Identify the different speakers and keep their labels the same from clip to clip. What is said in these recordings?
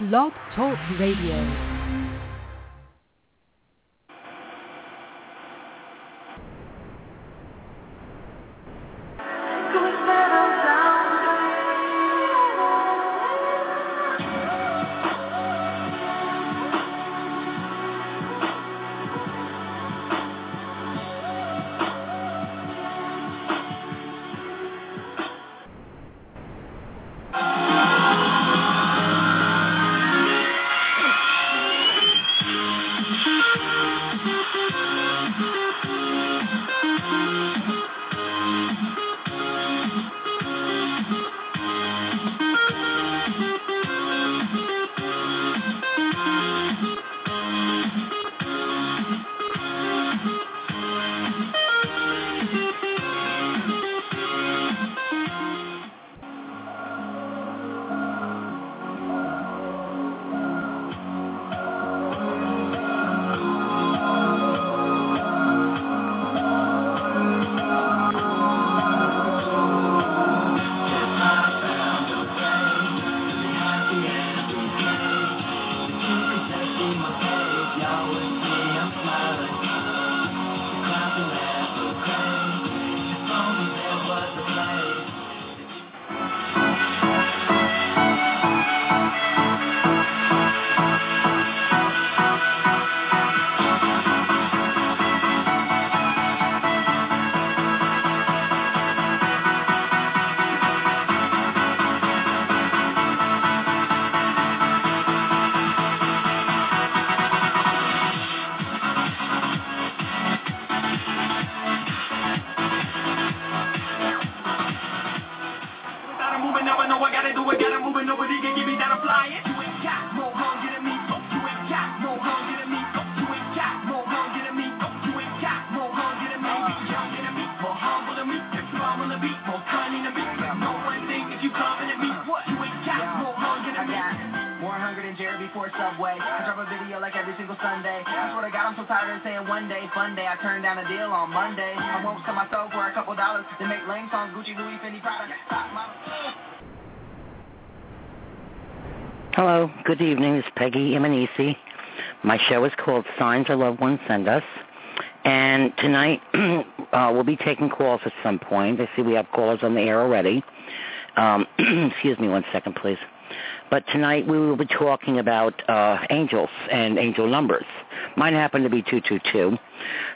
Speaker 1: Blog Talk Radio. Without a moving up, I know I gotta do it. Gotta move it. Nobody can give me that I'm flying. You ain't got more hunger than me. Oh, you ain't got more hunger than me. Oh, you ain't got more hunger than me. Oh, you ain't got more hunger than me. You're younger than me, more humble than me. You're stronger than me, more cunning than me. No one thing if you coming at me. What? You ain't got more hunger than me. More hunger than Jerry before Subway. I drop a video like every single Sunday. I swear to God, I'm so tired of saying one day, fun day. I turned down a deal on Monday. I won't sell myself for a couple dollars to make lame songs, Gucci, Louis, Fendi, Prada, top model.
Speaker 2: Hello, good evening. It's Peggy Imanisi. My show is called Signs Our Loved Ones Send Us. And tonight uh, we'll be taking calls at some point. I see we have callers on the air already. Um, excuse me one second, please. But tonight we will be talking about uh, angels and angel numbers. Mine happened to be 222.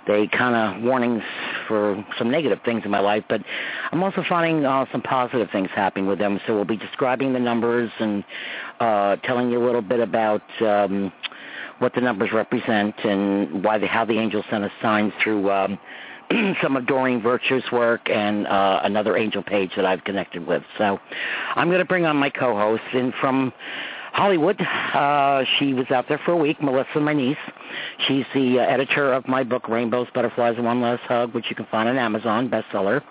Speaker 2: They kind of warnings for some negative things in my life, but I'm also finding uh, some positive things happening with them. So we'll be describing the numbers and uh, telling you a little bit about um, what the numbers represent and why the, how the angels sent us signs through um, some of Doreen Virtue's work and uh, another angel page that I've connected with. So I'm going to bring on my co-host and from Hollywood. Uh, she was out there for a week, Melissa, my niece. She's the uh, editor of my book, Rainbows, Butterflies, and One Last Hug, which you can find on Amazon, bestseller.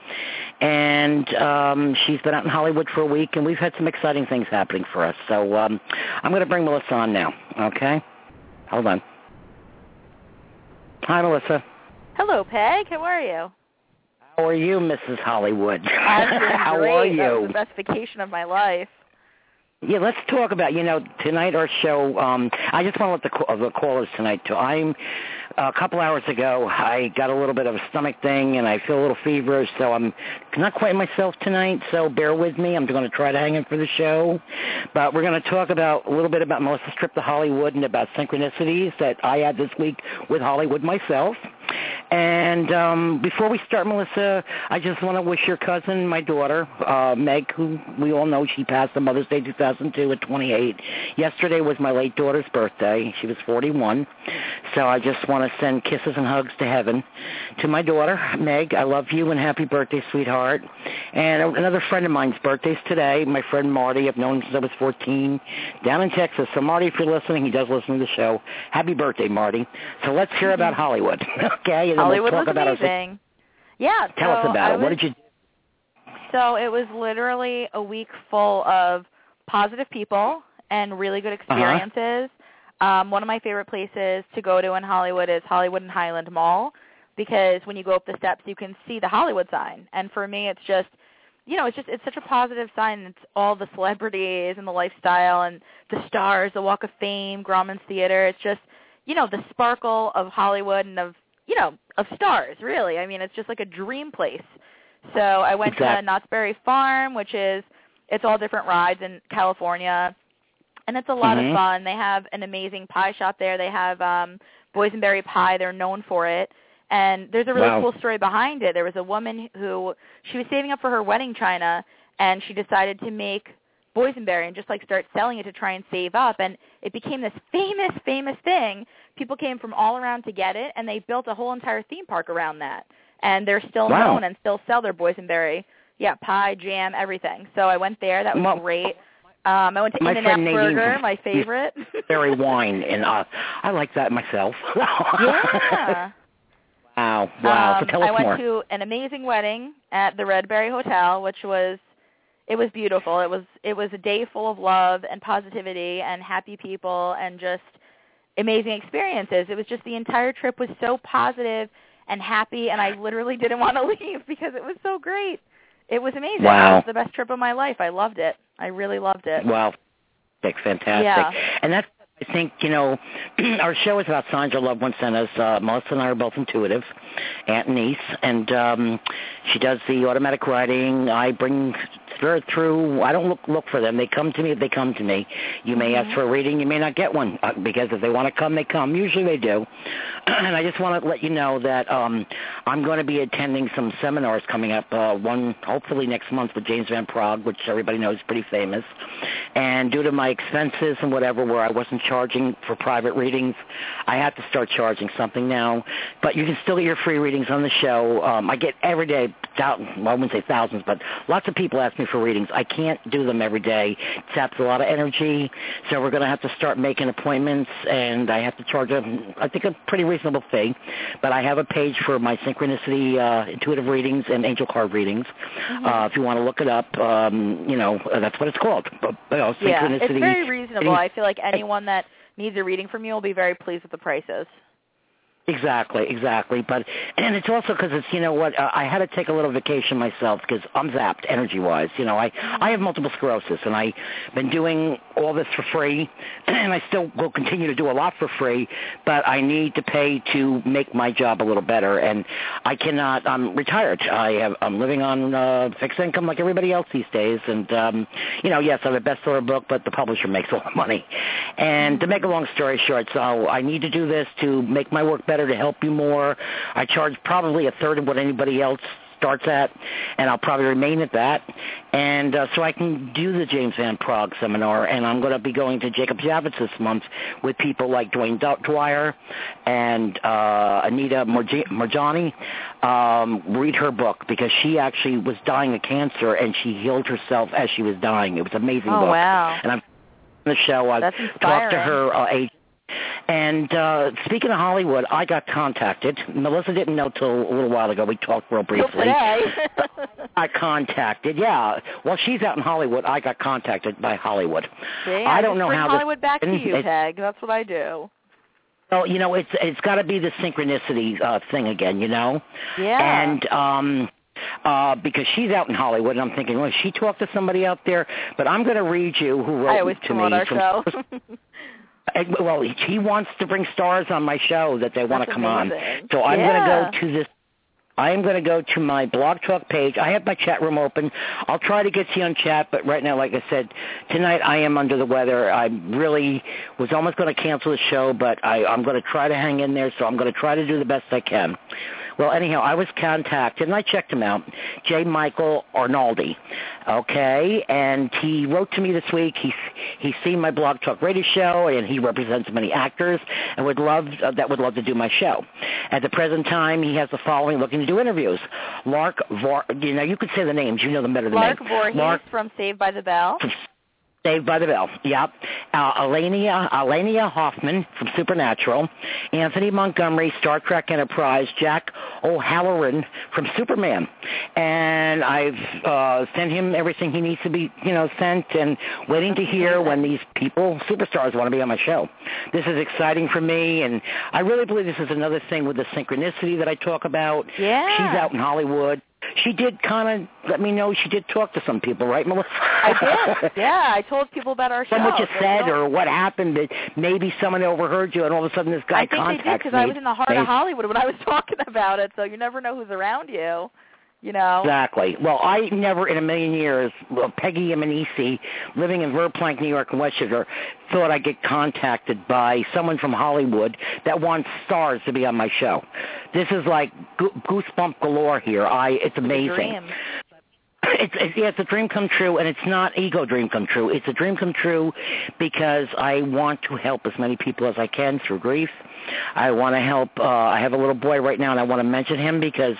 Speaker 2: And um, she's been out in Hollywood for a week, and we've had some exciting things happening for us. So um, I'm going to bring Melissa on now, okay? Hold on. Hi, Melissa.
Speaker 3: Hello, Peg. How are you?
Speaker 2: How are you, Mrs. Hollywood?
Speaker 3: I'm doing
Speaker 2: How
Speaker 3: great.
Speaker 2: are
Speaker 3: That was
Speaker 2: you?
Speaker 3: the best vacation of my life.
Speaker 2: Yeah, let's talk about you know tonight our show. Um, I just want to let the ca- the callers tonight too. I'm a couple hours ago. I got a little bit of a stomach thing, and I feel a little feverish, so I'm not quite myself tonight. So bear with me. I'm going to try to hang in for the show, but we're going to talk about a little bit about Melissa's trip to Hollywood and about synchronicities that I had this week with Hollywood myself. And um, before we start, Melissa, I just want to wish your cousin, my daughter, uh, Meg, who we all know she passed on Mother's Day 2002 at 28. Yesterday was my late daughter's birthday. She was 41. So I just want to send kisses and hugs to heaven to my daughter, Meg. I love you and happy birthday, sweetheart. And another friend of mine's birthday's today, my friend Marty. I've known him since I was 14 down in Texas. So Marty, if you're listening, he does listen to the show. Happy birthday, Marty. So let's hear about Hollywood, okay? And then
Speaker 3: Hollywood
Speaker 2: we'll
Speaker 3: was
Speaker 2: talk about our
Speaker 3: amazing. yeah.
Speaker 2: Tell
Speaker 3: so
Speaker 2: us about
Speaker 3: I
Speaker 2: it. What
Speaker 3: was-
Speaker 2: did you
Speaker 3: So it was literally a week full of positive people and really good
Speaker 2: Uh-huh.
Speaker 3: experiences. Um, one of my favorite places to go to in Hollywood is Hollywood and Highland Mall because when you go up the steps, you can see the Hollywood sign. And for me, it's just you know, it's just it's such a positive sign. It's all the celebrities and the lifestyle and the stars, the Walk of Fame, Grauman's Theater. It's just you know the sparkle of Hollywood and of you know of stars. Really, I mean, it's just like a dream place. So I went
Speaker 2: Exact-
Speaker 3: to Knott's Berry Farm, which is it's all different rides in California, and it's a lot
Speaker 2: Mhm.
Speaker 3: of fun. They have an amazing pie shop there. They have um boysenberry pie. They're known for it. And there's a really
Speaker 2: Wow.
Speaker 3: cool story behind it. There was a woman who she was saving up for her wedding china, and she decided to make boysenberry and just like start selling it to try and save up. And it became this famous, famous thing. People came from all around to get it, and they built a whole entire theme park around that. And they're still
Speaker 2: Wow.
Speaker 3: known and still sell their boysenberry. Yeah, pie, jam, everything. So I went there. That was
Speaker 2: Well,
Speaker 3: great. Um, I went to
Speaker 2: my
Speaker 3: In and Out
Speaker 2: friend Nadine
Speaker 3: Burger,
Speaker 2: from
Speaker 3: my favorite.
Speaker 2: Berry wine, and uh, I like that myself.
Speaker 3: yeah.
Speaker 2: wow, wow.
Speaker 3: Um,
Speaker 2: so tell us
Speaker 3: I went
Speaker 2: more.
Speaker 3: to an amazing wedding at the Redberry Hotel, which was it was beautiful. It was it was a day full of love and positivity and happy people and just amazing experiences. It was just the entire trip was so positive and happy, and I literally didn't want to leave because it was so great. It was amazing.
Speaker 2: Wow.
Speaker 3: It was the best trip of my life. I loved it. I really loved it.
Speaker 2: Wow, fantastic, fantastic. And that's, I think, you know, our show is about signs of loved ones and us. Uh, Melissa and I are both intuitive, aunt and niece, and um, she does the automatic writing. I bring her through. I don't look look for them. They come to me if they come to me. You may ask for a reading. You may not get one uh, because if they want to come, they come. Usually they do. and I just want to let you know that um, I'm going to be attending some seminars coming up. Uh, one hopefully next month with James Van Prague, which everybody knows is pretty famous. And due to my expenses and whatever, where I wasn't charging for private readings, I have to start charging something now. But you can still get your free readings on the show. Um, I get every day, thou- well, I wouldn't say thousands, but lots of people ask me for readings. I can't do them every day. It taps a lot of energy, so we're going to have to start making appointments, and I have to charge, a, I think, a pretty reasonable fee. But I have a page for my synchronicity, uh, intuitive readings, and angel card readings.
Speaker 3: Mm-hmm.
Speaker 2: Uh, if you want to look it up, um, you know, uh, that's what it's called. But, you know,
Speaker 3: Yeah,
Speaker 2: synchronicity.
Speaker 3: it's very reasonable.
Speaker 2: readings.
Speaker 3: I feel like anyone that needs a reading from you will be very pleased with the prices.
Speaker 2: Exactly, exactly. But and it's also because it's you know what uh, I had to take a little vacation myself because I'm zapped energy wise. You know I I have multiple sclerosis and I've been doing all this for free and I still will continue to do a lot for free. But I need to pay to make my job a little better and I cannot. I'm retired. I have I'm living on uh, fixed income like everybody else these days. And um, you know yes I have a bestseller book but the publisher makes a lot of money. And to make a long story short, so I need to do this to make my work better, to help you more. I charge probably a third of what anybody else starts at, and I'll probably remain at that. And uh, so I can do the James Van Prague seminar, and I'm going to be going to Jacob Javits this month with people like Dwayne Dou- Dwyer and uh, Anita Margi- Marjani. Um, read her book because she actually was dying of cancer, and she healed herself as she was dying. It was an amazing
Speaker 3: Oh
Speaker 2: book.
Speaker 3: wow.
Speaker 2: And I'm on the show. I've
Speaker 3: That's
Speaker 2: talked Uh, to
Speaker 3: inspiring.
Speaker 2: her uh, agent. And uh, speaking of Hollywood, I got contacted. Melissa didn't know till a little while ago. We talked real
Speaker 3: Till
Speaker 2: briefly.
Speaker 3: today.
Speaker 2: I contacted. Yeah. Well, she's out in Hollywood. I got contacted by Hollywood.
Speaker 3: See,
Speaker 2: I don't
Speaker 3: just
Speaker 2: know
Speaker 3: bring
Speaker 2: how this
Speaker 3: Hollywood back to
Speaker 2: happened.
Speaker 3: you,
Speaker 2: It-
Speaker 3: Peg. That's what I do.
Speaker 2: Well, you know, it's it's got to be the synchronicity uh, thing again. You know.
Speaker 3: Yeah.
Speaker 2: And um uh because she's out in Hollywood and I'm thinking, well, she talked to somebody out there, but I'm going to read you who wrote
Speaker 3: I always
Speaker 2: to me
Speaker 3: promote our
Speaker 2: from-
Speaker 3: show.
Speaker 2: And, well, he wants to bring stars on my show that they want to
Speaker 3: That's
Speaker 2: come
Speaker 3: amazing.
Speaker 2: on. So I'm
Speaker 3: Yeah.
Speaker 2: going to go to this. I am going to go to my blog talk page. I have my chat room open. I'll try to get to you on chat, but right now, like I said, tonight I am under the weather. I really was almost going to cancel the show, but I, I'm going to try to hang in there. So I'm going to try to do the best I can. Well, anyhow, I was contacted and I checked him out. J. Michael Arnaldi. Okay, and he wrote to me this week. He's he's seen my blog talk radio show, and he represents many actors, and would love uh, that would love to do my show. At the present time, he has the following looking to do interviews. Lark, Var, you know, you could say the names. You know them better than
Speaker 3: Mark
Speaker 2: me.
Speaker 3: Voorhees
Speaker 2: Lark
Speaker 3: from Saved by the Bell.
Speaker 2: Saved by the Bell. Yep. Uh, Alania, Alania Hoffman from Supernatural. Anthony Montgomery, Star Trek Enterprise. Jack O'Halloran from Superman. And I've uh, sent him everything he needs to be, you know, sent and waiting to hear when these people, superstars, want to be on my show. This is exciting for me. And I really believe this is another thing with the synchronicity that I talk about.
Speaker 3: Yeah.
Speaker 2: She's out in Hollywood. She did kind of let me know she did talk to some people, right, Melissa?
Speaker 3: I did. Yeah, I told people about our show.
Speaker 2: From what you
Speaker 3: They
Speaker 2: said
Speaker 3: don't-
Speaker 2: or what happened, that maybe someone overheard you, and all of a sudden this
Speaker 3: I
Speaker 2: guy
Speaker 3: think they did
Speaker 2: contacts
Speaker 3: because
Speaker 2: me.
Speaker 3: I was in the heart
Speaker 2: They-
Speaker 3: of Hollywood when I was talking about it. So you never know who's around you. You know.
Speaker 2: Exactly. Well, I never in a million years, well, Peggy Imanisi, living in Verplank, New York, and Westchester, thought I'd get contacted by someone from Hollywood that wants stars to be on my show. This is like goo- goosebump galore here. I it's amazing.
Speaker 3: Dream.
Speaker 2: It's, it's yeah, it's a dream come true, and it's not ego dream come true. It's a dream come true because I want to help as many people as I can through grief. I want to help. Uh, I have a little boy right now, and I want to mention him because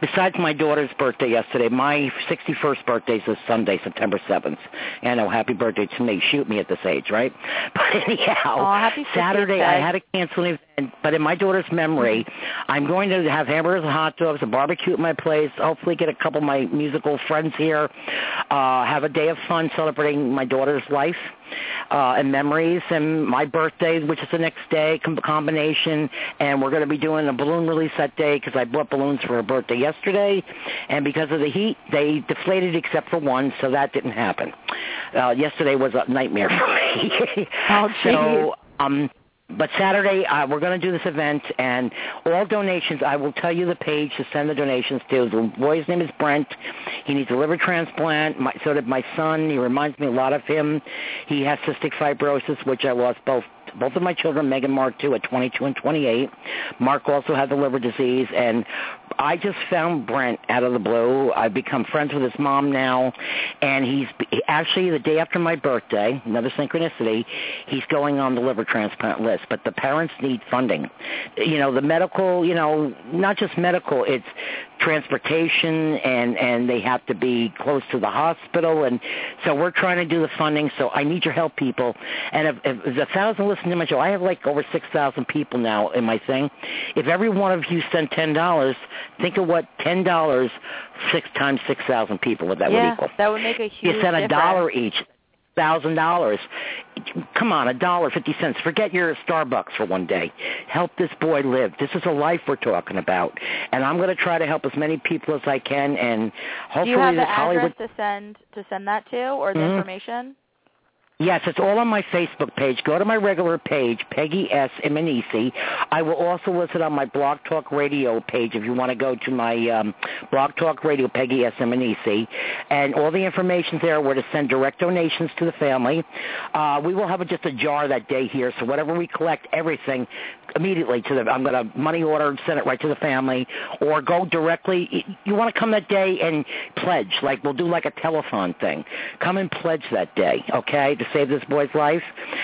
Speaker 2: besides my daughter's birthday yesterday, my 61st birthday is this Sunday, September 7th. And oh, happy birthday to me! Shoot me at this age, right? But anyhow,
Speaker 3: Aw, happy 50th,
Speaker 2: Saturday I
Speaker 3: Peg.
Speaker 2: had to cancel an event, but in my daughter's memory, I'm going to have hamburgers and hot dogs, a barbecue at my place, hopefully get a couple of my musical friends here, uh, have a day of fun celebrating my daughter's life uh, and memories and my birthday, which is the next day, com- combination. And we're going to be doing a balloon release that day because I bought balloons for her birthday yesterday. And because of the heat, they deflated except for one, so that didn't happen. Uh, yesterday was a nightmare for me.
Speaker 3: Oh,
Speaker 2: so um, but Saturday uh, we're going to do this event, and all donations. I will tell you the page to send the donations to. The boy's name is Brent. He needs a liver transplant. My, so did my son. He reminds me a lot of him. He has cystic fibrosis, which I lost both both of my children, Meg and Mark, too, at 22 and 28. Mark also had the liver disease, and I just found Brent out of the blue. I've become friends with his mom now, and he's he- actually the day after my birthday, another synchronicity, he's going on the liver transplant list, but the parents need funding. You know, the medical, you know, not just medical, it's transportation and and they have to be close to the hospital and so we're trying to do the funding so I need your help people and if, if there's a thousand listen to my show I have like over six thousand people now in my thing if every one of you sent ten dollars think of what ten dollars six times six thousand people what that
Speaker 3: yeah,
Speaker 2: would equal
Speaker 3: that would make a huge
Speaker 2: you sent a
Speaker 3: difference.
Speaker 2: dollar each thousand dollars come on a dollar fifty cents forget your starbucks for one day help this boy live this is a life we're talking about and i'm going to try to help as many people as i can and
Speaker 3: Do
Speaker 2: hopefully
Speaker 3: you have the
Speaker 2: this
Speaker 3: address
Speaker 2: hollywood
Speaker 3: to send to send that to, or the
Speaker 2: Mhm.
Speaker 3: information?
Speaker 2: Yes, it's all on my Facebook page. Go to my regular page, Peggy S. Imanisi. I will also list it on my Blog Talk Radio page if you want to go to my um, Blog Talk Radio, Peggy S. Imanisi. And all the information's there where to send direct donations to the family. Uh, we will have a, just a jar that day here, so whatever we collect, everything immediately to the, I'm going to money order and send it right to the family, or go directly. y- You want to come that day and pledge, like we'll do like a telethon thing. Come and pledge that day, okay, to save this boy's life.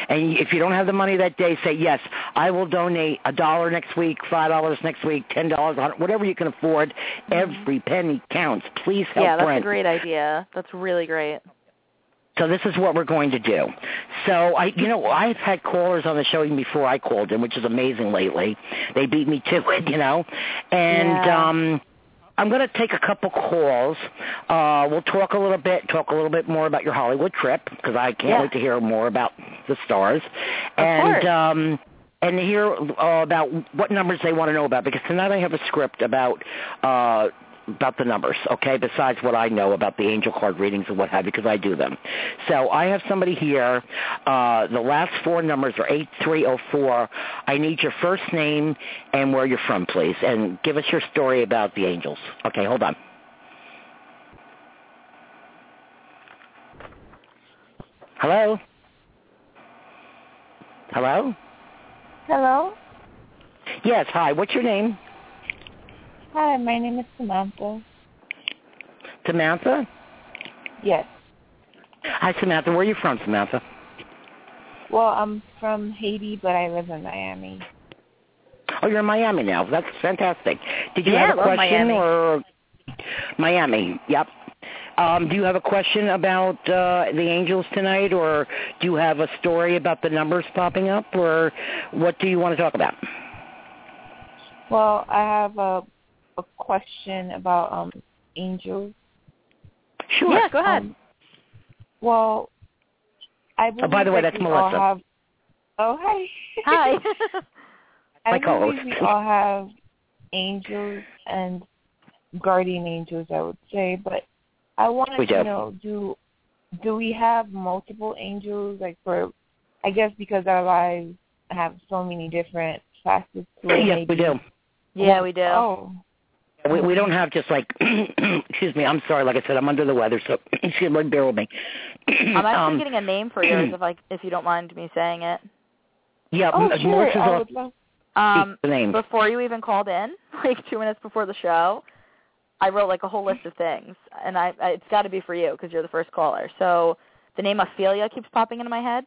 Speaker 2: And if you don't have the money that day, say yes. I will donate a dollar next week, five dollars next week, ten dollars, whatever you can afford. Every penny counts. Please help
Speaker 3: yeah, that's
Speaker 2: Brent.
Speaker 3: a great idea. That's really great.
Speaker 2: So this is what we're going to do. So I, you know, I've had callers on the show even before I called in, which is amazing lately. They beat me to it, you know, and
Speaker 3: Yeah.
Speaker 2: um, I'm going to take a couple calls. Uh, we'll talk a little bit, talk a little bit more about your Hollywood trip because I can't
Speaker 3: Yeah.
Speaker 2: wait to hear more about the stars,
Speaker 3: Of
Speaker 2: and
Speaker 3: course.
Speaker 2: um, and hear uh, about what numbers they want to know about because tonight I have a script about. Uh, about the numbers, okay, besides what I know about the angel card readings and what have you, because I do them. So I have somebody here. Uh, the last four numbers are 8304. I need your first name and where you're from, please, and give us your story about the angels. Okay, hold on. Hello? Hello?
Speaker 4: Hello.
Speaker 2: Yes, hi. What's your name?
Speaker 4: Hi, my name is Samantha.
Speaker 2: Samantha?
Speaker 4: Yes.
Speaker 2: Hi, Samantha. Where are you from, Samantha?
Speaker 4: Well, I'm from Haiti, but I live in Miami.
Speaker 2: Oh, you're in Miami now. That's fantastic. Did you
Speaker 3: Yeah,
Speaker 2: have a
Speaker 3: I love
Speaker 2: question
Speaker 3: Miami.
Speaker 2: or Miami? Yep. Um, do you have a question about uh, the Angels tonight, or do you have a story about the numbers popping up, or what do you want to talk about?
Speaker 4: Well, I have a a question about um angels.
Speaker 2: Sure.
Speaker 3: Yeah, go ahead.
Speaker 4: Um, well, I believe
Speaker 2: Oh, by the way,
Speaker 4: that
Speaker 2: that's
Speaker 4: we
Speaker 2: Melissa.
Speaker 4: all have. Oh, hi.
Speaker 3: Hi.
Speaker 4: I
Speaker 2: My
Speaker 4: believe
Speaker 2: co-host.
Speaker 4: we all have angels, and guardian angels, I would say. But I wanted
Speaker 2: We
Speaker 4: to
Speaker 2: do.
Speaker 4: know do do we have multiple angels? Like for, I guess because our lives have so many different facets to it.
Speaker 2: yes, we
Speaker 4: maybe-
Speaker 2: do.
Speaker 3: Yeah, we do.
Speaker 4: Oh,
Speaker 2: We we don't have just like excuse me, I'm sorry, like I said, I'm under the weather, so excuse me, bear with me.
Speaker 3: I'm actually
Speaker 2: um,
Speaker 3: getting a name for yours if I if you don't mind me saying it.
Speaker 2: yeah,
Speaker 4: oh
Speaker 2: M-
Speaker 4: sure.
Speaker 2: Melissa's
Speaker 4: I
Speaker 2: off
Speaker 4: would love.
Speaker 3: Um,
Speaker 2: the name.
Speaker 3: before you even called in, like two minutes before the show, I wrote like a whole list of things, and I, I it's got to be for you because you're the first caller. So the name Ophelia keeps popping into my head,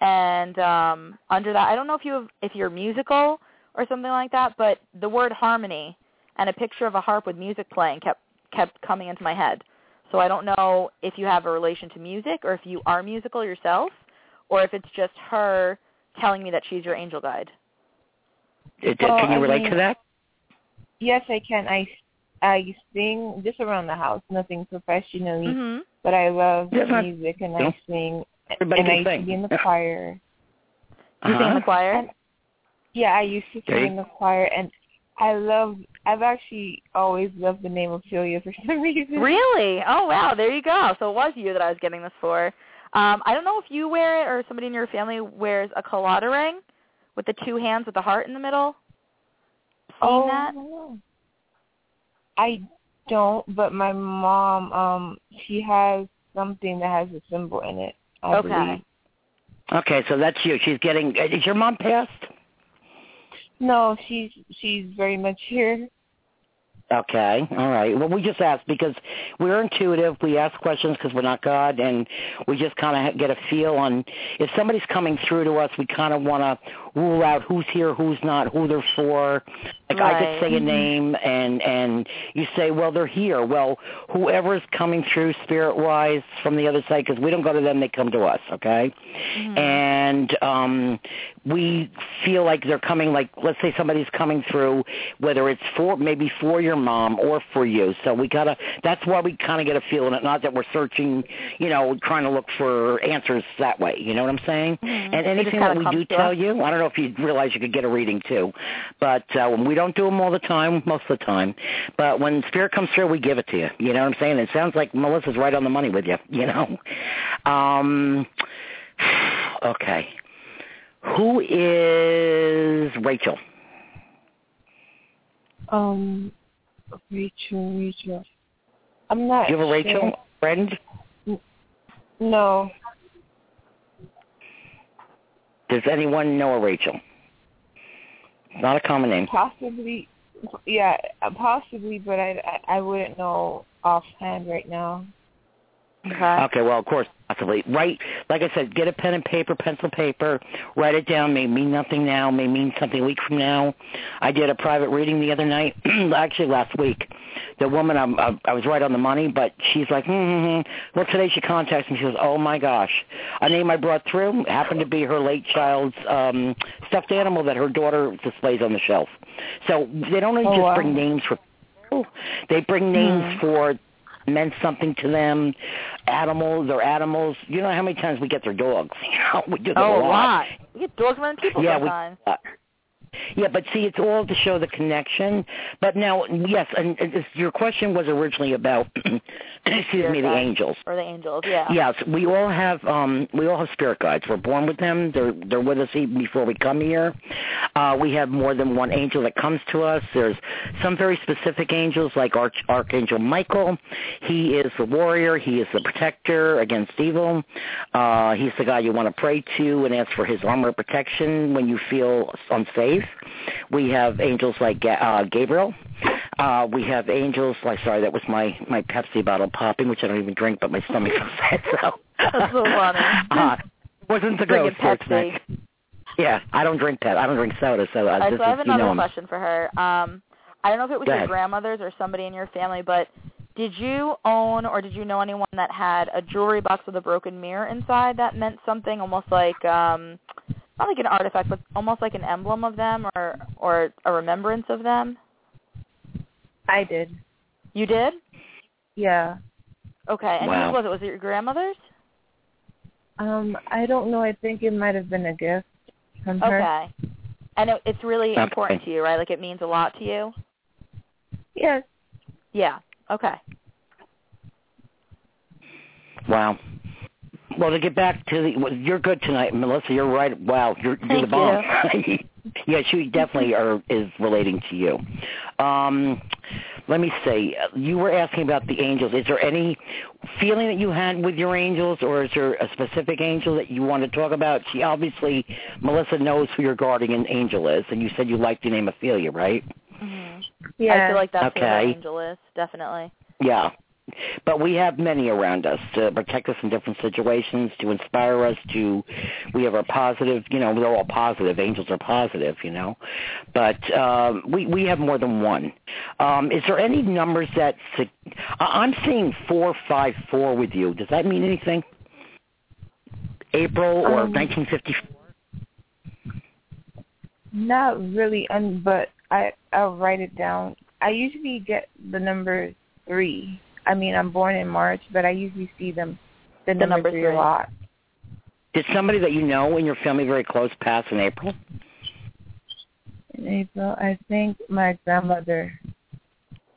Speaker 3: and um, under that, I don't know if you have, if you're musical or something like that, but the word harmony and a picture of a harp with music playing kept kept coming into my head. So I don't know if you have a relation to music or if you are musical yourself, or if it's just her telling me that she's your angel guide.
Speaker 2: D- d-
Speaker 4: well,
Speaker 2: Uh, Can you
Speaker 4: I
Speaker 2: relate
Speaker 4: mean-
Speaker 2: to that?
Speaker 4: Yes, I can. I I sing just around the house, nothing professionally,
Speaker 3: Mm-hmm.
Speaker 4: but I love
Speaker 2: That's not-
Speaker 4: music and
Speaker 2: Yeah.
Speaker 4: I sing
Speaker 2: Everybody
Speaker 4: and I
Speaker 2: can
Speaker 4: used to
Speaker 2: sing.
Speaker 4: be in the
Speaker 2: Yeah.
Speaker 4: choir.
Speaker 3: You sing in
Speaker 2: Uh-huh.
Speaker 3: the choir?
Speaker 4: And- Yeah, I used to
Speaker 2: Okay.
Speaker 4: sing in the choir, and I love. I've actually always loved the name Ophelia for some reason.
Speaker 3: Really? Oh wow, there you go. So it was you that I was getting this for. Um, I don't know if you wear it or somebody in your family wears a collada ring with the two hands with the heart in the middle. Seen
Speaker 4: Oh,
Speaker 3: that?
Speaker 4: no. I don't. But my mom, um, she has something that has a symbol in it. I
Speaker 3: Okay.
Speaker 4: believe.
Speaker 2: Okay, so that's you. She's getting uh, is your mom passed?
Speaker 4: No, she's she's very much here.
Speaker 2: Okay, all right. Well, we just asked because we're intuitive. We ask questions because we're not God, and we just kind of get a feel on if somebody's coming through to us. We kind of want to rule out who's here, who's not, who they're for. Like I
Speaker 3: Right.
Speaker 2: could say a name, and and you say, well, they're here. Well, whoever's coming through spirit wise from the other side, because we don't go to them, they come to us. Okay, Mm-hmm.
Speaker 3: Mm-hmm.
Speaker 2: and um we feel like they're coming like let's say somebody's coming through whether it's for maybe for your mom or for you so we gotta that's why we kind of get a feel in it not that we're searching you know trying to look for answers that way you know what i'm saying
Speaker 3: Mhm. It
Speaker 2: and
Speaker 3: just
Speaker 2: anything
Speaker 3: kinda
Speaker 2: that we do
Speaker 3: comes to
Speaker 2: tell
Speaker 3: us.
Speaker 2: you i don't know if you realize you could get a reading too but uh when we don't do them all the time most of the time but when spirit comes through we give it to you you know what i'm saying it sounds like melissa's right on the money with you you know um okay who is Rachel?
Speaker 4: Um, Rachel, Rachel. I'm not.
Speaker 2: Do you have a Rachel
Speaker 4: sure.
Speaker 2: friend?
Speaker 4: No.
Speaker 2: Does anyone know a Rachel? Not a common name.
Speaker 4: Possibly, yeah, uh, possibly, but I, I I wouldn't know offhand right now.
Speaker 3: Okay.
Speaker 2: Okay, well, of course, possibly. Write, like I said, get a pen and paper, pencil, paper. Write it down. May mean nothing now. May mean something a week from now. I did a private reading the other night, actually last week. The woman, I'm, I, I was right on the money, but she's like, mm-hmm. well, today she contacts me. She goes, oh my gosh, a name I brought through happened to be her late child's um stuffed animal that her daughter displays on the shelf. So they don't only
Speaker 4: Oh,
Speaker 2: just
Speaker 4: wow.
Speaker 2: bring names for people; they bring names
Speaker 4: Hmm.
Speaker 2: for meant something to them, animals or animals. You know how many times we get their dogs? You know, we do that
Speaker 3: Oh,
Speaker 2: a lot.
Speaker 3: We get dogs running people
Speaker 2: Yeah, we-
Speaker 3: sometimes.
Speaker 2: Uh, yeah, but see, it's all to show the connection. But now, yes, and, and this- your question was originally about, excuse me, the
Speaker 3: Spirit
Speaker 2: angels.
Speaker 3: Or the angels, yeah.
Speaker 2: Yes, we all have um we all have spirit guides. We're born with them. They're they're with us even before we come here. Uh we have more than one angel that comes to us. There's some very specific angels like Arch, Archangel Michael. He is the warrior, he is the protector against evil. Uh he's the guy you want to pray to and ask for his armor protection when you feel unsafe. We have angels like Ga- uh Gabriel. Uh, we have angels. Like, sorry, that was my my Pepsi bottle popping, which I don't even drink, but my stomach's upset. So
Speaker 3: That's so funny.
Speaker 2: Uh, wasn't the
Speaker 3: Drinking
Speaker 2: ghost
Speaker 3: Pepsi.
Speaker 2: for tonight. Yeah, I don't drink Pep. I don't drink soda, so uh,
Speaker 3: All right,
Speaker 2: this
Speaker 3: so I have
Speaker 2: is you
Speaker 3: another
Speaker 2: know. I'm-
Speaker 3: question for her. Um, I don't know if it was
Speaker 2: Go
Speaker 3: your
Speaker 2: ahead.
Speaker 3: grandmother's or somebody in your family, but did you own or did you know anyone that had a jewelry box with a broken mirror inside that meant something almost like um not like an artifact, but almost like an emblem of them or or a remembrance of them?
Speaker 4: I did.
Speaker 3: You did?
Speaker 4: Yeah.
Speaker 3: Okay. And
Speaker 2: Wow.
Speaker 3: whose was it? Was it your grandmother's?
Speaker 4: Um, I don't know. I think it might have been a gift from her.
Speaker 3: Okay. And it, it's really
Speaker 2: Okay.
Speaker 3: important to you, right? Like it means a lot to you.
Speaker 4: Yes.
Speaker 3: Yeah. Okay.
Speaker 2: Wow. Well, to get back to the, well, you're good tonight, Melissa. You're right. Wow, you're, you're the
Speaker 3: Thank
Speaker 2: bomb. yeah, she definitely are, is relating to you. Um, let me see. You were asking about the angels. Is there any feeling that you had with your angels, or is there a specific angel that you want to talk about? She obviously, Melissa knows who your guardian angel is, and you said you liked the name Ophelia, right?
Speaker 3: Mhm.
Speaker 4: Yeah.
Speaker 3: I feel like that's where
Speaker 2: Okay.
Speaker 3: the angel is, definitely.
Speaker 2: Yeah. But we have many around us to protect us in different situations, to inspire us, to we have our positive, you know, they're all positive. Angels are positive, you know. But um we we have more than one. Um is there any numbers that sig- I- I'm seeing 454 with you. Does that mean anything? April or
Speaker 4: Um,
Speaker 2: 1950
Speaker 4: Not really, um, but I I'll write it down. I usually get the number three. I mean, I'm born in March, but I usually see them the,
Speaker 3: The
Speaker 4: number,
Speaker 3: number
Speaker 4: three,
Speaker 3: three.
Speaker 4: a lot.
Speaker 2: Did somebody that you know in your family very close pass in April?
Speaker 4: In April, I think my grandmother.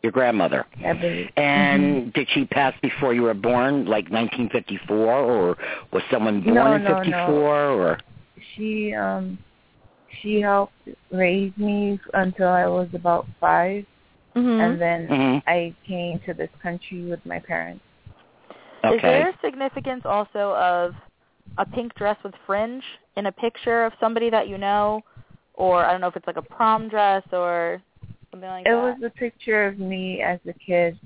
Speaker 2: Your grandmother.
Speaker 4: I believe. Mm-hmm.
Speaker 2: And did she pass before you were born, like 1954, or was someone born
Speaker 4: No,
Speaker 2: in
Speaker 4: no, no.
Speaker 2: 54, or
Speaker 4: she um she helped raise me until I was about 5
Speaker 3: Mhm.
Speaker 4: and then
Speaker 2: Mhm.
Speaker 4: I came to this country with my parents.
Speaker 2: okay?
Speaker 3: Is there significance also of a pink dress with fringe in a picture of somebody that you know, or I don't know if it's like a prom dress or something like
Speaker 4: It
Speaker 3: that?
Speaker 4: was a picture of me as a kid.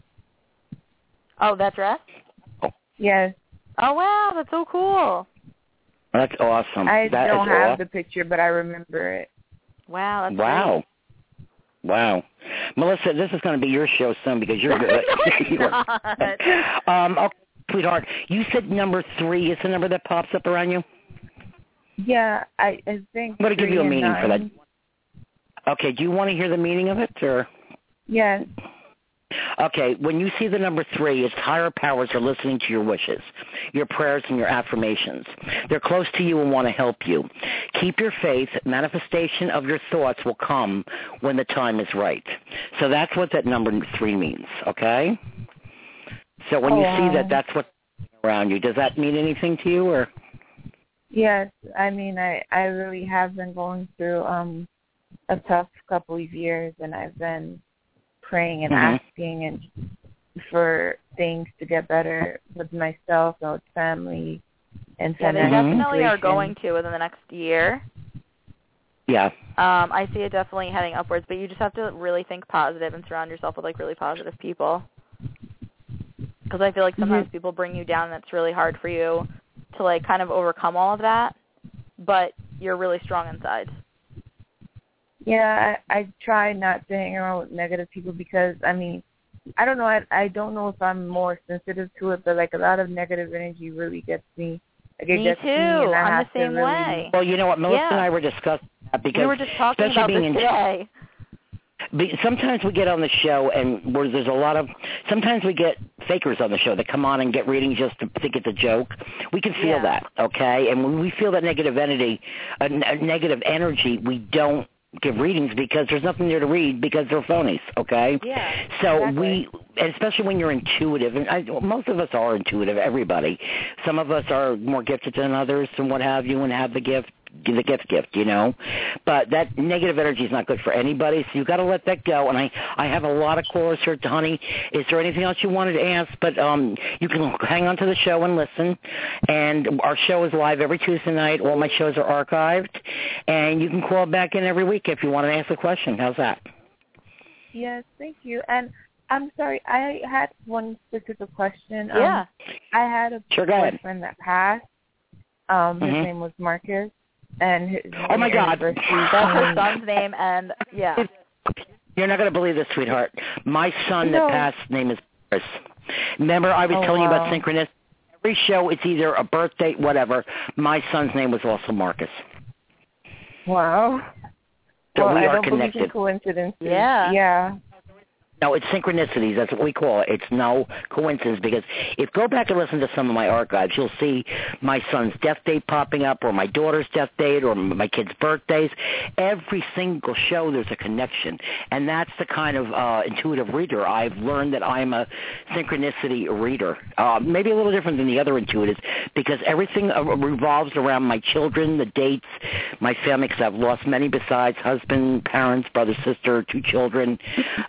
Speaker 3: oh, that dress.
Speaker 4: Yes,
Speaker 3: Oh wow, that's so cool.
Speaker 2: That's awesome.
Speaker 4: I
Speaker 2: That is
Speaker 4: don't have
Speaker 2: awesome.
Speaker 4: the picture, but I remember it.
Speaker 3: Wow, that's
Speaker 2: wow. Wow, Melissa, this is going to be your show soon because you're
Speaker 3: Great. No, it's
Speaker 2: good. You are-
Speaker 3: not.
Speaker 2: um, okay, sweetheart, you said number three is the number that pops up around you.
Speaker 4: Yeah, I I think.
Speaker 2: I'm going to give
Speaker 4: three
Speaker 2: you a
Speaker 4: and
Speaker 2: meaning for that.
Speaker 4: nine.
Speaker 2: Okay, do you want to hear the meaning of it, or?
Speaker 4: Yes.
Speaker 2: Okay, when you see the number three, its higher powers are listening to your wishes, your prayers, and your affirmations. They're close to you and want to help you. Keep your faith. Manifestation of your thoughts will come when the time is right. So that's what that number three means, okay? So when you
Speaker 4: Oh, wow.
Speaker 2: see that, that's what's around you. Does that mean anything to you, or?
Speaker 4: Yes, I mean I I really have been going through um a tough couple of years and I've been praying and
Speaker 2: Mhm.
Speaker 4: asking and for things to get better with myself and with family and
Speaker 3: Yeah, they
Speaker 4: financial
Speaker 3: definitely are
Speaker 4: situation.
Speaker 3: going to within the next year.
Speaker 2: Yeah.
Speaker 3: Um, I see it definitely heading upwards, but you just have to really think positive and surround yourself with like really positive people. Because I feel like sometimes people bring you down, and it's really hard for you to like kind of overcome all of that. But you're really strong inside.
Speaker 4: Yeah, I, I try not to hang around with negative people because I mean, I don't know. I I don't know if I'm more sensitive to it, but like a lot of negative energy really gets me. Like it
Speaker 3: Me
Speaker 4: gets
Speaker 3: too.
Speaker 4: me, and I
Speaker 3: I'm
Speaker 4: have
Speaker 3: the same
Speaker 4: to really,
Speaker 3: way.
Speaker 2: Well, you know what, Melissa
Speaker 3: Yeah.
Speaker 2: and I were discussing that because
Speaker 3: we were just talking
Speaker 2: especially
Speaker 3: about
Speaker 2: being
Speaker 3: this
Speaker 2: in
Speaker 3: today.
Speaker 2: Be- sometimes we get on the show and where there's a lot of sometimes we get fakers on the show that come on and get readings just to think it's a joke we can feel
Speaker 3: Yeah.
Speaker 2: that okay and when we feel that negative energy a, n- a negative energy we don't give readings because there's nothing there to read because they're phonies okay
Speaker 3: Yeah,
Speaker 2: so
Speaker 3: exactly.
Speaker 2: we and especially when you're intuitive and I, most of us are intuitive everybody some of us are more gifted than others and what have you and have the gift the gift gift you know but that negative energy is not good for anybody so you got to let that go and i i have a lot of callers here honey is there anything else you wanted to ask but um you can hang on to the show and listen and our show is live every tuesday night all my shows are archived and you can call back in every week if you want to ask a question how's that
Speaker 4: Yes, thank you. And I'm sorry, I had one specific question. Um,
Speaker 3: Yeah.
Speaker 4: I had a
Speaker 2: Sure, go ahead.
Speaker 4: boyfriend that passed. Um, his
Speaker 2: Mhm.
Speaker 4: name was Marcus, and his
Speaker 2: Oh, my God.
Speaker 4: anniversary
Speaker 3: That's her
Speaker 2: um,
Speaker 4: came-
Speaker 3: son's name, and yeah.
Speaker 2: You're not going to believe this, sweetheart. My son
Speaker 4: No.
Speaker 2: that passed name is Chris. Remember, I was
Speaker 4: Oh,
Speaker 2: telling you about
Speaker 4: wow.
Speaker 2: synchronicity. Every show, it's either a birthday, whatever. My son's name was also Marcus.
Speaker 4: Wow.
Speaker 2: So
Speaker 4: well,
Speaker 2: we
Speaker 4: I
Speaker 2: are
Speaker 4: don't believe in
Speaker 2: connected.
Speaker 4: coincidences.
Speaker 3: Yeah.
Speaker 4: Yeah.
Speaker 2: No, it's synchronicities. That's what we call it. It's no coincidence because if go back and listen to some of my archives, you'll see my son's death date popping up, or my daughter's death date, or my kids' birthdays. Every single show, there's a connection, and that's the kind of uh, intuitive reader I've learned that I'm a synchronicity reader. Uh, maybe a little different than the other intuitives because everything uh, revolves around my children, the dates, my family. Because I've lost many besides husband, parents, brother, sister, two children,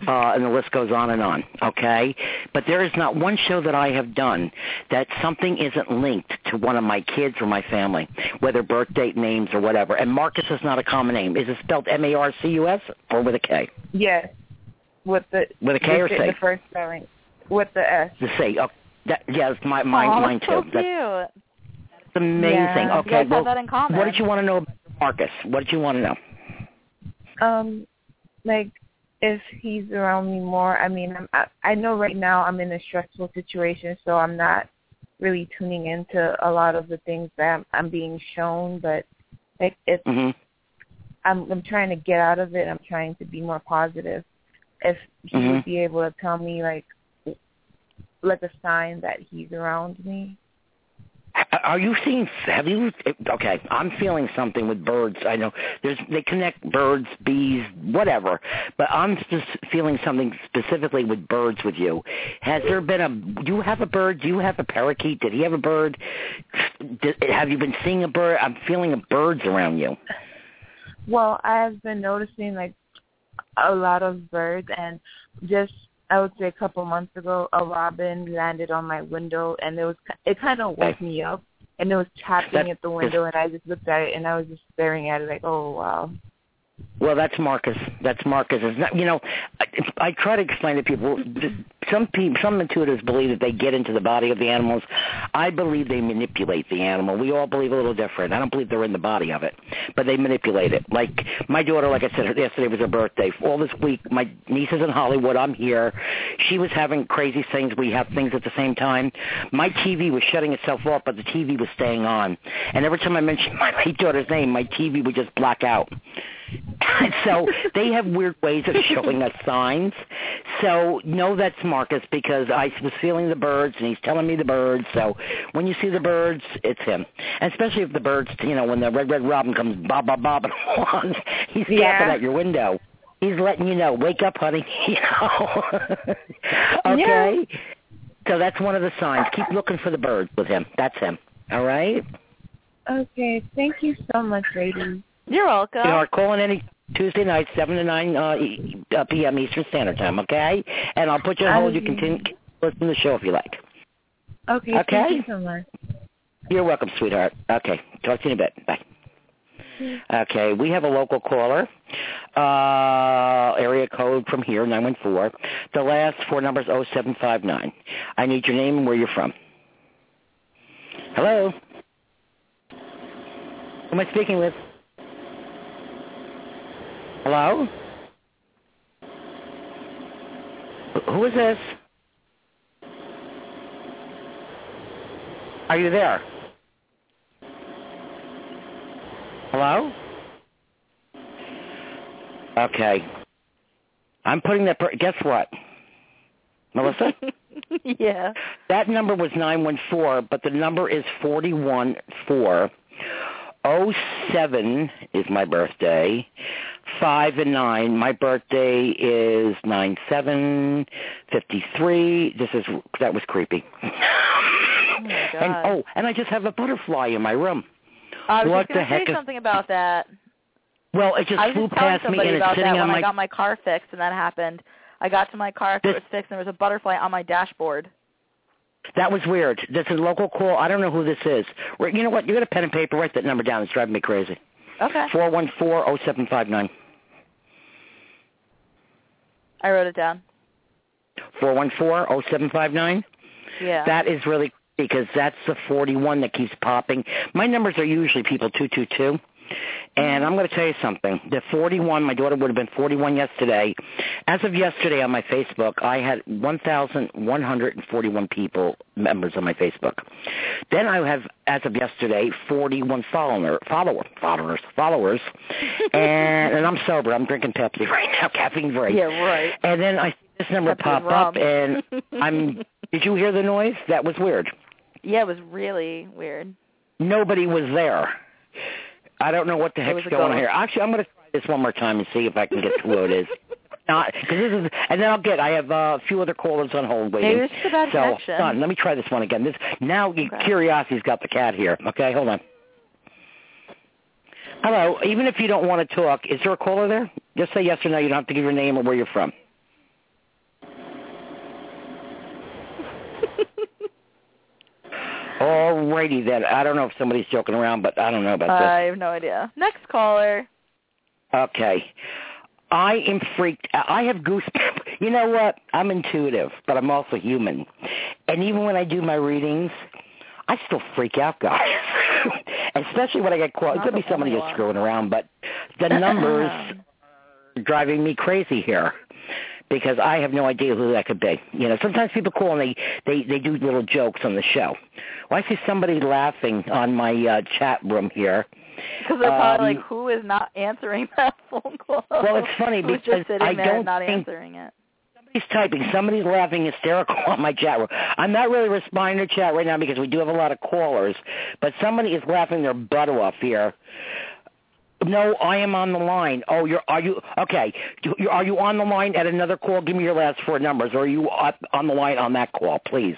Speaker 2: uh, and the list goes on and on, okay? But there is not one show that I have done that something isn't linked to one of my kids or my family, whether birth date, names, or whatever. And Marcus is not a common name. Is it spelled M-A-R-C-U-S or with a K?
Speaker 4: Yes. With the
Speaker 2: With a K
Speaker 4: the,
Speaker 2: or
Speaker 4: the
Speaker 2: C?
Speaker 4: first spelling. With the S.
Speaker 2: The C. Oh, that, yeah, it's my, mine,
Speaker 3: oh,
Speaker 2: mine
Speaker 3: so
Speaker 2: too.
Speaker 3: cute.
Speaker 2: That's amazing.
Speaker 4: Yeah.
Speaker 2: Okay,
Speaker 3: you guys
Speaker 2: well,
Speaker 3: have that in common.
Speaker 2: what did you want to know about Marcus? What did you want to know?
Speaker 4: Um, like if he's around me more. I mean, I'm, I I know right now I'm in a stressful situation, so I'm not really tuning into a lot of the things that I'm, I'm being shown. But like if
Speaker 2: hmm
Speaker 4: I'm I'm trying to get out of it. I'm trying to be more positive. If he
Speaker 2: Mhm.
Speaker 4: would be able to tell me like like a sign that he's around me.
Speaker 2: Are you seeing? Have you? Okay, I'm feeling something with birds. I know there's they connect birds, bees, whatever, but I'm just feeling something specifically with birds with you. Has there been a? Do you have a bird? Do you have a parakeet? Did he have a bird? Did, have you been seeing a bird? I'm feeling a birds around you.
Speaker 4: Well, I've been noticing like a lot of birds and just I would say a couple months ago a robin landed on my window and it was it kind of woke me up and it was tapping
Speaker 2: That-
Speaker 4: at the window and I just looked at it and I was just staring at it like oh wow
Speaker 2: Well, that's Marcus. That's Marcus. It's not, you know, I, I try to explain to people. th- Some people, some intuitives believe that they get into the body of the animals. I believe they manipulate the animal. We all believe a little different. I don't believe they're in the body of it, but they manipulate it. Like my daughter, like I said, yesterday was her birthday. All this week, my niece is in Hollywood. I'm here. She was having crazy things. We have things at the same time. My TV was shutting itself off, but the TV was staying on. And every time I mentioned my late daughter's name, my TV would just black out. so they have weird ways of showing us signs. So no, that's Marcus because I was feeling the birds and he's telling me the birds. So when you see the birds, it's him. And especially if the birds, you know, when the red red robin comes bob bob bobbing along, he's tapping
Speaker 4: Yeah.
Speaker 2: at your window. He's letting you know, wake up, honey. You know. okay. So that's one of the signs. Keep looking for the birds with him. That's him. All right.
Speaker 4: okay thank you so much ladies
Speaker 3: You're welcome.
Speaker 2: You know, are calling any Tuesday night, seven to nine uh, E- uh, p.m. Eastern Standard Time. Okay, and I'll put you on hold. You
Speaker 4: Okay.
Speaker 2: continue listen to the show if you like.
Speaker 4: okay,
Speaker 2: Okay.
Speaker 4: thank you so much
Speaker 2: You're welcome, sweetheart. Okay, talk to you in a bit. Bye. Okay, we have a local caller. Uh, area code from here, 914. The last four numbers, 0759. I need your name and where you're from. Hello? Who am I speaking with? Hello? Wh- Who is this? Are you there? Hello? Okay. I'm putting that, per- guess what? Melissa?
Speaker 3: yeah.
Speaker 2: That number was 914, but the number is 414. 07 is my birthday. 5 and 9. My birthday is 9753. This is that was creepy.
Speaker 3: Oh my
Speaker 2: and
Speaker 3: God.
Speaker 2: oh, and I just have a butterfly in my room.
Speaker 3: I was
Speaker 2: What
Speaker 3: just gonna
Speaker 2: the heck
Speaker 3: say
Speaker 2: is-
Speaker 3: something about that.
Speaker 2: Well, it just
Speaker 3: I was
Speaker 2: flew
Speaker 3: just telling
Speaker 2: past me
Speaker 3: somebody
Speaker 2: and it's
Speaker 3: about
Speaker 2: sitting
Speaker 3: that
Speaker 2: on
Speaker 3: when
Speaker 2: my
Speaker 3: I got my car fixed and that happened. I got to my car after it
Speaker 2: This-
Speaker 3: was fixed and there was a butterfly on my dashboard.
Speaker 2: That was weird. This is a local call. I don't know who this is. Well, You know what? You got a pen and paper. Write that number down. It's driving me crazy.
Speaker 3: Okay.
Speaker 2: Four one four zero seven five nine.
Speaker 3: I wrote it down.
Speaker 2: Four one four zero seven five nine.
Speaker 3: Yeah.
Speaker 2: That is really because that's the 41 that keeps popping. My numbers are usually people 222. And I'm going to tell you something. The 41, my daughter would have been 41 yesterday. As of yesterday on my Facebook, I had 1,141 people, members on my Facebook. Then I have, as of yesterday, 41 follower, follower, followers, followers. and, and I'm sober. I'm drinking Pepsi right now, caffeine free.
Speaker 3: yeah, right.
Speaker 2: And then I this number
Speaker 3: Except it
Speaker 2: pop
Speaker 3: was
Speaker 2: up,
Speaker 3: Rob.
Speaker 2: and I'm. Did you hear the noise? That was weird.
Speaker 3: yeah, it was really weird.
Speaker 2: Nobody was there. I don't know what the
Speaker 3: It
Speaker 2: heck's
Speaker 3: was a
Speaker 2: going on
Speaker 3: ghost.
Speaker 2: here. Actually, I'm going to try this one more time and see if I can get to who it is. Not because this is, and then I'll get. I have uh, a few other callers on hold waiting.
Speaker 3: Maybe it's just a bad
Speaker 2: so
Speaker 3: connection.
Speaker 2: hold on, let me try this one again. This now you-
Speaker 3: Okay.
Speaker 2: curiosity's got the cat here. Okay, hold on. Hello. Even if you don't want to talk, is there a caller there? Just say yes or no. You don't have to give your name or where you're from. Alrighty then. I don't know if somebody's joking around, but I don't know about this.
Speaker 3: I have no idea. Next caller.
Speaker 2: Okay. I am freaked. out. I have goosebumps. You know what? I'm intuitive, but I'm also human. And even when I do my readings, I still freak out, guys. Especially when I get caught. It
Speaker 3: Not
Speaker 2: could be
Speaker 3: the
Speaker 2: somebody
Speaker 3: only
Speaker 2: just
Speaker 3: one.
Speaker 2: screwing around, but the numbers are driving me crazy here because I have no idea who that could be. You know, sometimes people call and they they, they do little jokes on the show. Well, I see somebody laughing on my uh, chat room here.
Speaker 3: Because they're probably
Speaker 2: Um,
Speaker 3: like, who is not answering that phone call?
Speaker 2: Well, it's funny
Speaker 3: Who's
Speaker 2: because
Speaker 3: just sitting
Speaker 2: I
Speaker 3: there
Speaker 2: don't
Speaker 3: and not
Speaker 2: think-
Speaker 3: answering it?
Speaker 2: Somebody's typing. Somebody's laughing hysterical on my chat room. I'm not really responding to chat right now because we do have a lot of callers, but somebody is laughing their butt off here. No, I am on the line. Oh, you're are you okay? Do- you- Are you on the line at another call? Give me your last four numbers, or are you up on the line on that call, please?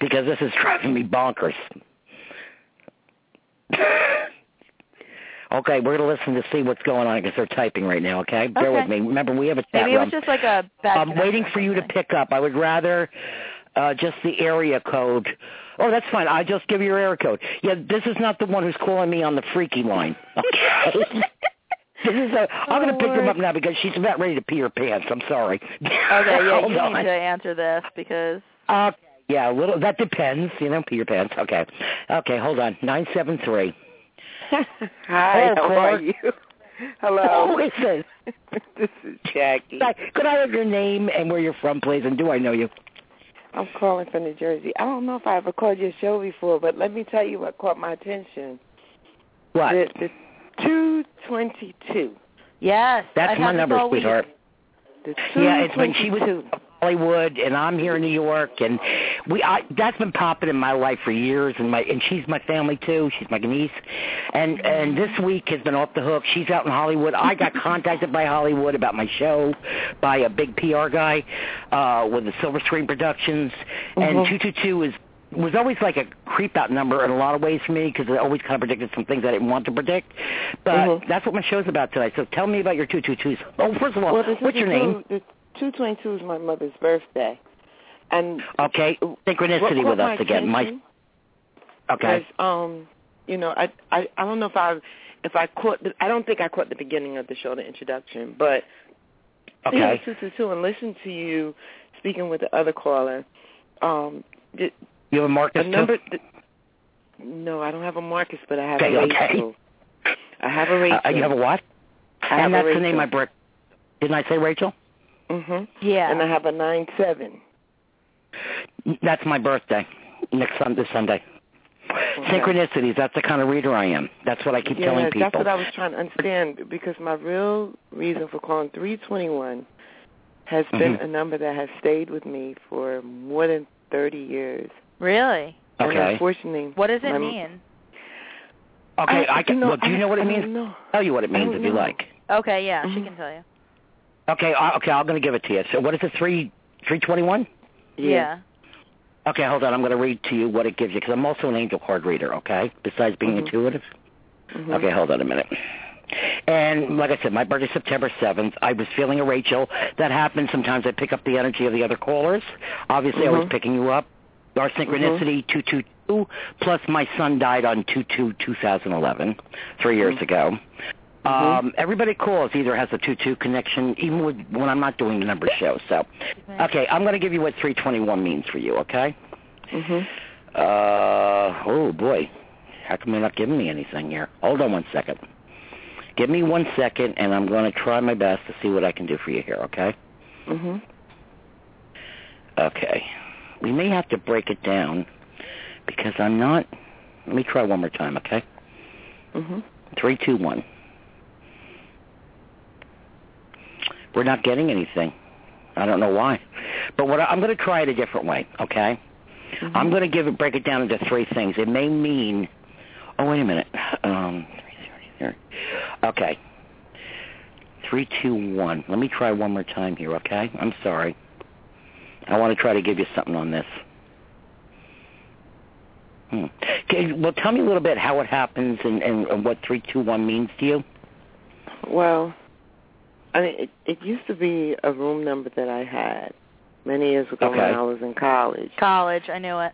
Speaker 2: Because this is driving me bonkers. okay, we're gonna listen to see what's going on because they're typing right now. Okay, bear
Speaker 3: Okay.
Speaker 2: with me. Remember, we have a chat
Speaker 3: Maybe it
Speaker 2: room.
Speaker 3: was just like a bad
Speaker 2: I'm waiting for you to pick up. I would rather uh, just the area code. Oh, that's fine. I just give you your area code. Yeah, this is not the one who's calling me on the freaky line. Okay. this is a. I'm
Speaker 3: Oh,
Speaker 2: gonna pick them
Speaker 3: Lord.
Speaker 2: up now because she's about ready to pee her pants. I'm sorry. Okay.
Speaker 3: Okay, yeah,
Speaker 2: Hold
Speaker 3: you
Speaker 2: on.
Speaker 3: need to answer this because
Speaker 2: Okay. Yeah, a little. That depends. You know, pee your pants. Okay. Okay. Hold on. Nine seven three.
Speaker 5: Hi,
Speaker 2: Oh,
Speaker 5: how are
Speaker 2: Clark.
Speaker 5: you?
Speaker 2: Who
Speaker 5: Hello.
Speaker 2: is this?
Speaker 5: this is Jackie.
Speaker 2: Hi, Could I have your name and where you're from, please? And do I know you?
Speaker 5: I'm calling from New Jersey. I don't know if I ever called your show before, but let me tell you what caught my attention.
Speaker 2: What?
Speaker 5: The, the 222.
Speaker 3: yes,
Speaker 2: That's
Speaker 3: I've
Speaker 2: my
Speaker 3: had this
Speaker 2: number,
Speaker 3: all week.
Speaker 2: sweetheart.
Speaker 5: The
Speaker 2: Yeah, it's when she was
Speaker 5: 222.
Speaker 2: Hollywood, and I'm here in New York, and we I, that's been popping in my life for years, and my and she's my family too. She's my niece, and and this week has been off the hook. She's out in Hollywood. I got contacted by Hollywood about my show by a big PR guy uh, with the Silver Screen Productions, and
Speaker 5: Mhm.
Speaker 2: two two two is was always like a creep out number in a lot of ways for me because it always kind of predicted some things I didn't want to predict. But
Speaker 5: Mhm.
Speaker 2: that's what my show's about today. So tell me about your two two twos. Oh, first of all,
Speaker 5: Well, this
Speaker 2: what's
Speaker 5: is
Speaker 2: your
Speaker 5: the
Speaker 2: name?
Speaker 5: Two, the 222 is my mother's birthday. And
Speaker 2: Okay,
Speaker 5: Oh, what
Speaker 2: synchronicity
Speaker 5: caught
Speaker 2: with
Speaker 5: my
Speaker 2: us again. My
Speaker 5: attention
Speaker 2: okay,
Speaker 5: was, um, you know, I, I I don't know if I if I caught the, I don't think I caught the beginning of the show, the introduction, but you know,
Speaker 2: okay.
Speaker 5: two two two, and listen to you speaking with the other caller. Um, the,
Speaker 2: You have a
Speaker 5: a
Speaker 2: Marcus
Speaker 5: number. The, no, I don't have a Marcus, but I have
Speaker 2: Okay,
Speaker 5: a
Speaker 2: okay.
Speaker 5: Rachel. I have a
Speaker 2: too.
Speaker 5: Rachel.
Speaker 2: Uh, you have a what?
Speaker 5: I have
Speaker 2: and
Speaker 5: a
Speaker 2: that's
Speaker 5: Rachel.
Speaker 2: the name I broke. Didn't I say Rachel?
Speaker 5: Mhm.
Speaker 3: Yeah.
Speaker 5: And I have a nine seven.
Speaker 2: That's my birthday. Next Sunday, this Sunday. Synchronicities. That's the kind of reader I am. That's what I keep
Speaker 5: yeah,
Speaker 2: telling people.
Speaker 5: that's what I was trying to understand because my real reason for calling 321 has been
Speaker 2: Mhm.
Speaker 5: a number that has stayed with me for more than 30 years.
Speaker 3: really?
Speaker 5: And
Speaker 2: okay.
Speaker 5: unfortunately,
Speaker 3: What does it
Speaker 5: my-
Speaker 3: mean?
Speaker 2: Okay. I,
Speaker 5: you
Speaker 2: can.
Speaker 5: know,
Speaker 2: well, do you
Speaker 5: I-
Speaker 2: know what
Speaker 5: I
Speaker 2: it
Speaker 5: don't
Speaker 2: means?
Speaker 5: know.
Speaker 2: Tell you what it
Speaker 5: I
Speaker 2: means
Speaker 5: don't
Speaker 2: if you
Speaker 5: know.
Speaker 2: like.
Speaker 3: Okay, yeah, she
Speaker 5: Mhm.
Speaker 3: can tell you.
Speaker 2: Okay. I, okay. I'm going to give it to you. So what is it? Three. Three twenty-one.
Speaker 5: Yeah.
Speaker 2: Okay, hold on. I'm going to read to you what it gives you because I'm also an angel card reader. Okay, besides being
Speaker 5: Mhm.
Speaker 2: intuitive.
Speaker 5: Mhm.
Speaker 2: Okay, hold on a minute. And like I said, my birthday's September 7th. I was feeling a Rachel. That happens. Sometimes I pick up the energy of the other callers. Obviously, I was
Speaker 5: Mhm.
Speaker 2: picking you up. Our synchronicity, 222, plus my son died on 22 2011, three years
Speaker 5: Mhm.
Speaker 2: ago.
Speaker 5: Mhm.
Speaker 2: Um, everybody calls either has a 2-2 connection, even with, when I'm not doing the number show. So, okay, I'm going to give you what 321 means for you, okay?
Speaker 5: Mhm.
Speaker 2: Uh, oh boy. How come they're not giving me anything here? Hold on one second. Give me one second and I'm going to try my best to see what I can do for you here, okay?
Speaker 5: Mhm.
Speaker 2: Okay. We may have to break it down because I'm not. Let me try one more time, okay?
Speaker 5: Mhm.
Speaker 2: Three, two, one. We're not getting anything. I don't know why. But what I, I'm going to try it a different way, okay? I'm going to give it break it down into three things. It may mean Oh, wait a minute. Um 330 there. Okay. 321. Let me try one more time here, okay? I'm sorry. I want to try to give you something on this. Hmm. Okay, well, tell me a little bit how it happens and, and, and what 321 means to you.
Speaker 5: Well, I mean, it, it used to be a room number that I had many years ago when
Speaker 2: Okay. Mm-hmm.
Speaker 5: I was in college.
Speaker 3: College, I knew it.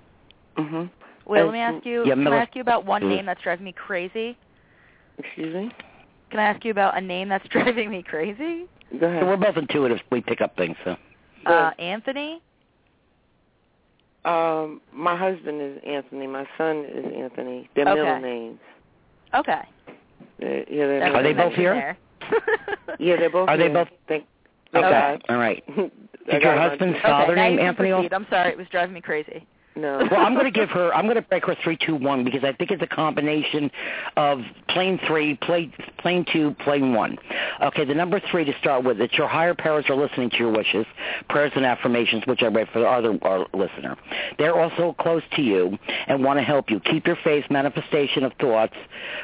Speaker 5: hmm
Speaker 3: Wait,
Speaker 5: Uh,
Speaker 3: let me ask you.
Speaker 2: yeah,
Speaker 3: can
Speaker 2: middle-
Speaker 3: I ask you about one
Speaker 2: Mm.
Speaker 3: name that's driving me crazy?
Speaker 5: Excuse me.
Speaker 3: Can I ask you about a name that's driving me crazy?
Speaker 5: Go ahead.
Speaker 2: So we're both intuitive. We pick up things, so.
Speaker 5: Good.
Speaker 3: Uh, Anthony.
Speaker 5: Um, my husband is Anthony. My son is Anthony. Their middle
Speaker 3: Okay.
Speaker 5: names.
Speaker 3: Okay.
Speaker 5: They're, yeah, they're
Speaker 3: That's
Speaker 2: Are they
Speaker 3: the
Speaker 2: both here?
Speaker 3: connection there.
Speaker 5: Yeah, they're both.
Speaker 2: Are they
Speaker 5: here.
Speaker 2: both-
Speaker 5: Thank, thank
Speaker 2: Okay.
Speaker 5: God.
Speaker 2: All right.
Speaker 5: I
Speaker 2: Did
Speaker 5: got
Speaker 2: your
Speaker 5: my-
Speaker 2: husband's
Speaker 3: Okay,
Speaker 2: father
Speaker 3: now you
Speaker 2: name
Speaker 3: can
Speaker 2: Anthony also?
Speaker 3: proceed. I'm sorry, it was driving me crazy.
Speaker 5: No.
Speaker 2: Well, I'm going to give her. I'm going to break her three, two, one because I think it's a combination of plane three, plane plane two, plane one. Okay, the number three to start with. That your higher powers are listening to your wishes, prayers, and affirmations, which I read for the other our listener. They're also close to you and want to help you. Keep your faith. Manifestation of thoughts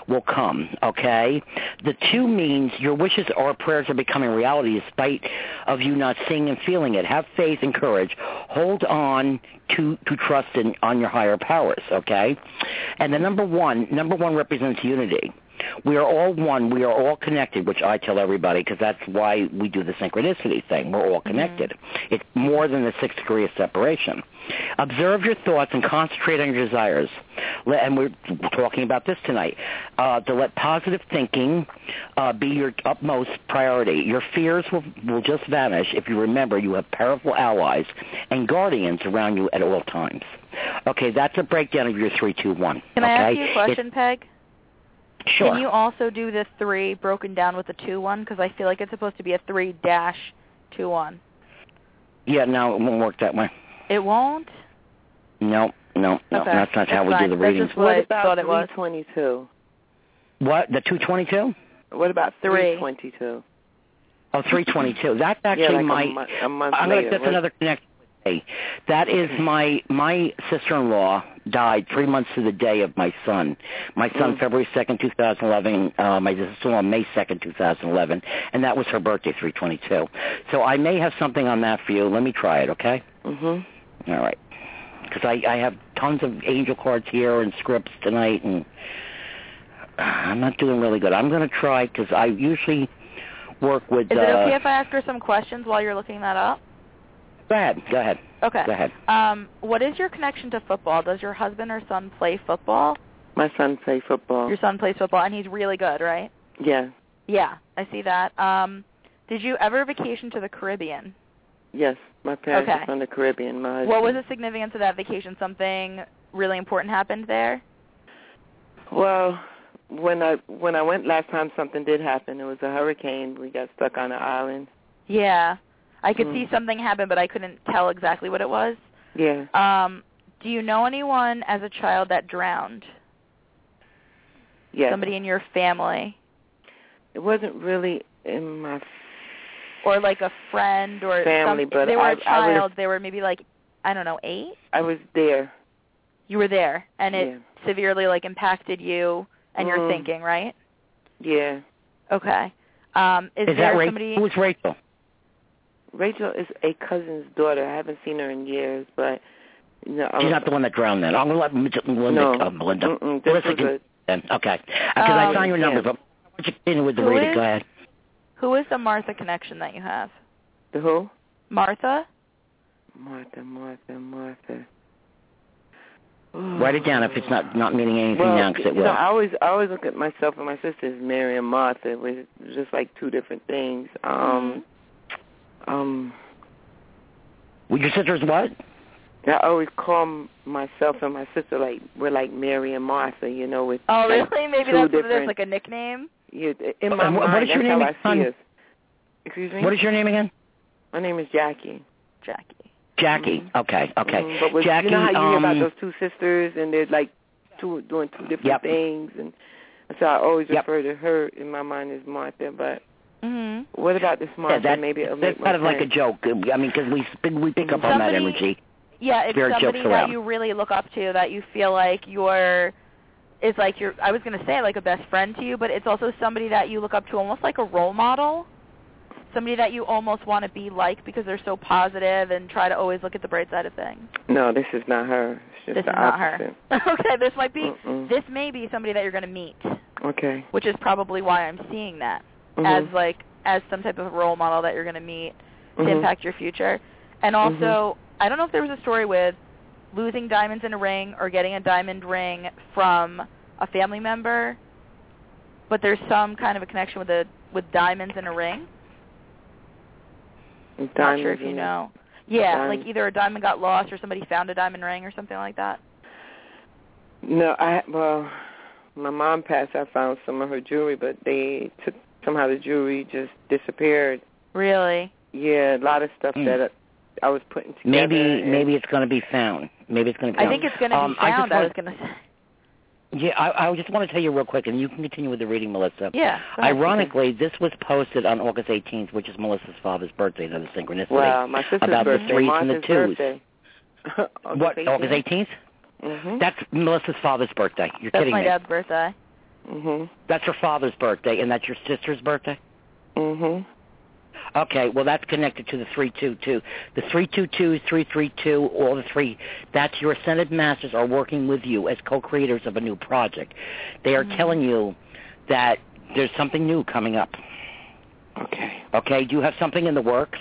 Speaker 2: will come. Okay. The two means your wishes or prayers are becoming reality, despite of you not seeing and feeling it. Have faith and courage. Hold on to to trust in on your higher powers. Okay. And the number one, number one represents unity. We are all one. We are all connected, which I tell everybody because that's why we do the synchronicity thing. We're
Speaker 3: Mm-hmm.
Speaker 2: all connected. It's more than the six degree of separation. Observe your thoughts and concentrate on your desires. Let- And we're talking about this tonight. Uh, to let positive thinking uh, be your utmost priority. Your fears will, will just vanish if you remember you have powerful allies and guardians around you at all times. Okay, that's a breakdown of your three, two, one.
Speaker 3: Can
Speaker 2: okay?
Speaker 3: I ask you a
Speaker 2: It's-
Speaker 3: question, Peg?
Speaker 2: sure.
Speaker 3: Can you also do the three broken down with the two one? Because I feel like it's supposed to be a three dash two one.
Speaker 2: Yeah, no, it won't work that way.
Speaker 3: It won't.
Speaker 2: No, no, no.
Speaker 3: Okay,
Speaker 2: That's not how
Speaker 3: that's
Speaker 2: we do
Speaker 3: fine.
Speaker 2: the
Speaker 3: That's
Speaker 2: readings.
Speaker 3: just
Speaker 5: what
Speaker 3: I
Speaker 5: about
Speaker 3: thought it was.
Speaker 5: 322?
Speaker 2: What? The 222?
Speaker 5: What about
Speaker 3: Three.
Speaker 5: 322?
Speaker 2: Oh, 322. That's actually
Speaker 5: yeah, like
Speaker 2: my...
Speaker 5: a, month, a month
Speaker 2: I'm
Speaker 5: later.
Speaker 2: gonna, that's
Speaker 5: right?
Speaker 2: another connection with me. That is my my sister-in-law died three months to the day of my son. My son,
Speaker 5: Mm.
Speaker 2: February second, two thousand eleven. Uh, my sister-in-law, May second, two thousand eleven, and that was her birthday, three twenty-two. So I may have something on that for you. Let me try it, okay?
Speaker 5: Mhm.
Speaker 2: All right. Because I, I have tons of angel cards here and scripts tonight, and uh, I'm not doing really good. I'm going to try because I usually work with.
Speaker 3: Is
Speaker 2: uh,
Speaker 3: it okay if I ask her some questions while you're looking that up?
Speaker 2: Go ahead. Go ahead.
Speaker 3: Okay.
Speaker 2: Go ahead.
Speaker 3: Um, what is your connection to football? Does your husband or son play football?
Speaker 5: My son played football.
Speaker 3: Your son plays football, and he's really good, right?
Speaker 5: Yeah.
Speaker 3: Yeah, I see that. Um, did you ever vacation to the Caribbean?
Speaker 5: Yes. My parents
Speaker 3: Okay.
Speaker 5: are from the Caribbean. My
Speaker 3: What was
Speaker 5: husband-
Speaker 3: the significance of that vacation? Something really important happened there?
Speaker 5: Well, when I when I went last time, something did happen. It was a hurricane. We got stuck on an island.
Speaker 3: Yeah. I could
Speaker 5: Mm.
Speaker 3: see something happen, but I couldn't tell exactly what it was.
Speaker 5: Yeah.
Speaker 3: Um, do you know anyone as a child that drowned?
Speaker 5: Yes.
Speaker 3: Somebody in your family?
Speaker 5: It wasn't really in my
Speaker 3: Or like a friend or
Speaker 5: Family,
Speaker 3: some,
Speaker 5: but
Speaker 3: they were
Speaker 5: I- I
Speaker 3: a
Speaker 5: was-
Speaker 3: child, they were maybe like, I don't know, eight?
Speaker 5: I was there.
Speaker 3: You were there and it
Speaker 5: yeah.
Speaker 3: severely like impacted you and your
Speaker 5: Mm.
Speaker 3: thinking, right?
Speaker 5: Yeah.
Speaker 3: Okay. Um, is,
Speaker 2: that
Speaker 3: there
Speaker 2: Rachel?
Speaker 3: somebody
Speaker 2: Who's Rachel?
Speaker 5: Rachel is a cousin's daughter. I haven't seen her in years, but you know,
Speaker 2: She's not the one that drowned then. I'm going to let Melinda,
Speaker 5: No. Mm.
Speaker 2: uh, Melinda
Speaker 5: Mm-mm, this
Speaker 2: Melissa
Speaker 5: was
Speaker 2: can
Speaker 5: a-
Speaker 2: then. Okay. Because I
Speaker 3: Um,
Speaker 2: saw your number,
Speaker 5: yeah.
Speaker 2: but I want you to continue with the
Speaker 3: Who
Speaker 2: reading.
Speaker 3: is-
Speaker 2: Go ahead.
Speaker 3: who is the Martha connection that you have?
Speaker 5: the who?
Speaker 3: Martha?
Speaker 5: Martha, Martha, Martha.
Speaker 2: Write it down if it's not not meaning anything
Speaker 5: well,
Speaker 2: now, because it
Speaker 5: you
Speaker 2: will.
Speaker 5: know, I always I always look at myself and my sisters, Mary and Martha, with just like two different things. Um,
Speaker 2: Mm-hmm.
Speaker 5: um,
Speaker 2: Well, Your sister's what?
Speaker 5: I always call m- myself and my sister like we're like Mary and Martha, you know. With
Speaker 3: Oh,
Speaker 5: like,
Speaker 3: really?
Speaker 5: two
Speaker 3: Maybe that's what it
Speaker 5: different-
Speaker 3: is, like a nickname?
Speaker 5: you, in my
Speaker 2: And what- what
Speaker 5: mind,
Speaker 2: is your
Speaker 5: that's
Speaker 2: name
Speaker 5: how I see
Speaker 2: again?
Speaker 5: it. Excuse me.
Speaker 2: What is your name again?
Speaker 5: my name is Jackie.
Speaker 3: Jackie.
Speaker 2: Jackie.
Speaker 3: Mm-hmm.
Speaker 5: Mhm.
Speaker 2: Okay. Okay.
Speaker 5: Mhm, But with,
Speaker 2: Jackie.
Speaker 5: you know how you hear
Speaker 2: um,
Speaker 5: about those two sisters and they're like two doing two different
Speaker 2: Yep.
Speaker 5: things, and so I always
Speaker 2: Yep.
Speaker 5: refer to her in my mind as Martha, but
Speaker 3: Mhm.
Speaker 5: What about this
Speaker 2: Yeah,
Speaker 5: month?
Speaker 2: that,
Speaker 5: and maybe it'll make
Speaker 2: that's
Speaker 5: more
Speaker 2: kind of like a
Speaker 5: sense.
Speaker 2: joke. I mean, because we sp- we pick up on that
Speaker 3: Somebody-
Speaker 2: energy.
Speaker 3: Yeah, it's
Speaker 2: Spirit
Speaker 3: somebody
Speaker 2: jokes
Speaker 3: that
Speaker 2: around.
Speaker 3: you really look up to that you feel like you're is like your I was gonna say like a best friend to you, but it's also somebody that you look up to almost like a role model. Somebody that you almost want to be like because they're so positive and try to always look at the bright side of things.
Speaker 5: No, this is not her. It's just
Speaker 3: this
Speaker 5: the
Speaker 3: is not her.
Speaker 5: opposite.
Speaker 3: okay, this might be
Speaker 2: Mm-hmm.
Speaker 5: Mm-mm.
Speaker 3: this may be somebody that you're gonna meet,
Speaker 5: Okay.
Speaker 3: which is probably why I'm seeing that as
Speaker 2: Mm-hmm.
Speaker 5: Mhm.
Speaker 3: like as some type of role model that you're gonna meet
Speaker 2: Mm-hmm.
Speaker 3: to
Speaker 5: Mhm.
Speaker 3: impact your future. And also, I don't know if there was a story with losing diamonds in a ring or getting a diamond ring from a family member, but there's some kind of a connection with the with diamonds in a ring.
Speaker 5: Mm-hmm.
Speaker 3: Not sure if
Speaker 5: Diamonds
Speaker 3: you
Speaker 5: in it.
Speaker 3: know. Yeah,
Speaker 5: Diamond.
Speaker 3: like either a diamond got lost or somebody found a diamond ring or something like that.
Speaker 5: No, I well, my mom passed. I found some of her jewelry, but they took somehow the jewelry just disappeared.
Speaker 3: Really?
Speaker 5: Yeah, a lot of stuff
Speaker 2: Hmm.
Speaker 5: that I, I was putting together.
Speaker 2: Maybe
Speaker 5: and-
Speaker 2: maybe it's going to be found. Maybe it's going to be.
Speaker 3: I
Speaker 2: found.
Speaker 3: think it's going to
Speaker 2: Um,
Speaker 3: be
Speaker 2: I just
Speaker 3: found. I,
Speaker 2: wanna-
Speaker 3: was going to say.
Speaker 2: Yeah, I, I just want to tell you real quick, and you can continue with the reading, Melissa.
Speaker 3: Yeah. go ahead.
Speaker 2: Ironically, this was posted on August 18th, which is Melissa's father's birthday, another synchronicity.
Speaker 5: Wow, my sister's
Speaker 2: About the
Speaker 5: birthday,
Speaker 2: threes and
Speaker 5: Martha's
Speaker 2: the twos.
Speaker 5: birthday. August
Speaker 2: what, oh,
Speaker 5: 18th?
Speaker 2: August 18th?
Speaker 5: Mhm.
Speaker 2: That's Melissa's father's birthday. You're
Speaker 3: Hmm? That's
Speaker 2: kidding
Speaker 3: my
Speaker 2: me.
Speaker 3: dad's birthday.
Speaker 5: Mhm.
Speaker 2: That's her father's birthday, and that's your sister's birthday?
Speaker 5: Mhm.
Speaker 2: Okay, well, that's connected to the 322. The 322, 332, all the three, that's your Ascended Masters are working with you as co-creators of a new project. They are
Speaker 3: Mhm.
Speaker 2: telling you that there's something new coming up.
Speaker 5: Okay.
Speaker 2: Okay, do you have something in the works?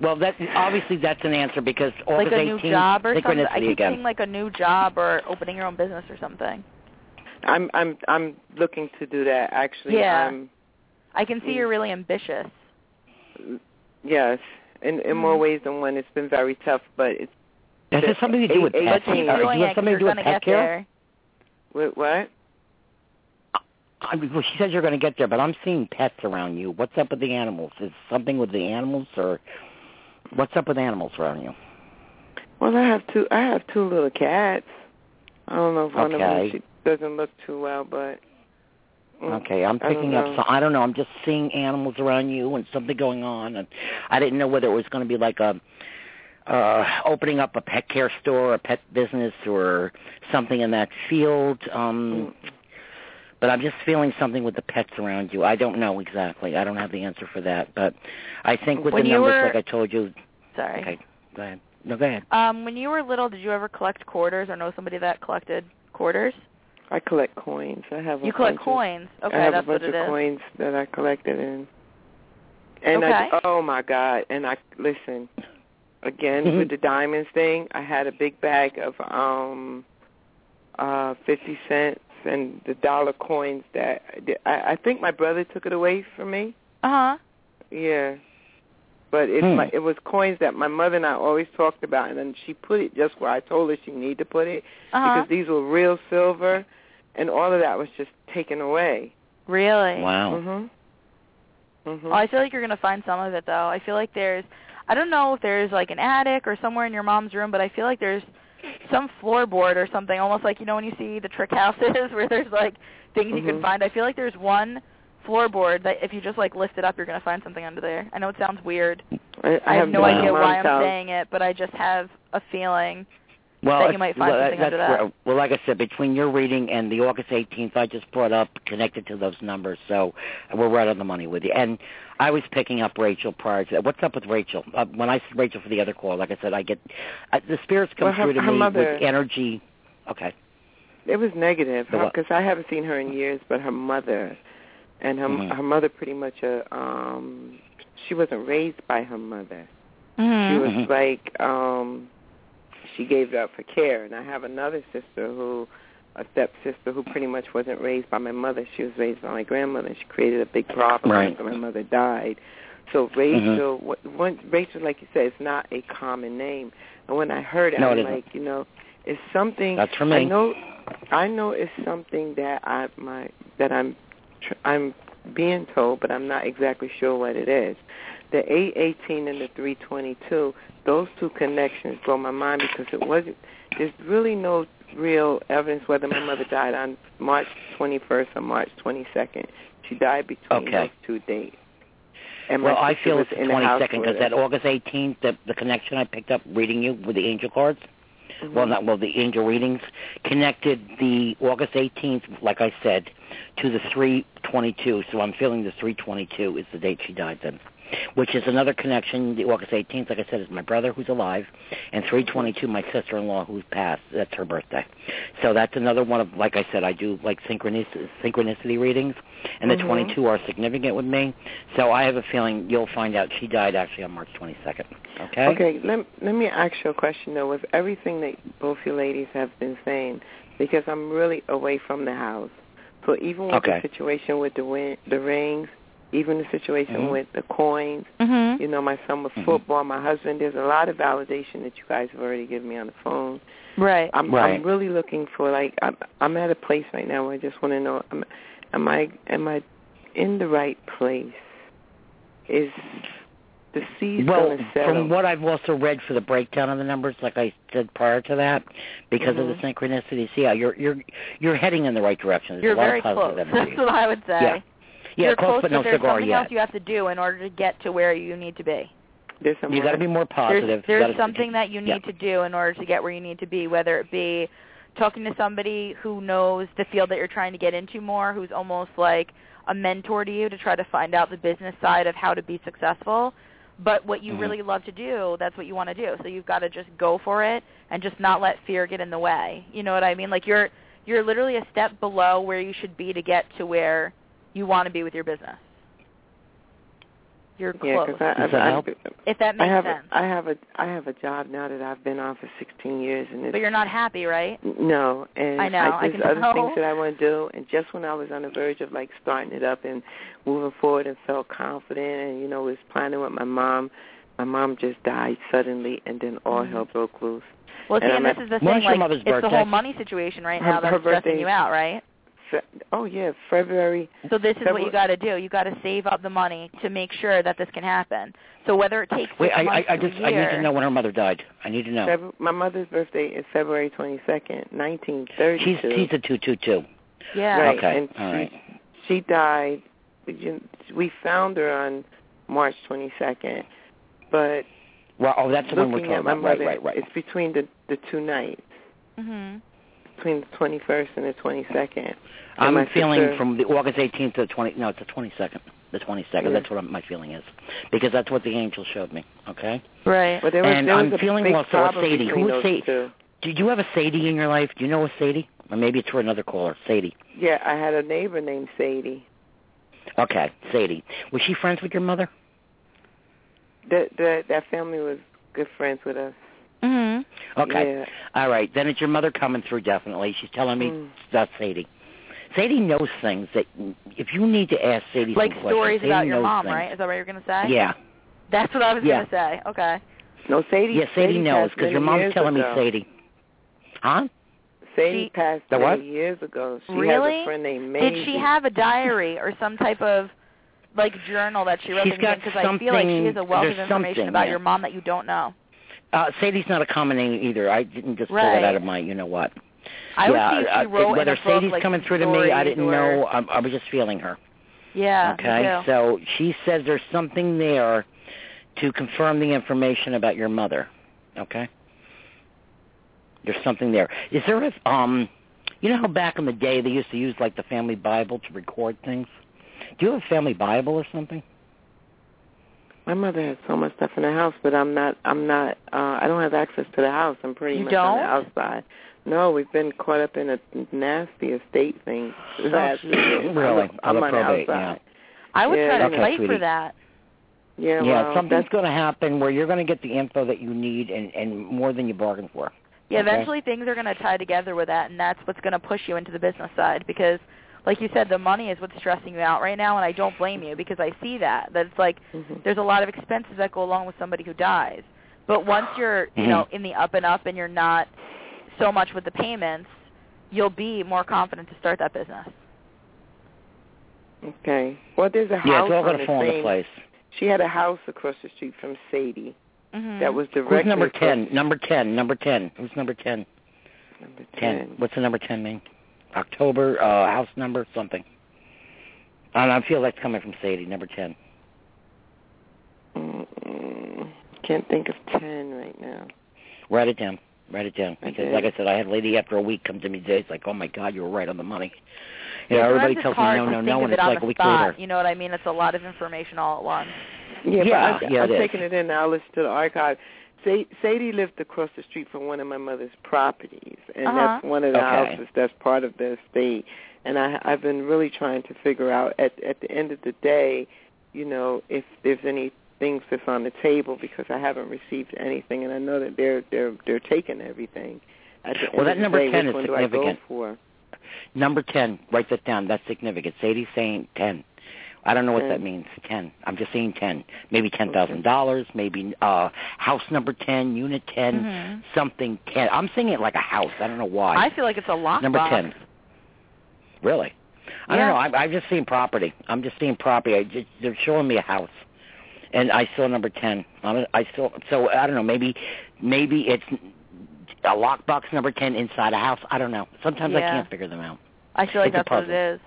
Speaker 2: Well, that obviously that's an answer because August
Speaker 3: like a new
Speaker 2: 18th,
Speaker 3: job or something. I
Speaker 2: synchronicity
Speaker 3: keep
Speaker 2: again.
Speaker 3: seeing like a new job or opening your own business or something.
Speaker 5: I'm I'm I'm looking to do that actually.
Speaker 3: Yeah.
Speaker 5: I'm,
Speaker 3: I can
Speaker 2: Hmm.
Speaker 3: see you're really ambitious.
Speaker 5: yes. In in more
Speaker 3: Mhm.
Speaker 5: ways than one. It's been very tough, but it's
Speaker 2: Does it have something to do with
Speaker 5: Eight-
Speaker 2: pet
Speaker 5: eight-
Speaker 3: Keep
Speaker 2: care?
Speaker 5: Uh,
Speaker 2: Does
Speaker 3: doing
Speaker 2: it have
Speaker 3: it. 'cause
Speaker 2: something
Speaker 3: You're
Speaker 2: to do with
Speaker 3: gonna
Speaker 2: pet
Speaker 3: get
Speaker 2: care?
Speaker 3: there.
Speaker 5: wait, what?
Speaker 2: I, well, she says you're going to get there, but I'm seeing pets around you. What's up with the animals? Is something with the animals, or what's up with animals around you?
Speaker 5: Well, I have two. I have two little cats. I don't know if one
Speaker 2: Okay.
Speaker 5: of them she doesn't look too well, but mm,
Speaker 2: Okay, I'm
Speaker 5: I don't
Speaker 2: picking up.
Speaker 5: know.
Speaker 2: So I don't know. I'm just seeing animals around you and something going on, and I didn't know whether it was going to be like a uh opening up a pet care store, a pet business, or something in that field. Um
Speaker 5: Mm.
Speaker 2: But I'm just feeling something with the pets around you. I don't know exactly. I don't have the answer for that, but I think with
Speaker 3: When
Speaker 2: the
Speaker 3: you
Speaker 2: numbers,
Speaker 3: were-
Speaker 2: like I told you.
Speaker 3: Sorry.
Speaker 2: Okay, go ahead. No, go ahead.
Speaker 3: Um, when you were little, did you ever collect quarters or know somebody that collected quarters?
Speaker 5: I collect coins. I have. A
Speaker 3: You
Speaker 5: bunch
Speaker 3: collect
Speaker 5: of-
Speaker 3: coins. Okay,
Speaker 5: I have
Speaker 3: that's
Speaker 5: a bunch
Speaker 3: what it
Speaker 5: of
Speaker 3: is.
Speaker 5: coins that I collected and and I
Speaker 3: Okay.
Speaker 5: oh my god and I listen again with the diamonds thing I had a big bag of um uh fifty cents and the dollar coins that I, I think my brother took it away from me
Speaker 3: Uh huh.
Speaker 5: yeah but it's
Speaker 2: Hmm.
Speaker 5: my, it was coins that my mother and I always talked about and then she put it just where I told her she needed to put it
Speaker 3: Uh huh.
Speaker 5: because these were real silver and all of that was just taken away
Speaker 3: Really?
Speaker 2: Wow.
Speaker 5: Mhm. Mhm.
Speaker 3: Well, I feel like you're gonna find some of it though. I feel like there's, I don't know if there's like an attic or somewhere in your mom's room, but I feel like there's some floorboard or something, almost like you know when you see the trick houses where there's like things you can
Speaker 5: Mhm.
Speaker 3: find. I feel like there's one floorboard that if you just like lift it up, you're gonna find something under there. I know it sounds weird.
Speaker 5: I,
Speaker 3: I have no
Speaker 2: no
Speaker 3: idea
Speaker 2: idea.
Speaker 3: why I'm saying it, but I just have a feeling.
Speaker 2: Well,
Speaker 3: that you
Speaker 2: if-
Speaker 3: might find
Speaker 2: well,
Speaker 3: something
Speaker 2: that's
Speaker 3: under that.
Speaker 2: Where, well, like I said, between your reading and the August 18th, I just brought up connected to those numbers, so we're right on the money with you. And I was picking up Rachel prior to that. What's up with Rachel? Uh, when I said Rachel for the other call, like I said, I get uh, the spirits come
Speaker 5: Well, her-
Speaker 2: through to
Speaker 5: her
Speaker 2: me
Speaker 5: mother-
Speaker 2: with energy. Okay,
Speaker 5: It was negative
Speaker 2: The what?
Speaker 5: because I haven't seen her in years, but her mother, and her
Speaker 3: Mm-hmm.
Speaker 2: Mhm.
Speaker 5: her mother pretty much uh um she wasn't raised by her mother. She
Speaker 3: Mm-hmm.
Speaker 5: was
Speaker 2: Mhm.
Speaker 5: like um she gave it up for care, and I have another sister who a stepsister who pretty much wasn't raised by my mother. She was raised by my grandmother. and She created a big problem
Speaker 2: Right. Mm-hmm.
Speaker 5: after my mother died. So Rachel, what, one, Rachel, like you said, is not a common name. And when I heard it,
Speaker 2: No, it
Speaker 5: I'm
Speaker 2: isn't.
Speaker 5: like, you know, it's something
Speaker 2: that's for
Speaker 5: I
Speaker 2: me.
Speaker 5: know, I know it's something that I my that I'm tr- I'm being told, but I'm not exactly sure what it is. The 818 and the 322, those two connections blow my mind because it wasn't. There's really no real evidence whether my mother died on March 21st or March 22nd. She died between
Speaker 2: Okay.
Speaker 5: those two dates. And
Speaker 2: well,
Speaker 5: my
Speaker 2: I
Speaker 5: sister
Speaker 2: feel
Speaker 5: was
Speaker 2: it's
Speaker 5: in the
Speaker 2: twenty
Speaker 5: house
Speaker 2: second
Speaker 5: with
Speaker 2: because that
Speaker 5: us.
Speaker 2: August eighteenth, the the connection I picked up reading you with the angel cards.
Speaker 5: Mm-hmm.
Speaker 2: Well, not well, the angel readings connected the August eighteenth, like I said, to the three twenty two. So I'm feeling the three twenty two is the date she died then, which is another connection. The August eighteenth, like I said, is my brother who's alive, and three twenty two, my sister in law who's passed. That's her birthday. So that's another one of, like I said, I do like synchronicity, synchronicity readings, and the
Speaker 5: Mhm.
Speaker 2: 22 are significant with me. So I have a feeling you'll find out she died actually on March 22nd. Okay?
Speaker 5: Okay, let let me ask you a question though. With everything that both you ladies have been saying, because I'm really away from the house, so even with
Speaker 2: Okay.
Speaker 5: the situation with the win- the rings, even the situation
Speaker 2: Mhm.
Speaker 5: with the coins,
Speaker 3: Mm-hmm.
Speaker 5: you know, my son with
Speaker 2: Mhm.
Speaker 5: football, my husband. There's a lot of validation that you guys have already given me on the phone.
Speaker 3: Right.
Speaker 5: I'm
Speaker 2: Right.
Speaker 5: I'm really looking for like I'm I'm at a place right now where I just want to know am, am I am I in the right place? Is the sea's
Speaker 2: Well,
Speaker 5: gonna settle?
Speaker 2: from what I've also read for the breakdown of the numbers, like I said prior to that, because of the synchronicity, see, yeah, you're you're you're heading in the right direction. There's
Speaker 3: You're
Speaker 2: a lot
Speaker 3: very
Speaker 2: of
Speaker 3: close.
Speaker 2: positive energy.
Speaker 3: That's what I would say.
Speaker 2: Yeah. yeah,
Speaker 3: You're
Speaker 2: close,
Speaker 3: close,
Speaker 2: but no
Speaker 3: there's
Speaker 2: cigar
Speaker 3: something
Speaker 2: yet.
Speaker 3: else you have to do in order to get to where you need to be.
Speaker 5: There's some
Speaker 2: you got to be more positive.
Speaker 3: There's,
Speaker 2: You
Speaker 3: there's
Speaker 2: gotta-
Speaker 3: something that you need
Speaker 2: yeah.
Speaker 3: to do in order to get where you need to be, whether it be talking to somebody who knows the field that you're trying to get into more, who's almost like a mentor to you to try to find out the business side of how to be successful. But what you
Speaker 5: Mm-hmm.
Speaker 2: Mhm.
Speaker 3: really love to do, that's what you want to do. So you've got to just go for it and just not let fear get in the way. You know what I mean? Like you're you're literally a step below where you should be to get to where you want to be with your business. You're
Speaker 5: yeah,
Speaker 3: close.
Speaker 5: because I,
Speaker 2: Does that
Speaker 5: I,
Speaker 2: help?
Speaker 3: if that
Speaker 5: I
Speaker 3: makes
Speaker 5: have
Speaker 3: sense.
Speaker 5: a, I have a I have a job now that I've been on for 16 years and it's
Speaker 3: but you're not happy, right?
Speaker 5: No, and
Speaker 3: I know, I
Speaker 5: there's
Speaker 3: can
Speaker 5: other things
Speaker 3: tell.
Speaker 5: that I want to do. And just when I was on the verge of like starting it up and moving forward and felt confident, and you know was planning with my mom, my mom just died suddenly, and then all
Speaker 3: Mhm.
Speaker 2: Mm-hmm.
Speaker 5: hell broke loose.
Speaker 3: Well, see,
Speaker 5: And
Speaker 3: and
Speaker 5: I'm
Speaker 3: this is the
Speaker 2: When's
Speaker 3: thing.
Speaker 2: your
Speaker 3: Like,
Speaker 2: mother's
Speaker 3: it's the whole
Speaker 2: birthday?
Speaker 3: money situation right
Speaker 5: Her-
Speaker 3: now that's
Speaker 5: her
Speaker 3: stressing
Speaker 5: birthday.
Speaker 3: you out, right?
Speaker 5: Fe- Oh yeah, February.
Speaker 3: So this is what
Speaker 5: February-
Speaker 3: you got to do. You got to save up the money to make sure that this can happen. So whether it takes six
Speaker 2: Wait, I, I,
Speaker 3: months
Speaker 2: I
Speaker 3: to a
Speaker 2: just I need to
Speaker 3: year-
Speaker 2: know when her mother died. I need to know.
Speaker 5: Feb- my mother's birthday is February 22nd,
Speaker 2: She's
Speaker 5: 1932.
Speaker 2: she's a two two two.
Speaker 3: yeah,
Speaker 5: Right,
Speaker 2: Okay,
Speaker 5: and
Speaker 2: all
Speaker 5: she-
Speaker 2: right.
Speaker 5: she died. you- We found her on March 22nd, but
Speaker 2: Well, oh, that's the one we're
Speaker 5: looking
Speaker 2: talking
Speaker 5: at my
Speaker 2: about.
Speaker 5: mother,
Speaker 2: right, right, right.
Speaker 5: it's between the the two nights,
Speaker 3: hmm
Speaker 5: between the 21st and the 22nd.
Speaker 2: I'm
Speaker 5: my
Speaker 2: feeling
Speaker 5: sister-
Speaker 2: from the August 18th to the 20. No, it's the 22nd. The 22nd.
Speaker 5: Yeah.
Speaker 2: That's what I'm, my feeling is, because that's what the angel showed me. Okay.
Speaker 3: right.
Speaker 5: But there was,
Speaker 2: And
Speaker 5: there was
Speaker 2: I'm
Speaker 5: a
Speaker 2: feeling
Speaker 5: big
Speaker 2: also a
Speaker 5: problem
Speaker 2: Sadie. Who
Speaker 5: between
Speaker 2: was
Speaker 5: those
Speaker 2: Sadie?
Speaker 5: two.
Speaker 2: Did you have a Sadie in your life? Do you know a Sadie? Or maybe it's for another caller, Sadie.
Speaker 5: Yeah, I had a neighbor named Sadie.
Speaker 2: Okay, Sadie. Was she friends with your mother?
Speaker 5: That that that family was good friends with us.
Speaker 3: hmm
Speaker 2: Okay.
Speaker 5: Yeah.
Speaker 2: All right. Then it's your mother coming through. Definitely. She's telling me
Speaker 5: Mm.
Speaker 2: that's Sadie. Sadie knows things that if you need to ask Sadie
Speaker 3: Like
Speaker 2: some questions,
Speaker 3: stories
Speaker 2: Sadie
Speaker 3: about your
Speaker 2: knows
Speaker 3: mom,
Speaker 2: things.
Speaker 3: right? Is that what you're gonna say?
Speaker 2: Yeah.
Speaker 3: That's what I was
Speaker 2: Yeah.
Speaker 3: gonna say. Okay.
Speaker 5: No, Sadie.
Speaker 2: Yeah, Sadie knows
Speaker 5: passed
Speaker 2: because your
Speaker 5: many
Speaker 2: mom's
Speaker 5: years
Speaker 2: telling
Speaker 5: ago.
Speaker 2: me Sadie. Huh?
Speaker 5: Sadie
Speaker 3: She-
Speaker 5: passed
Speaker 2: The what?
Speaker 5: many years ago. She has
Speaker 3: Really?
Speaker 5: a friend named Maisie.
Speaker 3: Did she have a diary or some type of like journal that she wrote
Speaker 2: She's
Speaker 3: things
Speaker 2: got
Speaker 3: in? Because I feel like she has a
Speaker 2: something-
Speaker 3: wealth of
Speaker 2: there's
Speaker 3: information
Speaker 2: something,
Speaker 3: about
Speaker 2: yeah.
Speaker 3: your mom that you don't know.
Speaker 2: Uh, Sadie's not a common name either. I didn't just pull
Speaker 3: Right.
Speaker 2: that out of my you know what.
Speaker 3: I
Speaker 2: yeah,
Speaker 3: would see
Speaker 2: uh,
Speaker 3: if she wrote
Speaker 2: whether
Speaker 3: in a book,
Speaker 2: Sadie's
Speaker 3: like,
Speaker 2: coming
Speaker 3: some
Speaker 2: through to me, I
Speaker 3: stories
Speaker 2: didn't
Speaker 3: or-
Speaker 2: know. I, I was just feeling her.
Speaker 3: Yeah. me
Speaker 2: okay,
Speaker 3: too.
Speaker 2: so she says there's something there to confirm the information about your mother. Okay, there's something there. Is there a um? You know how back in the day they used to use like the family Bible to record things. Do you have a family Bible or something?
Speaker 5: My mother has so much stuff in the house, but I'm not. I'm not. Uh, I don't have access to the house. I'm pretty
Speaker 3: You
Speaker 5: much on the
Speaker 3: don't?
Speaker 5: outside. No, we've been caught up in a nasty estate thing. the last few years. I'm-
Speaker 2: Really?
Speaker 5: I'm,
Speaker 2: Other
Speaker 5: on
Speaker 2: probate,
Speaker 5: the
Speaker 2: yeah.
Speaker 5: outside.
Speaker 3: I would
Speaker 5: Yeah,
Speaker 3: try to
Speaker 2: okay,
Speaker 3: fight
Speaker 2: sweetie.
Speaker 3: for that.
Speaker 5: Yeah,
Speaker 2: yeah,
Speaker 5: well,
Speaker 2: something's
Speaker 5: that's-
Speaker 2: going to happen where you're going to get the info that you need and and more than you bargained for.
Speaker 3: Yeah,
Speaker 2: Okay.
Speaker 3: eventually things are going to tie together with that, and that's what's going to push you into the business side because, like you said, the money is what's stressing you out right now, and I don't blame you because I see that. That it's like
Speaker 5: Mhm.
Speaker 3: there's a lot of expenses that go along with somebody who dies. But once you're, you
Speaker 2: Mhm.
Speaker 3: know, in the up and up and you're not so much with the payments, you'll be more confident to start that business.
Speaker 5: okay. Well, there's a house
Speaker 2: Yeah, it's all
Speaker 5: on
Speaker 2: going
Speaker 5: the
Speaker 2: to fall into
Speaker 5: same-
Speaker 2: place.
Speaker 5: She had a house across the street from Sadie
Speaker 3: Mm-hmm.
Speaker 5: that was directly.
Speaker 2: Who's number
Speaker 5: across-
Speaker 2: ten? Number ten. Number ten. Who's number ten?
Speaker 5: Number
Speaker 2: Ten.
Speaker 5: ten.
Speaker 2: What's the number ten mean? October uh, house number something. And I feel that's coming from Sadie. Number ten.
Speaker 5: Can't think of ten right now.
Speaker 2: Write it down. Write it down.
Speaker 5: I
Speaker 2: Because
Speaker 5: did.
Speaker 2: like I said, I had a lady after a week come to me today. It's like, oh my God, you were right on the money. You know,
Speaker 3: Yeah,
Speaker 2: everybody
Speaker 3: sometimes it's
Speaker 2: tells
Speaker 3: hard
Speaker 2: me no,
Speaker 3: to
Speaker 2: no,
Speaker 3: think
Speaker 2: no,
Speaker 3: of
Speaker 2: and
Speaker 3: it
Speaker 2: it's
Speaker 3: on
Speaker 2: like
Speaker 3: the
Speaker 2: a week
Speaker 3: spot,
Speaker 2: later.
Speaker 3: You know what I mean? It's a lot of information all at once.
Speaker 5: Yeah,
Speaker 2: Yeah,
Speaker 5: but I've,
Speaker 2: yeah,
Speaker 5: I've
Speaker 2: it is.
Speaker 5: taken it in. I'll listen to the archive. Sa- Sadie lived across the street from one of my mother's properties, and that's
Speaker 3: Uh-huh.
Speaker 5: one of the
Speaker 2: Okay.
Speaker 5: houses that's part of the estate. And I, I've been really trying to figure out at at the end of the day, you know, if there's any things that's on the table because I haven't received anything, and I know that they're they're they're taking everything. At the end
Speaker 2: Well, that
Speaker 5: of the
Speaker 2: number
Speaker 5: day,
Speaker 2: 10
Speaker 5: which
Speaker 2: is
Speaker 5: one Do I
Speaker 2: significant.
Speaker 5: go for?
Speaker 2: Number 10, write that down. That's significant. Sadie's saying 10. I don't know what
Speaker 5: Okay.
Speaker 2: that means, 10. I'm just saying 10. Maybe $10,000, maybe uh house number 10, unit 10,
Speaker 3: Mhm.
Speaker 2: something 10. I'm saying it like a house. I don't know why.
Speaker 3: I feel like it's a lockbox.
Speaker 2: Number ten. Really? I
Speaker 3: Yeah.
Speaker 2: don't know. I'm, I'm just seeing property. I'm just seeing property. I just, they're showing me a house, and I saw number ten. I'm, I saw. So I don't know. Maybe, maybe it's a lockbox number ten inside a house. I don't know. Sometimes I
Speaker 3: Yeah.
Speaker 2: can't figure them out.
Speaker 3: I feel like
Speaker 2: It's a
Speaker 3: that's what
Speaker 2: puzzle.
Speaker 3: it is.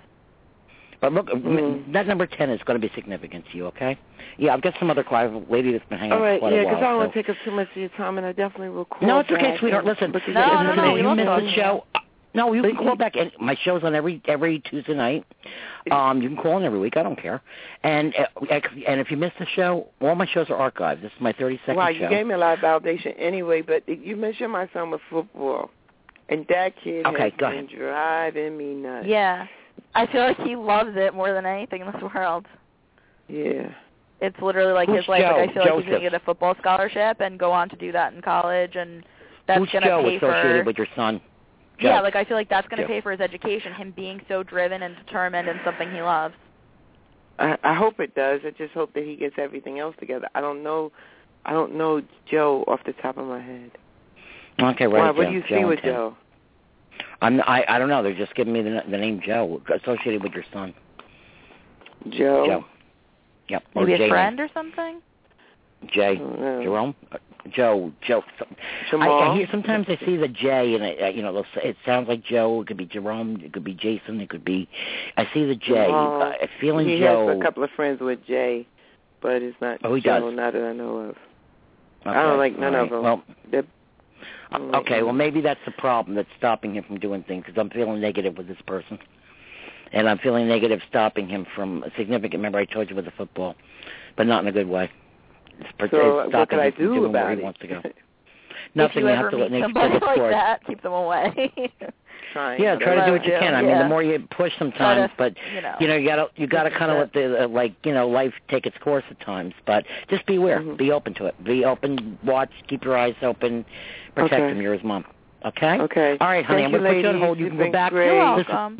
Speaker 2: But look,
Speaker 5: Mm.
Speaker 2: that number ten is going to be significant to you. Okay? Yeah, I've got some other cli- I have a lady that's been hanging
Speaker 5: All
Speaker 2: out
Speaker 5: right,
Speaker 2: for quite
Speaker 5: yeah,
Speaker 2: a while.
Speaker 5: because I don't
Speaker 2: so-
Speaker 5: want to take up too much of your time, and I definitely will call.
Speaker 2: No, it's okay,
Speaker 5: back
Speaker 2: sweetheart.
Speaker 5: and-
Speaker 2: Listen,
Speaker 5: because
Speaker 3: No,
Speaker 5: if
Speaker 3: no,
Speaker 5: you
Speaker 3: no,
Speaker 5: may-
Speaker 3: we
Speaker 2: you
Speaker 3: love
Speaker 2: missed
Speaker 3: talking
Speaker 2: the show. uh, No, you
Speaker 5: But
Speaker 2: can
Speaker 5: you-
Speaker 2: call back. And my show's on every every Tuesday night. Um, you can call in every week. I don't care. And uh, and if you miss the show, all my shows are archived. This is my thirty second
Speaker 5: Wow,
Speaker 2: show.
Speaker 5: you gave me a lot of validation anyway, but you mentioned my son with football, and that kid
Speaker 2: Okay,
Speaker 5: has
Speaker 2: go
Speaker 5: been
Speaker 2: ahead.
Speaker 5: driving me nuts.
Speaker 3: Yeah. I feel like he loves it more than anything in this world.
Speaker 5: yeah.
Speaker 3: It's literally like
Speaker 2: Who's
Speaker 3: his life. Like
Speaker 2: Joe?
Speaker 3: I feel like he's gonna
Speaker 2: Joseph.
Speaker 3: get a football scholarship and go on to do that in college, and that's
Speaker 2: Who's
Speaker 3: gonna
Speaker 2: Joe
Speaker 3: pay
Speaker 2: associated
Speaker 3: for
Speaker 2: with your son? Joe.
Speaker 3: yeah. Like I feel like that's gonna
Speaker 2: Joe.
Speaker 3: pay for his education. Him being so driven and determined in something he loves.
Speaker 5: I, I hope it does. I just hope that he gets everything else together. I don't know. I don't know Joe off the top of my head.
Speaker 2: okay, right.
Speaker 5: Why? What
Speaker 2: Joe.
Speaker 5: do you
Speaker 2: Joe
Speaker 5: see
Speaker 2: and
Speaker 5: with
Speaker 2: Tim.
Speaker 5: Joe?
Speaker 2: I'm, I I don't know. They're just giving me the, the name Joe associated with your son.
Speaker 5: Joe.
Speaker 2: Joe. Yep.
Speaker 3: Maybe
Speaker 2: or
Speaker 3: a
Speaker 2: Jay.
Speaker 3: friend or something.
Speaker 5: I
Speaker 2: Jay.
Speaker 5: don't know.
Speaker 2: Jerome. Uh, Joe. Joe. some- I,
Speaker 5: Jamal.
Speaker 2: I hear sometimes I see the J, and I, I, you know, they'll say- it sounds like Joe. It could be Jerome. It could be Jason. It could be. I see the J.
Speaker 5: Jamal.
Speaker 2: Uh, feeling
Speaker 5: he
Speaker 2: Joe.
Speaker 5: has a couple of friends with Jay, but it's not
Speaker 2: Oh, he
Speaker 5: Joe.
Speaker 2: does.
Speaker 5: Not that I know of.
Speaker 2: Okay,
Speaker 5: I don't like none
Speaker 2: all
Speaker 5: of
Speaker 2: right.
Speaker 5: them.
Speaker 2: Well,
Speaker 5: They're
Speaker 2: uh,
Speaker 5: Mm-mm.
Speaker 2: okay. Well, maybe that's the problem that's stopping him from doing things because I'm feeling negative with this person, and I'm feeling negative stopping him from a significant. Remember, I told you with the football, but not in a good way. It's, per-
Speaker 5: So
Speaker 2: it's
Speaker 5: what
Speaker 2: stopping
Speaker 5: can I
Speaker 2: him from
Speaker 5: do
Speaker 2: doing
Speaker 5: about
Speaker 2: where he
Speaker 5: it?
Speaker 2: wants to go.
Speaker 3: if
Speaker 2: Nothing.
Speaker 3: you
Speaker 2: you
Speaker 3: ever
Speaker 2: have to let
Speaker 3: meet
Speaker 2: nature
Speaker 3: somebody
Speaker 2: take its
Speaker 3: like
Speaker 2: course.
Speaker 3: that, keep them away.
Speaker 5: Trying.
Speaker 2: Yeah,
Speaker 5: but
Speaker 2: try to do what you
Speaker 3: Yeah.
Speaker 2: can. I mean,
Speaker 3: Yeah.
Speaker 2: the more you push sometimes,
Speaker 3: Try
Speaker 2: but
Speaker 3: to, you know.
Speaker 2: you know you gotta you gotta
Speaker 3: This is
Speaker 2: kind of
Speaker 3: it.
Speaker 2: let the uh, like you know life take its course at times but just be aware
Speaker 5: Mhm.
Speaker 2: be open to it be open watch keep your eyes open protect
Speaker 5: Okay.
Speaker 2: them you're his mom okay
Speaker 5: Okay.
Speaker 2: all right honey
Speaker 5: Thank
Speaker 2: i'm
Speaker 5: you,
Speaker 2: gonna put you on
Speaker 5: ladies.
Speaker 2: hold you
Speaker 5: You've
Speaker 2: can go
Speaker 5: been
Speaker 2: back
Speaker 5: great.
Speaker 3: You're
Speaker 2: Listen,
Speaker 3: welcome.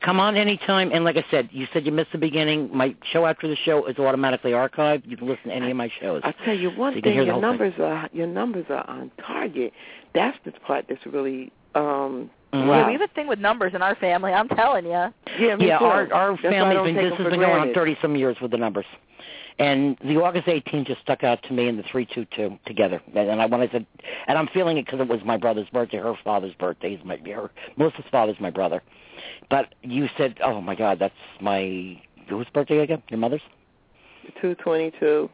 Speaker 2: come on anytime and like i said you said you missed the beginning my show after the show is automatically archived you can listen to any of my shows
Speaker 5: I tell you one
Speaker 2: So you can
Speaker 5: thing,
Speaker 2: hear the
Speaker 5: your
Speaker 2: whole thing.
Speaker 5: numbers are your numbers are on target. That's the part that's really um
Speaker 2: Mhm.
Speaker 5: wow.
Speaker 3: Yeah, we have a thing with numbers in our family. I'm telling you.
Speaker 5: yeah, me
Speaker 2: yeah,
Speaker 5: too.
Speaker 2: our our
Speaker 5: That's why I
Speaker 2: family's
Speaker 5: don't
Speaker 2: been
Speaker 5: take
Speaker 2: this
Speaker 5: them
Speaker 2: has
Speaker 5: for
Speaker 2: been going on
Speaker 5: granted.
Speaker 2: thirty some years with the numbers, and the August 18 just stuck out to me and the three two two together. And, and I when I said, and I'm feeling it because it was my brother's birthday, her father's birthday, is my her, Melissa's father's my brother, but you said, oh my God, that's my whose birthday again? Your mother's?
Speaker 5: Two twenty two.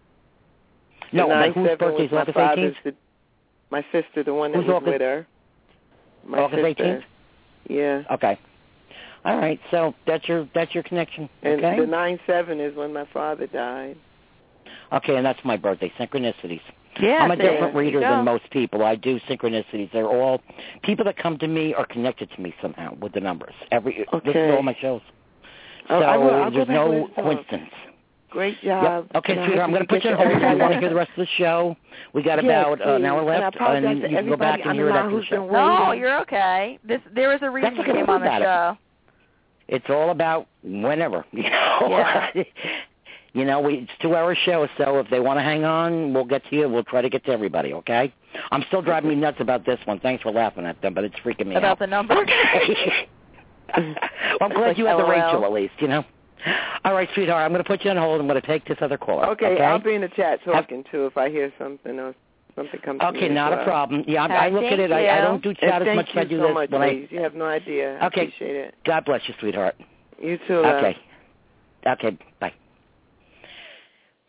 Speaker 2: No,
Speaker 5: the
Speaker 2: but
Speaker 5: nine
Speaker 2: whose
Speaker 5: seven
Speaker 2: birthday is
Speaker 5: was my
Speaker 2: August 18th?
Speaker 5: father's the, my sister, the one that
Speaker 2: Who's
Speaker 5: was
Speaker 2: August-
Speaker 5: with her. My
Speaker 2: August
Speaker 5: sister.
Speaker 2: 18th?
Speaker 5: Yeah.
Speaker 2: Okay, all right. So that's your that's your connection.
Speaker 5: And
Speaker 2: okay.
Speaker 5: the nine seven is when my father died.
Speaker 2: okay, and that's my birthday. Synchronicities.
Speaker 3: Yeah.
Speaker 2: I'm a
Speaker 5: there
Speaker 2: different
Speaker 5: you
Speaker 2: reader
Speaker 3: go.
Speaker 2: than most people. I do synchronicities. They're all people that come to me are connected to me somehow with the numbers. Every this
Speaker 5: Okay.
Speaker 2: is all my shows. So
Speaker 5: Oh, I will- I'll go
Speaker 2: there's
Speaker 5: back and
Speaker 2: no
Speaker 5: listen to 'em.
Speaker 2: coincidence.
Speaker 5: Great
Speaker 2: Yep.
Speaker 5: job.
Speaker 2: Okay,
Speaker 5: And I
Speaker 2: sweetheart, I'm
Speaker 5: hope
Speaker 2: going to put you on hold.
Speaker 5: get
Speaker 2: I want to
Speaker 5: that.
Speaker 2: hear the rest of the show. We got
Speaker 5: Yes,
Speaker 2: about uh, an hour
Speaker 5: please.
Speaker 2: left,
Speaker 5: And I apologize
Speaker 2: and
Speaker 5: to
Speaker 2: you can go back
Speaker 5: everybody
Speaker 2: and
Speaker 5: on
Speaker 2: hear
Speaker 5: the
Speaker 2: it
Speaker 5: line
Speaker 2: after the
Speaker 5: who's
Speaker 2: show.
Speaker 5: been
Speaker 3: No,
Speaker 5: waiting.
Speaker 3: you're okay. This there was a reason
Speaker 2: That's
Speaker 3: you
Speaker 2: okay,
Speaker 3: came
Speaker 2: we'll
Speaker 3: on the
Speaker 2: do
Speaker 3: show.
Speaker 2: It's all about whenever. You know,
Speaker 3: Yeah.
Speaker 2: you know, we, it's two hour show, so if they want to hang on, we'll get to you. We'll try to get to everybody. Okay. I'm still driving you nuts about this one. Thanks for laughing at them, but it's freaking me
Speaker 3: About
Speaker 2: out.
Speaker 3: the number.
Speaker 2: Okay. well, I'm glad
Speaker 3: Like,
Speaker 2: you had the
Speaker 3: LOL.
Speaker 2: Rachel at least. You know. All right, sweetheart. I'm going to put you on hold. I'm going to take this other caller.
Speaker 5: Okay,
Speaker 2: Okay.
Speaker 5: I'll be in the chat
Speaker 2: Have-
Speaker 5: talking too if I hear something or something comes. to
Speaker 2: Okay,
Speaker 5: me
Speaker 2: not
Speaker 5: as well.
Speaker 2: a problem. Yeah, I, I
Speaker 3: Okay,
Speaker 2: look at
Speaker 3: thank
Speaker 2: it. I, I
Speaker 3: you.
Speaker 2: don't do
Speaker 5: And
Speaker 2: chat as
Speaker 5: thank
Speaker 2: much
Speaker 5: Uh, you
Speaker 2: as I do
Speaker 5: so
Speaker 2: this.
Speaker 5: much,
Speaker 2: when
Speaker 5: ladies.
Speaker 2: I,
Speaker 5: You have no idea. I
Speaker 2: Okay.
Speaker 5: appreciate it.
Speaker 2: God
Speaker 5: Uh,
Speaker 2: bless you, sweetheart.
Speaker 5: You too. love.
Speaker 2: Okay. Okay, bye.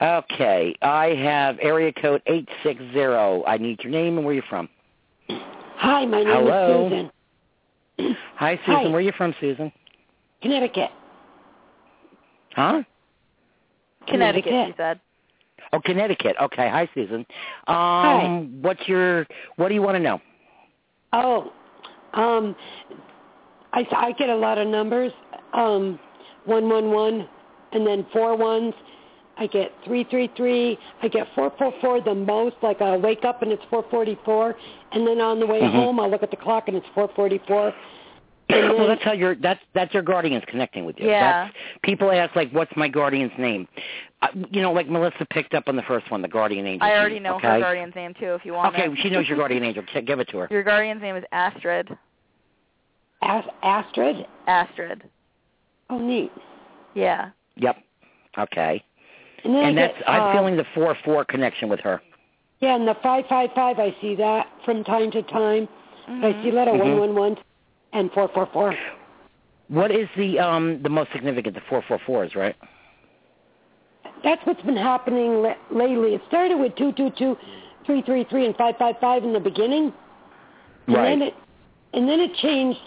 Speaker 2: Okay, I have area code 860. I need your name and where you're from.
Speaker 6: Hi, my name
Speaker 2: Hello?
Speaker 6: is Susan.
Speaker 2: Hi, Susan.
Speaker 6: Hi.
Speaker 2: Where are you from, Susan?
Speaker 6: Connecticut.
Speaker 2: Huh?
Speaker 3: Connecticut, she
Speaker 6: Connecticut.
Speaker 3: said.
Speaker 2: Oh, Connecticut. Okay. Hi, Susan. Um,
Speaker 6: Hi.
Speaker 2: What's your, what do you want to know?
Speaker 6: Oh, um, I, I get a lot of numbers. Um, one one one, and then four ones. I get three three three. I get four four four the most. Like I wake up and it's four forty four, and then on the way
Speaker 2: Mhm.
Speaker 6: home I look at the clock and it's four forty four. And
Speaker 2: well,
Speaker 6: then-
Speaker 2: that's how your that's that's your guardians connecting with you.
Speaker 3: Yeah.
Speaker 2: That's, people ask like, "What's my guardian's name?" Uh, you know, like Melissa picked up on the first one, the guardian angel.
Speaker 3: I
Speaker 2: name,
Speaker 3: already know
Speaker 2: okay?
Speaker 3: her guardian's name too. If you want.
Speaker 2: Okay,
Speaker 3: it.
Speaker 2: she knows your guardian angel. Ki- Give it to her.
Speaker 3: Your guardian's name is Astrid.
Speaker 6: As- Astrid.
Speaker 3: Astrid.
Speaker 6: Oh, neat.
Speaker 3: Yeah.
Speaker 2: Yep. Okay.
Speaker 6: And then
Speaker 2: And
Speaker 6: I
Speaker 2: that's
Speaker 6: get, uh,
Speaker 3: Um,
Speaker 2: I'm feeling the four four connection with her.
Speaker 6: Yeah, and the five five five, I see that from time to time.
Speaker 3: Mm-hmm.
Speaker 6: I see a lot of
Speaker 2: Mhm.
Speaker 6: one one one and four four four.
Speaker 2: What is the um the most significant? The four four fours, right?
Speaker 6: That's what's been happening l- lately. It started with two two two, three three three, and five five five in the beginning, and
Speaker 2: right.
Speaker 6: then it and then it changed,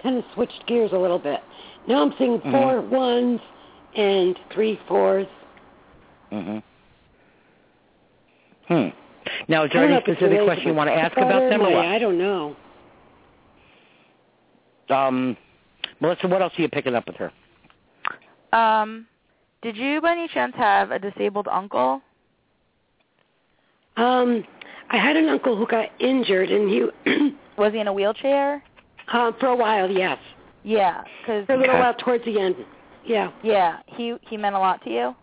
Speaker 6: kind of switched gears a little bit. Now I'm seeing
Speaker 2: Mhm.
Speaker 6: four ones and three fours.
Speaker 2: hmm Hmm. Now,
Speaker 6: I
Speaker 2: is there
Speaker 6: don't know
Speaker 2: any
Speaker 6: if it's
Speaker 2: specific
Speaker 6: related
Speaker 2: question
Speaker 6: to
Speaker 2: you
Speaker 6: my
Speaker 2: want to ask
Speaker 6: daughter,
Speaker 2: about them, or
Speaker 6: my-
Speaker 2: what?
Speaker 6: I don't know.
Speaker 2: Um, Melissa, what else are you picking up with her?
Speaker 3: Um, did you by any chance have a disabled uncle?
Speaker 6: Um, I had an uncle who got injured, and he
Speaker 3: Was he in a wheelchair?
Speaker 6: uh, for a while, yes,
Speaker 3: Yeah, because
Speaker 6: for a little
Speaker 2: Okay.
Speaker 6: while towards the end, yeah.
Speaker 3: yeah, he he meant a lot to you.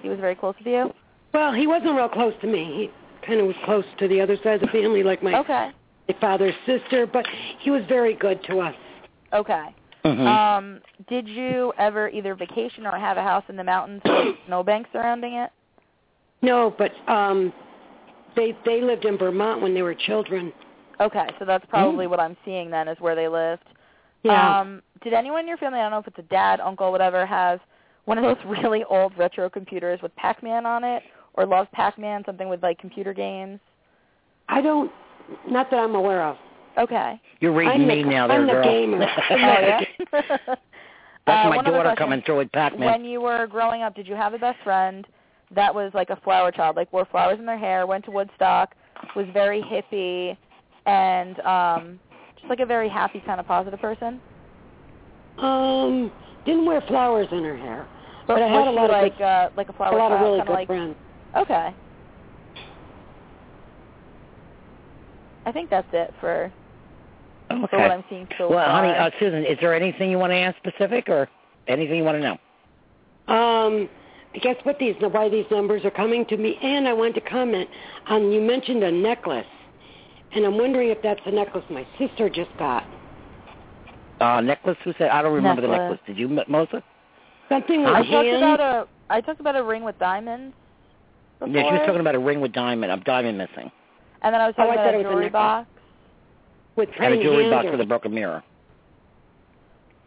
Speaker 3: He was very close to you.
Speaker 6: Well, he wasn't real close to me. He kind of was close to the other side of the family, like my,
Speaker 3: Okay.
Speaker 6: my father's sister, but he was very good to us.
Speaker 3: Okay.
Speaker 2: Mm-hmm.
Speaker 3: Um, did you ever either vacation or have a house in the mountains with snowbanks surrounding it?
Speaker 6: No, but um they they lived in Vermont when they were children.
Speaker 3: Okay, so that's probably what I'm seeing then is where they lived.
Speaker 6: Yeah.
Speaker 3: Um, did anyone in your family, I don't know if it's a dad, uncle, whatever, have one of those really old retro computers with Pac-Man on it or loves Pac-Man, something with like computer games?
Speaker 6: I don't not that I'm aware of.
Speaker 3: Okay.
Speaker 2: You're
Speaker 6: I'm
Speaker 2: reading
Speaker 6: the-
Speaker 2: me now, there,
Speaker 6: I'm the
Speaker 2: girl.
Speaker 6: gamer.
Speaker 3: Oh, yeah?
Speaker 2: That's
Speaker 3: Uh,
Speaker 2: my
Speaker 3: one other
Speaker 2: daughter
Speaker 3: question.
Speaker 2: coming through with Pac-Man.
Speaker 3: When you were growing up, did you have a best friend that was like a flower child, like wore flowers in their hair, went to Woodstock, was very hippie, and um, just like a very happy kind of positive person?
Speaker 6: Um didn't wear flowers in her hair.
Speaker 3: But,
Speaker 6: But I
Speaker 3: was
Speaker 6: had a
Speaker 3: she
Speaker 6: lot of
Speaker 3: like
Speaker 6: good-
Speaker 3: uh, like a flower
Speaker 6: a lot
Speaker 3: child,
Speaker 6: of really
Speaker 3: kind
Speaker 6: good
Speaker 3: of like
Speaker 6: friends.
Speaker 3: okay. I think that's it for for what
Speaker 2: Okay.
Speaker 3: I'm seeing so
Speaker 2: Well, honey,
Speaker 3: far.
Speaker 2: uh, Susan, is there anything you want to ask specific, or anything you want to know?
Speaker 6: Um I guess what these why these numbers are coming to me and I want to comment on you mentioned a necklace. And I'm wondering if that's the necklace my sister just got.
Speaker 2: Uh, necklace? Who said? I don't remember the
Speaker 3: Necklace.
Speaker 2: necklace. Did you, M- Melissa?
Speaker 6: Something with
Speaker 2: I
Speaker 3: I
Speaker 6: hands.
Speaker 3: talked about a I talked about a ring with diamonds. Before,
Speaker 2: Yeah, she was talking about a ring with diamond. A diamond missing,
Speaker 3: and then I was
Speaker 6: Oh,
Speaker 3: talking
Speaker 6: I
Speaker 3: about
Speaker 6: thought it
Speaker 3: a
Speaker 6: was a
Speaker 3: jewelry
Speaker 6: necklace.
Speaker 3: box.
Speaker 6: with
Speaker 2: and a
Speaker 6: praying
Speaker 2: jewelry
Speaker 6: hands
Speaker 2: box
Speaker 6: or
Speaker 2: with a broken mirror.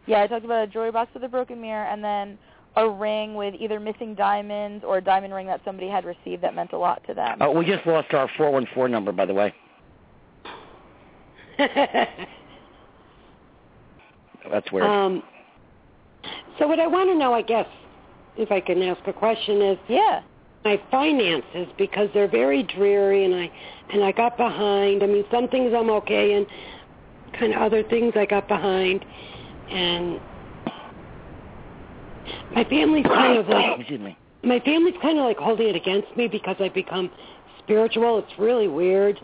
Speaker 3: Yeah, I talked about a jewelry box with a broken mirror and then a ring with either missing diamonds or a diamond ring that somebody had received that meant a lot to them.
Speaker 2: Oh, we just lost our four one four number, by the way. That's weird.
Speaker 6: um, so what I want to know, I guess, if I can ask a question, is
Speaker 3: Yeah.
Speaker 6: my finances because they're very dreary, and I and I got behind. I mean, some things I'm okay, and kind of other things I got behind, and my family's kind of like
Speaker 2: Excuse me.
Speaker 6: my family's kind of like holding it against me because I've become spiritual. It's really weird.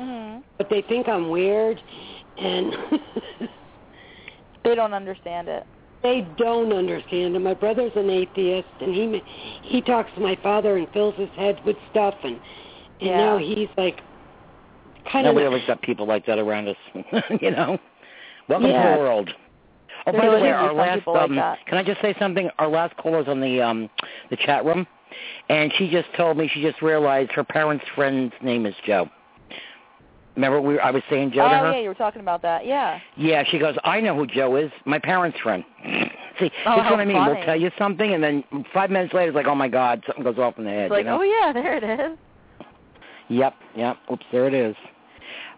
Speaker 3: Mhm.
Speaker 6: but they think I'm weird, and
Speaker 3: They don't understand it.
Speaker 6: they don't understand. And my brother's an atheist, and he ma he talks to my father and fills his head with stuff, and and
Speaker 3: Yeah.
Speaker 6: now he's like kind
Speaker 2: No,
Speaker 6: of
Speaker 2: we always got people like that around us. you know, welcome to
Speaker 6: Yeah.
Speaker 2: the world. Oh,
Speaker 3: There
Speaker 2: by the
Speaker 3: really
Speaker 2: way,
Speaker 3: is
Speaker 2: our
Speaker 3: some
Speaker 2: last
Speaker 3: people like
Speaker 2: um,
Speaker 3: that.
Speaker 2: can I just say something? Our last caller was on the um, the chat room, and she just told me she just realized her parents' friend's name is Joe. Remember, we I was saying Joe
Speaker 3: oh
Speaker 2: to her.
Speaker 3: yeah, you were talking about that. Yeah.
Speaker 2: Yeah, she goes, I know who Joe is. My parents' friend. See,
Speaker 3: Oh,
Speaker 2: that's
Speaker 3: how
Speaker 2: what I mean. We'll
Speaker 3: funny.
Speaker 2: tell you something, and then five minutes later, it's like, oh my God, something goes off in the
Speaker 3: It's
Speaker 2: head. you
Speaker 3: like,
Speaker 2: know?
Speaker 3: oh yeah, there it is.
Speaker 2: Yep, yep. Oops, there it is.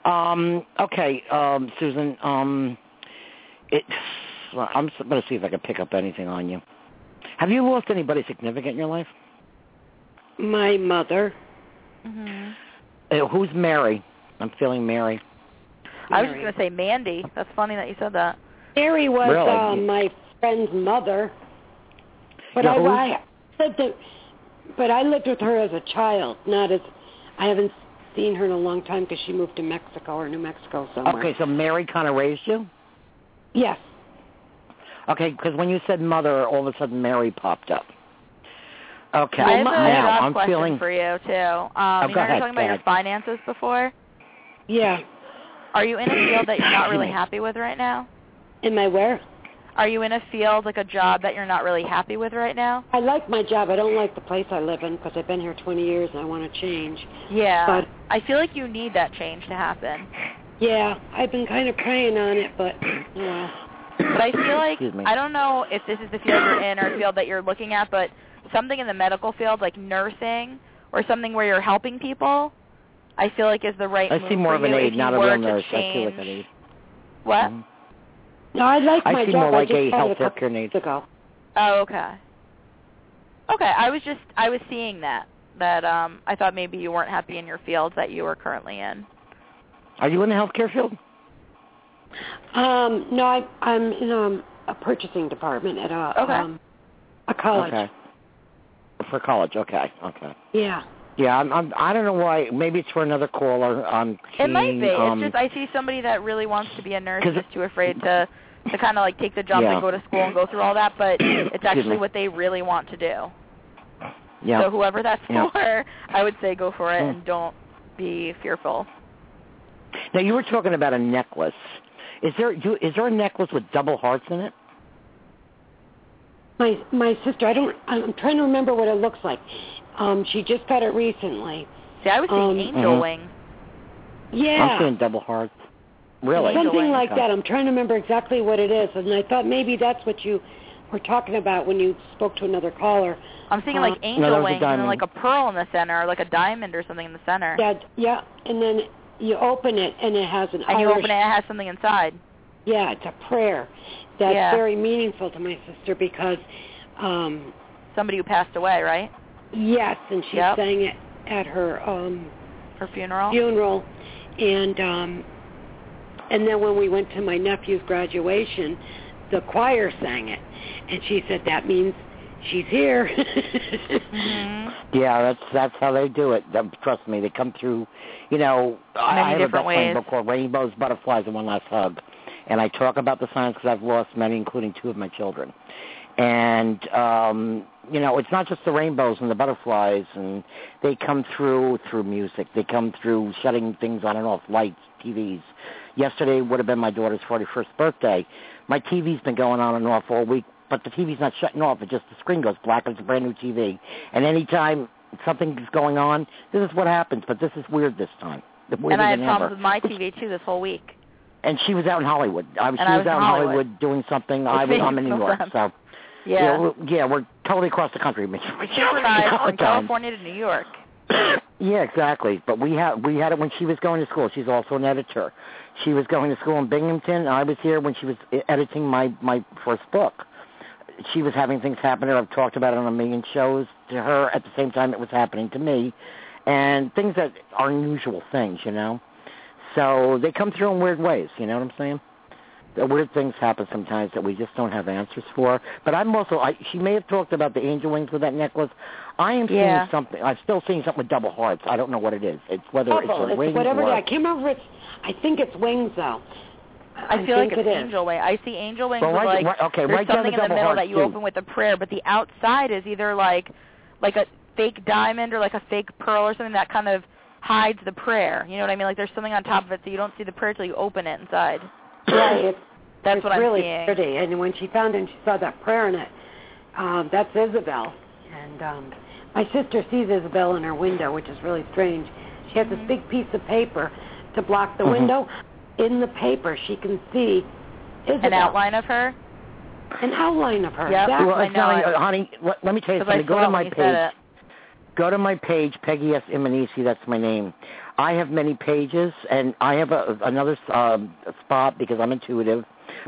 Speaker 2: Um, okay, um, Susan. Um, it. I'm going to see if I can pick up anything on you. Have you lost anybody significant in your life?
Speaker 6: My mother.
Speaker 3: hmm
Speaker 2: Uh, who's Mary? I'm feeling Mary.
Speaker 3: I was just gonna say Mandy. That's funny that you said that.
Speaker 6: Mary was
Speaker 2: Really?
Speaker 6: uh, my friend's mother, but
Speaker 2: Now,
Speaker 6: I,
Speaker 2: who's-
Speaker 6: I lived, with- but I lived with her as a child, not as I haven't seen her in a long time because she moved to Mexico or New Mexico
Speaker 3: Oh,
Speaker 6: somewhere.
Speaker 2: Okay, so Mary kind of raised you.
Speaker 6: Yes.
Speaker 2: Okay, because when you said mother, all of a sudden Mary popped up. Okay,
Speaker 3: I have a
Speaker 2: now
Speaker 3: job
Speaker 2: I'm
Speaker 3: question
Speaker 2: feeling.
Speaker 3: for you too. Um,
Speaker 2: Oh,
Speaker 3: you know, you
Speaker 2: go
Speaker 3: were talking
Speaker 2: ahead, go
Speaker 3: about your
Speaker 2: ahead.
Speaker 3: finances before.
Speaker 6: Yeah.
Speaker 3: Are you in a field that you're not really happy with right now?
Speaker 6: Am I where?
Speaker 3: Are you in a field like a job that you're not really happy with right now?
Speaker 6: I like my job. I don't like the place I live in because I've been here 20 years and I want to change.
Speaker 3: Yeah.
Speaker 6: But
Speaker 3: I feel like you need that change to happen.
Speaker 6: yeah, I've been kind of praying on it, but oh well.
Speaker 3: But I feel like
Speaker 2: Excuse me.
Speaker 3: I don't know if this is the field you're in or field that you're looking at, but something in the medical field like nursing or something where you're helping people, I feel like is the right
Speaker 2: I
Speaker 3: move
Speaker 2: see more
Speaker 3: for
Speaker 2: of an
Speaker 3: you if
Speaker 2: aide,
Speaker 3: you
Speaker 2: not a
Speaker 3: were
Speaker 2: real
Speaker 3: to
Speaker 2: nurse. I see
Speaker 3: Change. oh
Speaker 2: what that is.
Speaker 3: What?
Speaker 2: Mhm.
Speaker 6: No, I like
Speaker 2: I
Speaker 6: my
Speaker 2: see
Speaker 6: job.
Speaker 2: more like
Speaker 6: I just
Speaker 2: a
Speaker 6: bought
Speaker 2: health
Speaker 6: it a couple
Speaker 2: worker needs.
Speaker 6: years ago.
Speaker 3: Oh, okay. Okay, I was just I was seeing that that um I thought maybe you weren't happy in your field that you were currently in.
Speaker 2: Are you in the healthcare field?
Speaker 6: Um, no, I, I'm in um, a purchasing department at a
Speaker 3: Okay.
Speaker 6: um, a college.
Speaker 2: Okay. For college, okay, okay.
Speaker 6: Yeah.
Speaker 2: Yeah, I'm, I'm. I don't know why. Maybe it's for another caller. I'm.
Speaker 3: It
Speaker 2: Seeing,
Speaker 3: might be.
Speaker 2: Um,
Speaker 3: it's just I see somebody that really wants to be a nurse
Speaker 2: 'Cause-
Speaker 3: is too afraid to to kind of like take the jump
Speaker 2: Yeah.
Speaker 3: and go to school and go through all that, but it's
Speaker 2: Excuse
Speaker 3: actually
Speaker 2: me.
Speaker 3: what they really want to do.
Speaker 2: yeah.
Speaker 3: So whoever that's
Speaker 2: Yeah.
Speaker 3: for, I would say go for it
Speaker 2: Hmm.
Speaker 3: and don't be fearful.
Speaker 2: now you were talking about a necklace. Is there do, is there a necklace with double hearts in it?
Speaker 6: My my sister. I don't. I'm trying to remember what it looks like. Um, she just got it recently.
Speaker 3: See, I was seeing
Speaker 6: Um,
Speaker 3: angel
Speaker 2: Mhm.
Speaker 3: wings.
Speaker 6: Yeah.
Speaker 2: I'm seeing double hearts. Really?
Speaker 3: Angel
Speaker 6: Something
Speaker 3: wings.
Speaker 6: like
Speaker 2: Okay.
Speaker 6: that. I'm trying to remember exactly what it is, and I thought maybe that's what you were talking about when you spoke to another caller.
Speaker 3: I'm seeing
Speaker 6: Uh,
Speaker 3: like
Speaker 6: no,
Speaker 3: angel
Speaker 2: Uh-huh. that was a
Speaker 3: wings and then
Speaker 2: diamond.
Speaker 3: like a pearl in the center, or like a diamond or something in the center.
Speaker 6: Yeah, yeah. And then you open it, and it has an
Speaker 3: and you
Speaker 6: Irish.
Speaker 3: open it, it has something inside.
Speaker 6: Yeah, it's a prayer that's
Speaker 3: Yeah.
Speaker 6: very meaningful to my sister because um,
Speaker 3: Somebody who passed away, right?
Speaker 6: Yes, and she
Speaker 3: Yep.
Speaker 6: sang it at her um
Speaker 3: Her funeral.
Speaker 6: funeral and um and then when we went to my nephew's graduation, the choir sang it. And she said that means she's here.
Speaker 2: Mm-hmm.
Speaker 3: Mhm.
Speaker 2: Yeah, that's that's how they do it. Um, Trust me, they come through. You know, I,
Speaker 3: Many
Speaker 2: I have a best
Speaker 3: different
Speaker 2: friend
Speaker 3: ways.
Speaker 2: book called Rainbows, Butterflies, and One Last Hug, and I talk about the signs because I've lost many, including two of my children. And um, you know, it's not just the rainbows and the butterflies, and they come through through music. They come through shutting things on and off, lights, TVs. Yesterday would have been my daughter's 41st birthday. My TV's been going on and off all week, but the TV's not shutting off. It just the screen goes black. It's a brand new TV. And anytime something's going on, this is what happens. But this is weird this time. The weirder
Speaker 3: and I had
Speaker 2: than
Speaker 3: problems
Speaker 2: ever.
Speaker 3: with my TV too this whole week.
Speaker 2: And she was out in Hollywood. I, she
Speaker 3: And I
Speaker 2: was
Speaker 3: was
Speaker 2: out
Speaker 3: in
Speaker 2: in
Speaker 3: Hollywood.
Speaker 2: doing something. I was,
Speaker 3: made
Speaker 2: I'm in
Speaker 3: no
Speaker 2: New York,
Speaker 3: sense.
Speaker 2: so
Speaker 3: Yeah.
Speaker 2: we're, yeah, we're totally across the country. We
Speaker 3: Synchronized from California to New York.
Speaker 2: yeah, exactly. But we had we had it when she was going to school. She's also an editor. She was going to school in Binghamton. and I was here when she was e-, editing my my first book. She was having things happen to her. I've talked about it on a million shows to her. At the same time, it was happening to me, and things that are unusual things, you know. So they come through in weird ways. You know what I'm saying? The weird things happen sometimes that we just don't have answers for. But I'm also, I, she may have talked about the angel wings with that necklace. I am
Speaker 3: Yeah.
Speaker 2: seeing something. I'm still seeing something with double hearts. I don't know what it is. It's whether
Speaker 6: Couple,
Speaker 2: it's a wing
Speaker 6: it's whatever
Speaker 2: or
Speaker 6: it is. I can't remember if it's I think it's wings though.
Speaker 3: I feel like
Speaker 6: think
Speaker 3: it's
Speaker 6: it is.
Speaker 3: angel wings. I see angel wings
Speaker 2: Well,
Speaker 3: with
Speaker 2: write-
Speaker 3: like
Speaker 2: write- okay,
Speaker 3: there's
Speaker 2: write down
Speaker 3: something
Speaker 2: the
Speaker 3: in the
Speaker 2: double
Speaker 3: middle
Speaker 2: hearts,
Speaker 3: that you
Speaker 2: too.
Speaker 3: open with a prayer, but the outside is either like like a fake diamond or like a fake pearl or something that kind of hides the prayer. You know what I mean? Like there's something on top of it, so you don't see the prayer till you open it inside.
Speaker 6: Right. It's,
Speaker 3: That's
Speaker 6: it's
Speaker 3: what I'm
Speaker 6: really
Speaker 3: seeing.
Speaker 6: pretty. And when she found it and she saw that prayer in it, um, that's Isabel. And um, my sister sees Isabel in her window, which is really strange. She has
Speaker 3: Mm-hmm.
Speaker 6: this big piece of paper to block the
Speaker 2: Mhm.
Speaker 6: window. In the paper, she can see Isabel.
Speaker 3: An outline of her.
Speaker 6: an outline of her.
Speaker 3: Yep.
Speaker 6: That-
Speaker 3: Well,
Speaker 2: Well,
Speaker 3: I
Speaker 2: it's not,
Speaker 3: know it.
Speaker 2: honey, let, let me tell you
Speaker 3: Because I
Speaker 2: something. Go
Speaker 3: saw
Speaker 2: to
Speaker 3: it
Speaker 2: my
Speaker 3: when you said
Speaker 2: page. Go to my page, Peggy S. Imanisi. That's my name. I have many pages, and I have a, another um, spot because I'm intuitive.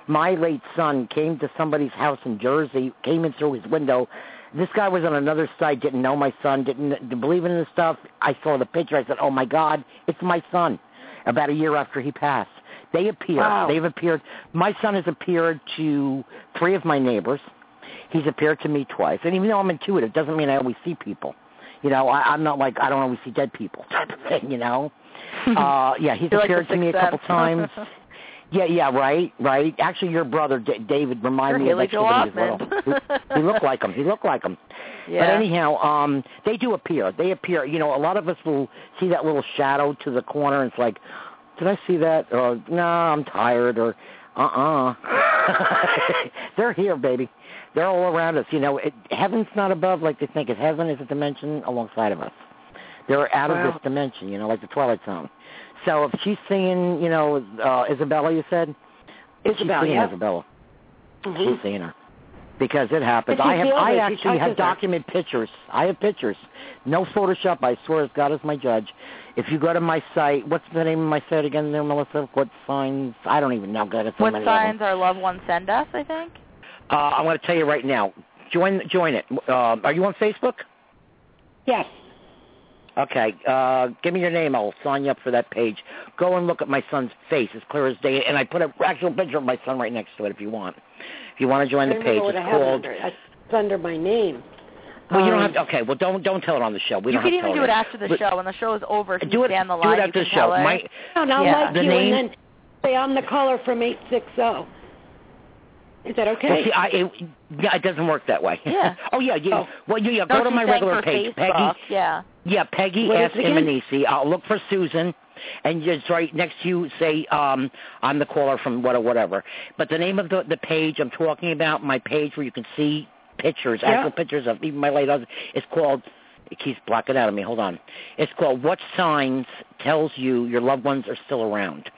Speaker 2: My late son came to somebody's house in Jersey, came in through his window. This guy was on another site, didn't know my son, didn't, didn't believe in this stuff. I saw the picture. I said, "Oh my God, it's my son!" About a year after he passed, they appear.
Speaker 6: Wow.
Speaker 2: They've appeared. My son has appeared to three of my neighbors. He's appeared to me twice, and even though I'm intuitive, doesn't mean I always see people. You know, I, I'm not like I don't always see dead people type of thing. You know, uh, yeah, he's
Speaker 3: You're like the
Speaker 2: appeared to me a
Speaker 3: sixth
Speaker 2: couple
Speaker 3: sense.
Speaker 2: times. Yeah, yeah, right, right. Actually, your brother D- David reminded
Speaker 3: You're
Speaker 2: me
Speaker 3: Haley
Speaker 2: of that kid
Speaker 3: Joel
Speaker 2: when he was little. He, he looked like him. He looked like him. But
Speaker 3: Yeah.
Speaker 2: anyhow, um, they do appear. They appear. You know, a lot of us will see that little shadow to the corner, and it's like, did I see that? Or no, I'm tired. Or uh-uh. They're here, baby. They're all around us. You know, it, heaven's not above like they think. It heaven is a dimension alongside of us. They're out
Speaker 6: Wow.
Speaker 2: of this dimension. You know, like the Twilight Zone. So if she's seeing, you know, uh, Isabella, you said.
Speaker 6: Isabella,
Speaker 2: she's seeing
Speaker 6: yeah.
Speaker 2: Isabella.
Speaker 6: Mhm.
Speaker 2: She's seeing her because it happens.
Speaker 6: But she
Speaker 2: I have,
Speaker 6: feels
Speaker 2: I
Speaker 6: it. She
Speaker 2: actually
Speaker 6: touches
Speaker 2: have
Speaker 6: it.
Speaker 2: document pictures. I have pictures, no Photoshop. I swear, as God is my judge. If you go to my site, what's the name of my site again, there, Melissa? What signs? I don't even know. God, it's so
Speaker 3: What
Speaker 2: many of them.
Speaker 3: signs our loved ones send us, I think.
Speaker 2: Uh, I'm going to tell you right now. Join, join it. Uh, are you on Facebook?
Speaker 6: Yes.
Speaker 2: Okay, uh, give me your name. I'll sign you up for that page. Go and look at my son's face, as clear as day. And I put an actual picture of my son right next to it. If you want, if you want to join
Speaker 6: I
Speaker 2: the
Speaker 6: remember
Speaker 2: page,
Speaker 6: what I
Speaker 2: it's
Speaker 6: have
Speaker 2: called.
Speaker 6: under it. It's under my name.
Speaker 2: Well, you don't
Speaker 6: Um,
Speaker 2: have. To, okay, well, don't don't tell it on the show. We
Speaker 3: you
Speaker 2: don't
Speaker 3: could
Speaker 2: have to
Speaker 3: even
Speaker 2: tell
Speaker 3: do it after the
Speaker 2: But-
Speaker 3: show. When the show is over, if you
Speaker 2: do it,
Speaker 3: stay on the
Speaker 2: do
Speaker 3: line,
Speaker 2: it
Speaker 3: you
Speaker 2: after
Speaker 3: can
Speaker 2: the
Speaker 3: tell
Speaker 2: show.
Speaker 3: her.
Speaker 2: My,
Speaker 6: No, not
Speaker 3: Yeah.
Speaker 6: like
Speaker 2: The
Speaker 6: you,
Speaker 2: name-
Speaker 6: and then say I'm the caller from eight six zero. Is that okay?
Speaker 2: well, see, I, it, yeah, it doesn't work that way.
Speaker 3: Yeah.
Speaker 2: oh yeah, you,
Speaker 6: Oh.
Speaker 2: well, you, yeah,
Speaker 3: No,
Speaker 2: go to
Speaker 3: she's
Speaker 2: my
Speaker 3: saying
Speaker 2: regular
Speaker 3: for
Speaker 2: page,
Speaker 3: Facebook.
Speaker 2: Peggy.
Speaker 3: Yeah.
Speaker 2: Yeah, Peggy
Speaker 6: What is
Speaker 2: S.
Speaker 6: it again?
Speaker 2: Imanisi. I'll look for Susan, and just right next to you, say, um, I'm the caller from what or whatever. But the name of the the page I'm talking about, my page where you can see pictures,
Speaker 6: Yeah.
Speaker 2: actual pictures of even my late husband, is called. It keeps blocking out of me. Hold on. It's called What Signs Tells You Your Loved Ones Are Still Around.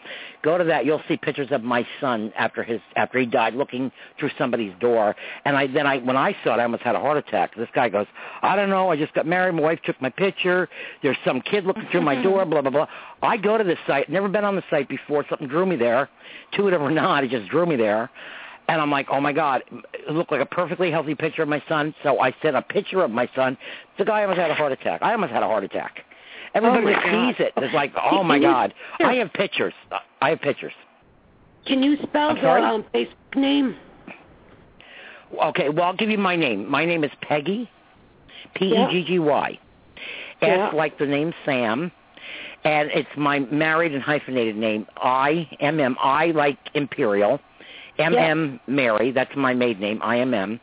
Speaker 2: Go to that. You'll see pictures of my son after his after he died, looking through somebody's door. And I then I when I saw it, I almost had a heart attack. This guy goes, I don't know. I just got married. My wife took my picture. There's some kid looking through my door. Blah blah blah. I go to this site. Never been on the site before. Something drew me there, to it or not. It just drew me there. And I'm like, oh my God, it looked like a perfectly healthy picture of my son. So I sent a picture of my son. The guy almost had a heart attack. I almost had a heart attack. Everybody
Speaker 6: Oh, my
Speaker 2: that
Speaker 6: God.
Speaker 2: sees it is like, oh my
Speaker 6: Can you-
Speaker 2: God. I have pictures. I have pictures.
Speaker 6: Can you spell
Speaker 2: I'm
Speaker 6: the
Speaker 2: sorry?
Speaker 6: um, Facebook name?
Speaker 2: Okay, well, I'll give you my name. My name is Peggy, E P-E-G-G-Y. S
Speaker 6: Yeah.
Speaker 2: like the name Sam. And it's my married and hyphenated name, I-M-M. I like Imperial. M-M Mary, that's my maiden name, I-M-M.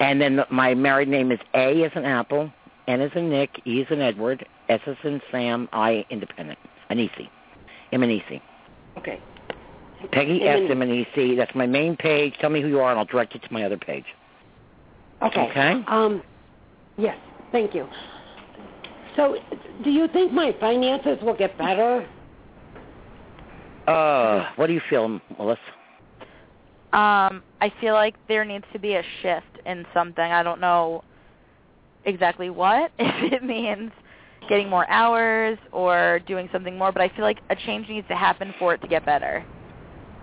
Speaker 2: And then the, my married name is A as an apple, N as in Nick, E as in Edward, S as in Sam, I independent. E Anisi. Imanisi.
Speaker 6: Okay.
Speaker 2: E Peggy S.
Speaker 6: Imanisi.
Speaker 2: Imanisi. That's my main page. Tell me who you are and I'll direct you to my other page.
Speaker 6: Okay.
Speaker 2: Okay.
Speaker 6: Um, yes. Thank you. So, do you think my finances will get better?
Speaker 2: Uh, what do you feel, Melissa?
Speaker 3: Um, I feel like there needs to be a shift in something. I don't know exactly what. If it means getting more hours or doing something more, but I feel like a change needs to happen for it to get better.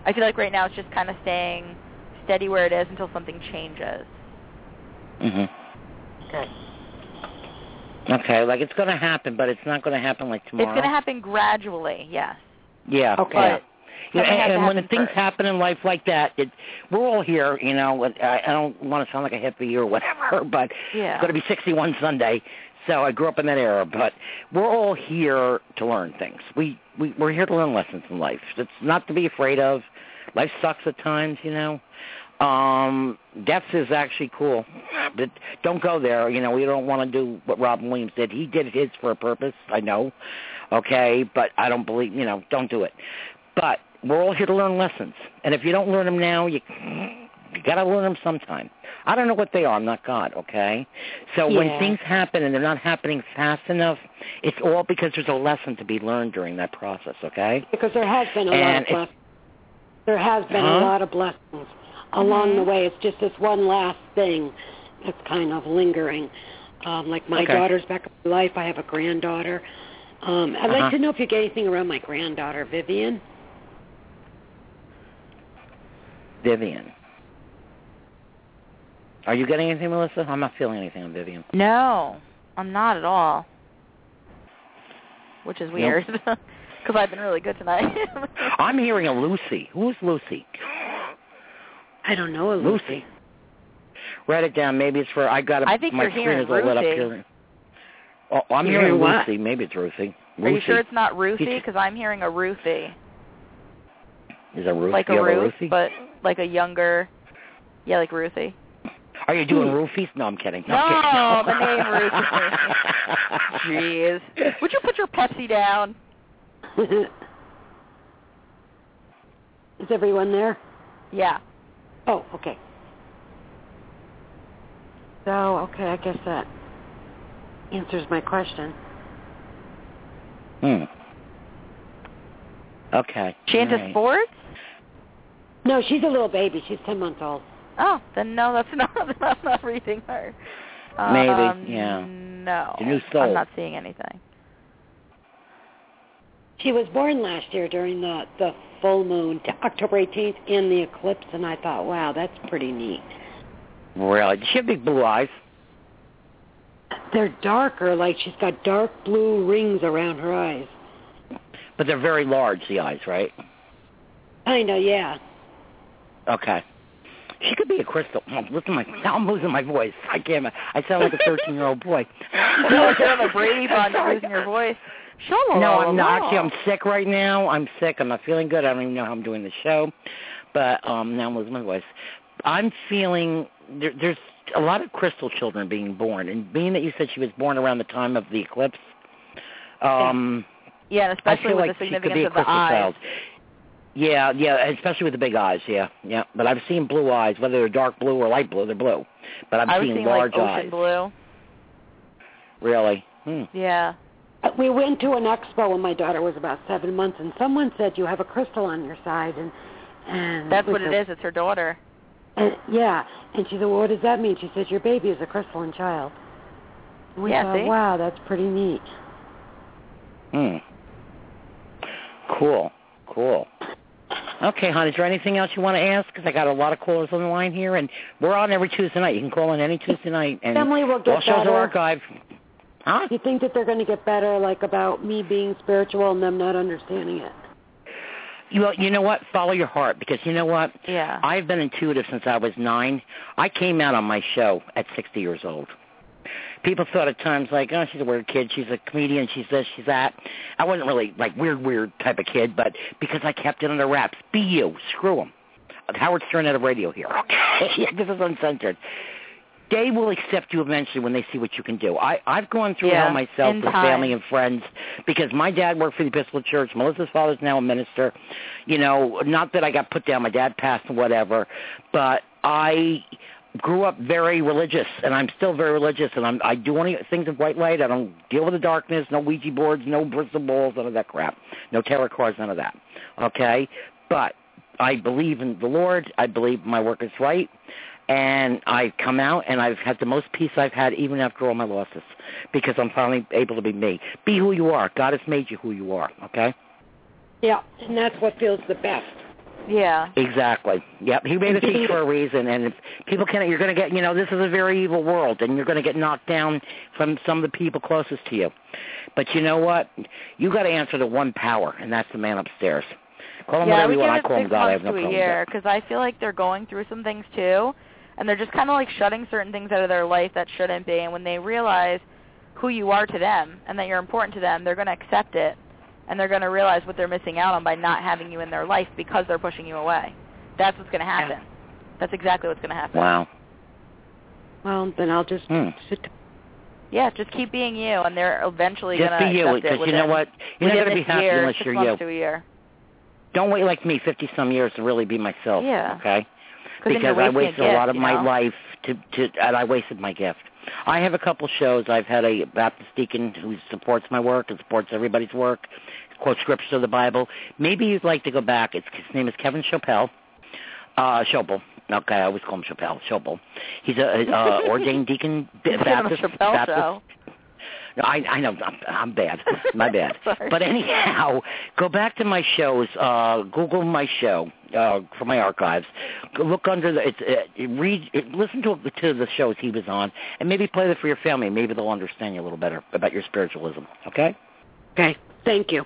Speaker 3: I feel like right now it's just kind of staying steady where it is until something changes.
Speaker 2: hmm
Speaker 6: Okay.
Speaker 2: Okay, like it's going to happen, but it's not going to happen like tomorrow.
Speaker 3: It's going to happen gradually, yes.
Speaker 2: Yeah.
Speaker 6: Okay.
Speaker 2: Yeah.
Speaker 3: But
Speaker 2: Yeah,
Speaker 3: something has
Speaker 2: and,
Speaker 3: to
Speaker 2: and when
Speaker 3: happen
Speaker 2: things
Speaker 3: first.
Speaker 2: happen in life like that, it, we're all here, you know. and I, I don't want to sound like a hippie or whatever, but
Speaker 3: Yeah.
Speaker 2: it's going to be 61 Sunday, so I grew up in that era. But we're all here to learn things. We, we we're here to learn lessons in life. It's not to be afraid of. Life sucks at times, you know. Um, death is actually cool, but don't go there. You know, we don't want to do what Robin Williams did. He did his for a purpose. I know, okay, but I don't believe. You know, don't do it. But we're all here to learn lessons, and if you don't learn them now, you you got to learn them sometime. I don't know what they are. I'm not God, okay? So when
Speaker 6: Yeah.
Speaker 2: things happen and they're not happening fast enough, it's all because there's a lesson to be learned during that process, okay?
Speaker 6: Because there has been a
Speaker 2: And
Speaker 6: lot of
Speaker 2: it's-
Speaker 6: blessings. There has been
Speaker 2: Huh?
Speaker 6: a lot of blessings. along the way. It's just this one last thing that's kind of lingering. Um, like my
Speaker 2: Okay.
Speaker 6: daughter's back in my life. I have a granddaughter. Um, I'd
Speaker 2: Uh-huh.
Speaker 6: like to know if you get anything around my granddaughter, Vivian.
Speaker 2: Vivian. Are you getting anything, Melissa? I'm not feeling anything on Vivian.
Speaker 3: No, I'm not at all. Which is
Speaker 2: Nope.
Speaker 3: weird because I've been really good tonight.
Speaker 2: I'm hearing a Lucy. Who's Lucy?
Speaker 6: I don't know,
Speaker 2: Lucy. Write it down. Maybe it's for I got. a-
Speaker 3: I think
Speaker 2: my
Speaker 3: you're
Speaker 2: screen
Speaker 3: hearing
Speaker 2: is all lit up
Speaker 3: Ruthie.
Speaker 2: here. Oh, I'm
Speaker 6: You
Speaker 2: hearing
Speaker 6: hear what?
Speaker 2: Lucy. Maybe it's Ruthie.
Speaker 3: Are you
Speaker 2: Ruthie.
Speaker 3: sure it's not Ruthie?
Speaker 2: He's-
Speaker 3: Because I'm hearing a Ruthie,
Speaker 2: Is it Ruthie?
Speaker 3: like a
Speaker 2: You have
Speaker 3: Ruth,
Speaker 2: Ruthie?
Speaker 3: but like a younger, yeah, like Ruthie.
Speaker 2: Are you
Speaker 3: Hmm.
Speaker 2: doing roofies? No, I'm kidding.
Speaker 3: No,
Speaker 2: I'm
Speaker 3: the
Speaker 2: kidding.
Speaker 3: name Ruthie. Jeez, would you put your Pepsi down?
Speaker 6: Lucy. Is everyone there?
Speaker 3: Yeah.
Speaker 6: Oh, okay. So, okay, I guess that answers my question.
Speaker 2: Hmm. Okay.
Speaker 3: She into
Speaker 2: All right.
Speaker 3: sports?
Speaker 6: No, she's a little baby. She's 10 months old.
Speaker 3: Oh, then no, that's not. I'm not reading her.
Speaker 2: Maybe,
Speaker 3: Um,
Speaker 2: yeah.
Speaker 3: No.
Speaker 2: The new soul.
Speaker 3: I'm not seeing anything.
Speaker 6: She was born last year during the, the full moon, t- October 18th, and the eclipse, and I thought, wow, that's pretty neat.
Speaker 2: Really? She had big blue eyes.
Speaker 6: They're darker, like she's got dark blue rings around her eyes.
Speaker 2: But they're very large, the eyes, right?
Speaker 6: Kinda, yeah.
Speaker 2: Okay. She could be a crystal. Oh, listen, to my now I'm losing my voice. I can't. I sound like a 13 year old boy.
Speaker 3: No, it's another Brady Bunch losing your voice. Shalala.
Speaker 2: No, I'm not. Actually, I'm sick right now. I'm sick. I'm not feeling good. I don't even know how I'm doing the show, but um, now I'm losing my voice. I'm feeling there, there's a lot of crystal children being born, and being that you said she was born around the time of the eclipse, um,
Speaker 3: Yeah, and
Speaker 2: I
Speaker 3: especially
Speaker 2: feel
Speaker 3: with
Speaker 2: like
Speaker 3: the
Speaker 2: she could
Speaker 3: significance
Speaker 2: be a
Speaker 3: of the
Speaker 2: crystal
Speaker 3: eyes.
Speaker 2: child. Yeah, yeah, especially with the big eyes. Yeah, yeah. But I've seen blue eyes, whether they're dark blue or light blue, they're blue. But I'm
Speaker 3: I was
Speaker 2: seeing
Speaker 3: seeing
Speaker 2: large
Speaker 3: like ocean
Speaker 2: eyes.
Speaker 3: blue.
Speaker 2: Really? Hmm.
Speaker 3: Yeah.
Speaker 6: Uh, We went to an expo when my daughter was about seven months, and someone said you have a crystal on your side, and and
Speaker 3: That's
Speaker 6: we
Speaker 3: what it is.
Speaker 6: said,
Speaker 3: It's her daughter.
Speaker 6: And, yeah, and she said, well, "What does that mean?" She says, "Your baby is a crystalline child." And we
Speaker 3: Yeah,
Speaker 6: thought,
Speaker 3: see?
Speaker 6: "Wow, that's pretty neat."
Speaker 2: Hmm. Cool. Cool. Okay, hon, is there anything else you want to ask? Because I got a lot of callers on the line here, and we're on every Tuesday night. You can call in any Tuesday night, and
Speaker 6: Family will get
Speaker 2: all shows
Speaker 6: better.
Speaker 2: are archived. Huh?
Speaker 6: Do you think that they're going to get better, like about me being spiritual and them not understanding it?
Speaker 2: You- Well, you know what? Follow your heart, because you know what?
Speaker 3: Yeah.
Speaker 2: I've been intuitive since I was nine. I came out on my show at 60 years old. People thought at times like, oh, she's a weird kid. She's a comedian. She's this. She's that. I wasn't really like weird, weird type of kid, but because I kept it under wraps. Be you. Screw them. Howard Stern out of radio here. Okay, this is uncensored. They will accept you eventually when they see what you can do. I, I've gone through
Speaker 3: Yeah,
Speaker 2: it all myself
Speaker 3: in
Speaker 2: with
Speaker 3: time.
Speaker 2: family and friends because my dad worked for the Episcopal Church. Melissa's father's now a minister. You know, not that I got put down. My dad passed and whatever, but I grew up very religious, and I'm still very religious, and I'm, I do only things in white light. I don't deal with the darkness, no Ouija boards, no bristle balls, none of that crap, no tarot cards, none of that. Okay, but I believe in the Lord. I believe my work is right. And I've come out and I've had the most peace I've had even after all my losses because I'm finally able to be me. Be who you are. God has made you who you are, okay?
Speaker 6: Yeah, and that's what feels the best.
Speaker 3: Yeah.
Speaker 2: Exactly. Yep. He made us each for a reason, and if people can, you're going to get. You know, this is a very evil world, and you're going to get knocked down from some of the people closest to you. But you know what? You got to answer to one power, and that's the man upstairs. Call him
Speaker 3: yeah,
Speaker 2: whatever
Speaker 3: we
Speaker 2: you want.
Speaker 3: give
Speaker 2: I
Speaker 3: it
Speaker 2: call him
Speaker 3: six
Speaker 2: God. I
Speaker 3: months
Speaker 2: have no
Speaker 3: to
Speaker 2: problem.
Speaker 3: a
Speaker 2: with
Speaker 3: year because I feel like they're going through some things too, and they're just kind of like shutting certain things out of their life that shouldn't be. And when they realize who you are to them and that you're important to them, they're going to accept it, and they're going to realize what they're missing out on by not having you in their life because they're pushing you away. That's what's going to happen. That's exactly what's going to
Speaker 2: that.
Speaker 3: happen.
Speaker 2: Wow.
Speaker 6: Well, then I'll just
Speaker 2: Hmm.
Speaker 6: sit.
Speaker 3: Yeah, just keep being you, and they're eventually
Speaker 2: Just
Speaker 3: gonna
Speaker 2: be you,
Speaker 3: accept it
Speaker 2: you know
Speaker 3: within-
Speaker 2: what? You're
Speaker 3: within
Speaker 2: not going to be
Speaker 3: this
Speaker 2: happy
Speaker 3: year,
Speaker 2: unless
Speaker 3: six
Speaker 2: you're you.
Speaker 3: months to a year.
Speaker 2: Don't wait like me, fifty some years to really be myself.
Speaker 3: Yeah.
Speaker 2: Okay.
Speaker 3: 'Cause then you're
Speaker 2: because I
Speaker 3: wasting a
Speaker 2: wasted a
Speaker 3: gift,
Speaker 2: lot of
Speaker 3: you
Speaker 2: my
Speaker 3: know?
Speaker 2: life to to and I wasted my gift. I have a couple shows. I've had a Baptist deacon who supports my work and supports everybody's work, quotes scriptures of the Bible. Maybe you'd like to go back. It's his name is Kevin Chappelle. Uh Schopel. Okay, I always call him Chappelle. Chappelle. He's a, a, a ordained deacon
Speaker 3: Give him a
Speaker 2: Baptist.
Speaker 3: Chappelle
Speaker 2: Baptist
Speaker 3: show.
Speaker 2: no, I, I know I'm, I'm bad. My bad.
Speaker 3: Sorry.
Speaker 2: But anyhow, go back to my shows. Uh, Google my show uh, for my archives. Go Look under the. It's, uh, read. Listen to to the shows he was on, and maybe play them for your family. Maybe they'll understand you a little better about your spiritualism. Okay,
Speaker 6: Okay. Thank you.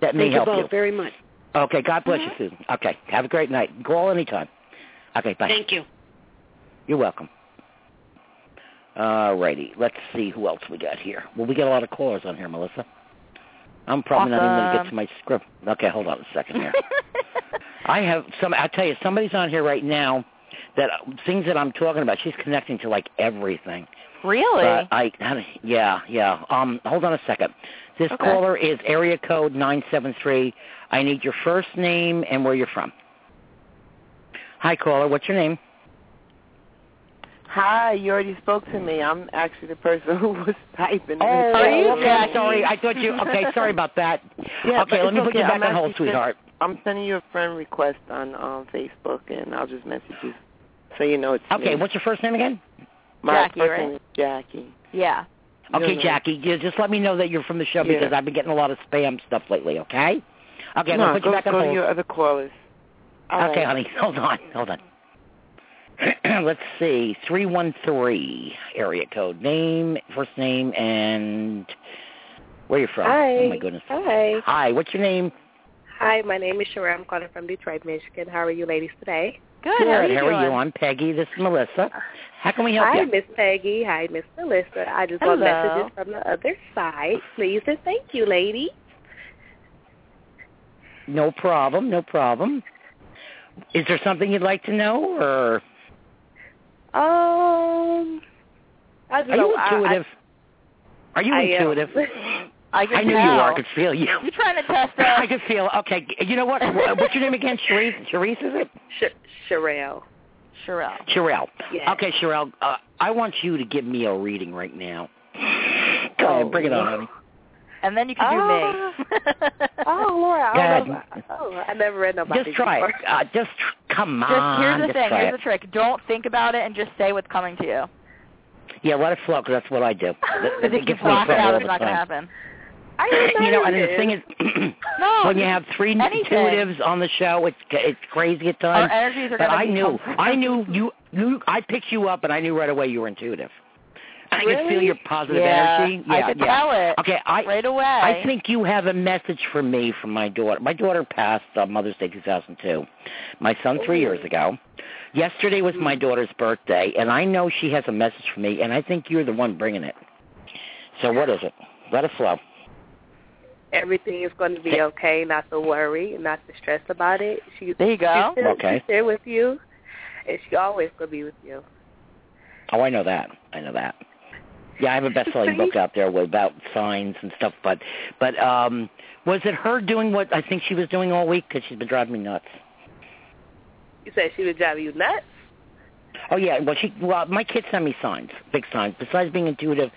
Speaker 2: that may
Speaker 6: Thank you
Speaker 2: help
Speaker 6: both
Speaker 2: you.
Speaker 6: very much.
Speaker 2: Okay, God bless you, Susan. Okay, have a great night. Call anytime. Okay, bye.
Speaker 6: Thank you.
Speaker 2: You're welcome. All righty. Let's see who else we got here. Well, we got a lot of callers on here, Melissa. I'm probably not even going to get
Speaker 3: Awesome.
Speaker 2: to my script. Okay, hold on a second here. I have some. I'll tell you, somebody's on here right now that uh, things that I'm talking about. She's connecting to like everything.
Speaker 3: really?
Speaker 2: But I, yeah, yeah. Um, hold on a second. This
Speaker 3: Okay.
Speaker 2: caller is area code nine seven three. I need your first name and where you're from. Hi, caller. What's your name?
Speaker 5: Hi, you already spoke to me. I'm actually the person who was typing.
Speaker 2: Oh,
Speaker 3: Are you
Speaker 2: okay.
Speaker 3: kidding?
Speaker 2: Sorry, I thought you. Okay, sorry about that.
Speaker 5: Yeah,
Speaker 2: okay,
Speaker 5: but
Speaker 2: let me
Speaker 5: it's
Speaker 2: put you
Speaker 5: okay. I'm
Speaker 2: back on hold,
Speaker 5: actually
Speaker 2: sweetheart.
Speaker 5: I'm sending you a friend request on um, Facebook, and I'll just message you so you know it's me.
Speaker 2: Okay, what's your first name again?
Speaker 5: My
Speaker 3: Jackie,
Speaker 5: first
Speaker 3: right?
Speaker 5: name is Jackie.
Speaker 3: yeah.
Speaker 2: Okay,
Speaker 5: no.
Speaker 2: Jackie, you just let me know that you're from the show
Speaker 5: Yeah.
Speaker 2: because I've been getting a lot of spam stuff lately. Okay. Okay, I'm
Speaker 5: no,
Speaker 2: gonna put
Speaker 5: go,
Speaker 2: you back on
Speaker 5: go
Speaker 2: hold.
Speaker 5: to your other callers. All
Speaker 2: okay,
Speaker 5: right.
Speaker 2: honey, hold on, hold on. Let's see, three one three area code, name, first name, and where you from? Oh
Speaker 7: Hi.
Speaker 2: my goodness.
Speaker 7: Hi.
Speaker 2: Hi, what's your name?
Speaker 7: Hi, my name is Sheree. I'm calling from Detroit, Michigan. How are you ladies today?
Speaker 3: Good. How are you
Speaker 2: How are you?
Speaker 3: doing?
Speaker 2: I'm Peggy. This is Melissa. How can we help
Speaker 7: Hi,
Speaker 2: you?
Speaker 7: Miss Peggy. Hi, Miss Melissa. I just want
Speaker 3: Hello.
Speaker 7: messages from the other side, please, and thank you, ladies.
Speaker 2: No problem, no problem. Is there something you'd like to know, or
Speaker 7: Um, I just
Speaker 2: are you
Speaker 7: know, I-
Speaker 2: intuitive? are you
Speaker 7: I, uh, I am.
Speaker 2: intuitive?
Speaker 3: I can
Speaker 2: knew
Speaker 3: tell.
Speaker 2: you are. I could feel you.
Speaker 3: You're trying to test us.
Speaker 2: I could feel. Okay, you know what? What's your name again? Sharice. Sharice is it?
Speaker 7: Sh- Sherelle.
Speaker 3: Sherelle.
Speaker 2: Sherelle.
Speaker 7: Yes.
Speaker 2: Okay, Sherelle, uh, I want you to give me a reading right now.
Speaker 7: Oh,
Speaker 2: Go ahead, bring it on, honey.
Speaker 3: And then you can do me.
Speaker 7: Oh, Laura, I don't know.
Speaker 2: Go
Speaker 7: if I- Oh, I never read nobody.
Speaker 2: Just try it.
Speaker 7: before.
Speaker 2: Uh, just tr- come
Speaker 3: Just
Speaker 2: on.
Speaker 3: here's the
Speaker 2: just
Speaker 3: thing.
Speaker 2: try
Speaker 3: Here's
Speaker 2: it.
Speaker 3: the trick. Don't think about it and just say what's coming to you.
Speaker 2: Yeah, let it flow 'cause that's what I do.
Speaker 3: Because if you
Speaker 2: gets me in
Speaker 3: block it
Speaker 2: trouble
Speaker 3: out,
Speaker 2: all
Speaker 3: it's
Speaker 2: the
Speaker 3: not going to
Speaker 2: time.
Speaker 3: happen.
Speaker 7: I didn't know
Speaker 2: you know,
Speaker 7: you
Speaker 2: and the
Speaker 7: did.
Speaker 2: thing is,
Speaker 3: No.
Speaker 2: when you have three
Speaker 3: anything.
Speaker 2: intuitives on the show, it's it's crazy at
Speaker 3: Our
Speaker 2: times.
Speaker 3: energies are going
Speaker 2: But
Speaker 3: to
Speaker 2: I knew, I knew you, you. I picked you up, and I knew right away you were intuitive. I could feel
Speaker 7: Really?
Speaker 2: your positive
Speaker 3: Yeah,
Speaker 2: energy. Yeah,
Speaker 3: I could
Speaker 2: yeah.
Speaker 3: tell it
Speaker 2: Okay, I
Speaker 3: right away.
Speaker 2: I think you have a message for me from my daughter. My daughter passed on Mother's Day 2002. My son three years ago. Yesterday was
Speaker 3: Mm.
Speaker 2: my daughter's birthday, and I know she has a message for me, and I think you're the one bringing it. So what is it? Let it flow.
Speaker 7: Everything is going to be okay. Not to worry. Not to stress about it. She,
Speaker 3: There you go.
Speaker 7: she's,
Speaker 2: Okay.
Speaker 7: she's there with you, and she always going to be with you.
Speaker 2: Oh, I know that. I know that. Yeah, I have a best-selling
Speaker 7: See?
Speaker 2: book out there with about signs and stuff. But, but um, was it her doing what I think she was doing all week? Because she's been driving me nuts.
Speaker 7: You said she would drive you nuts.
Speaker 2: Oh yeah, well she well my kids send me signs, big signs. Besides being intuitive,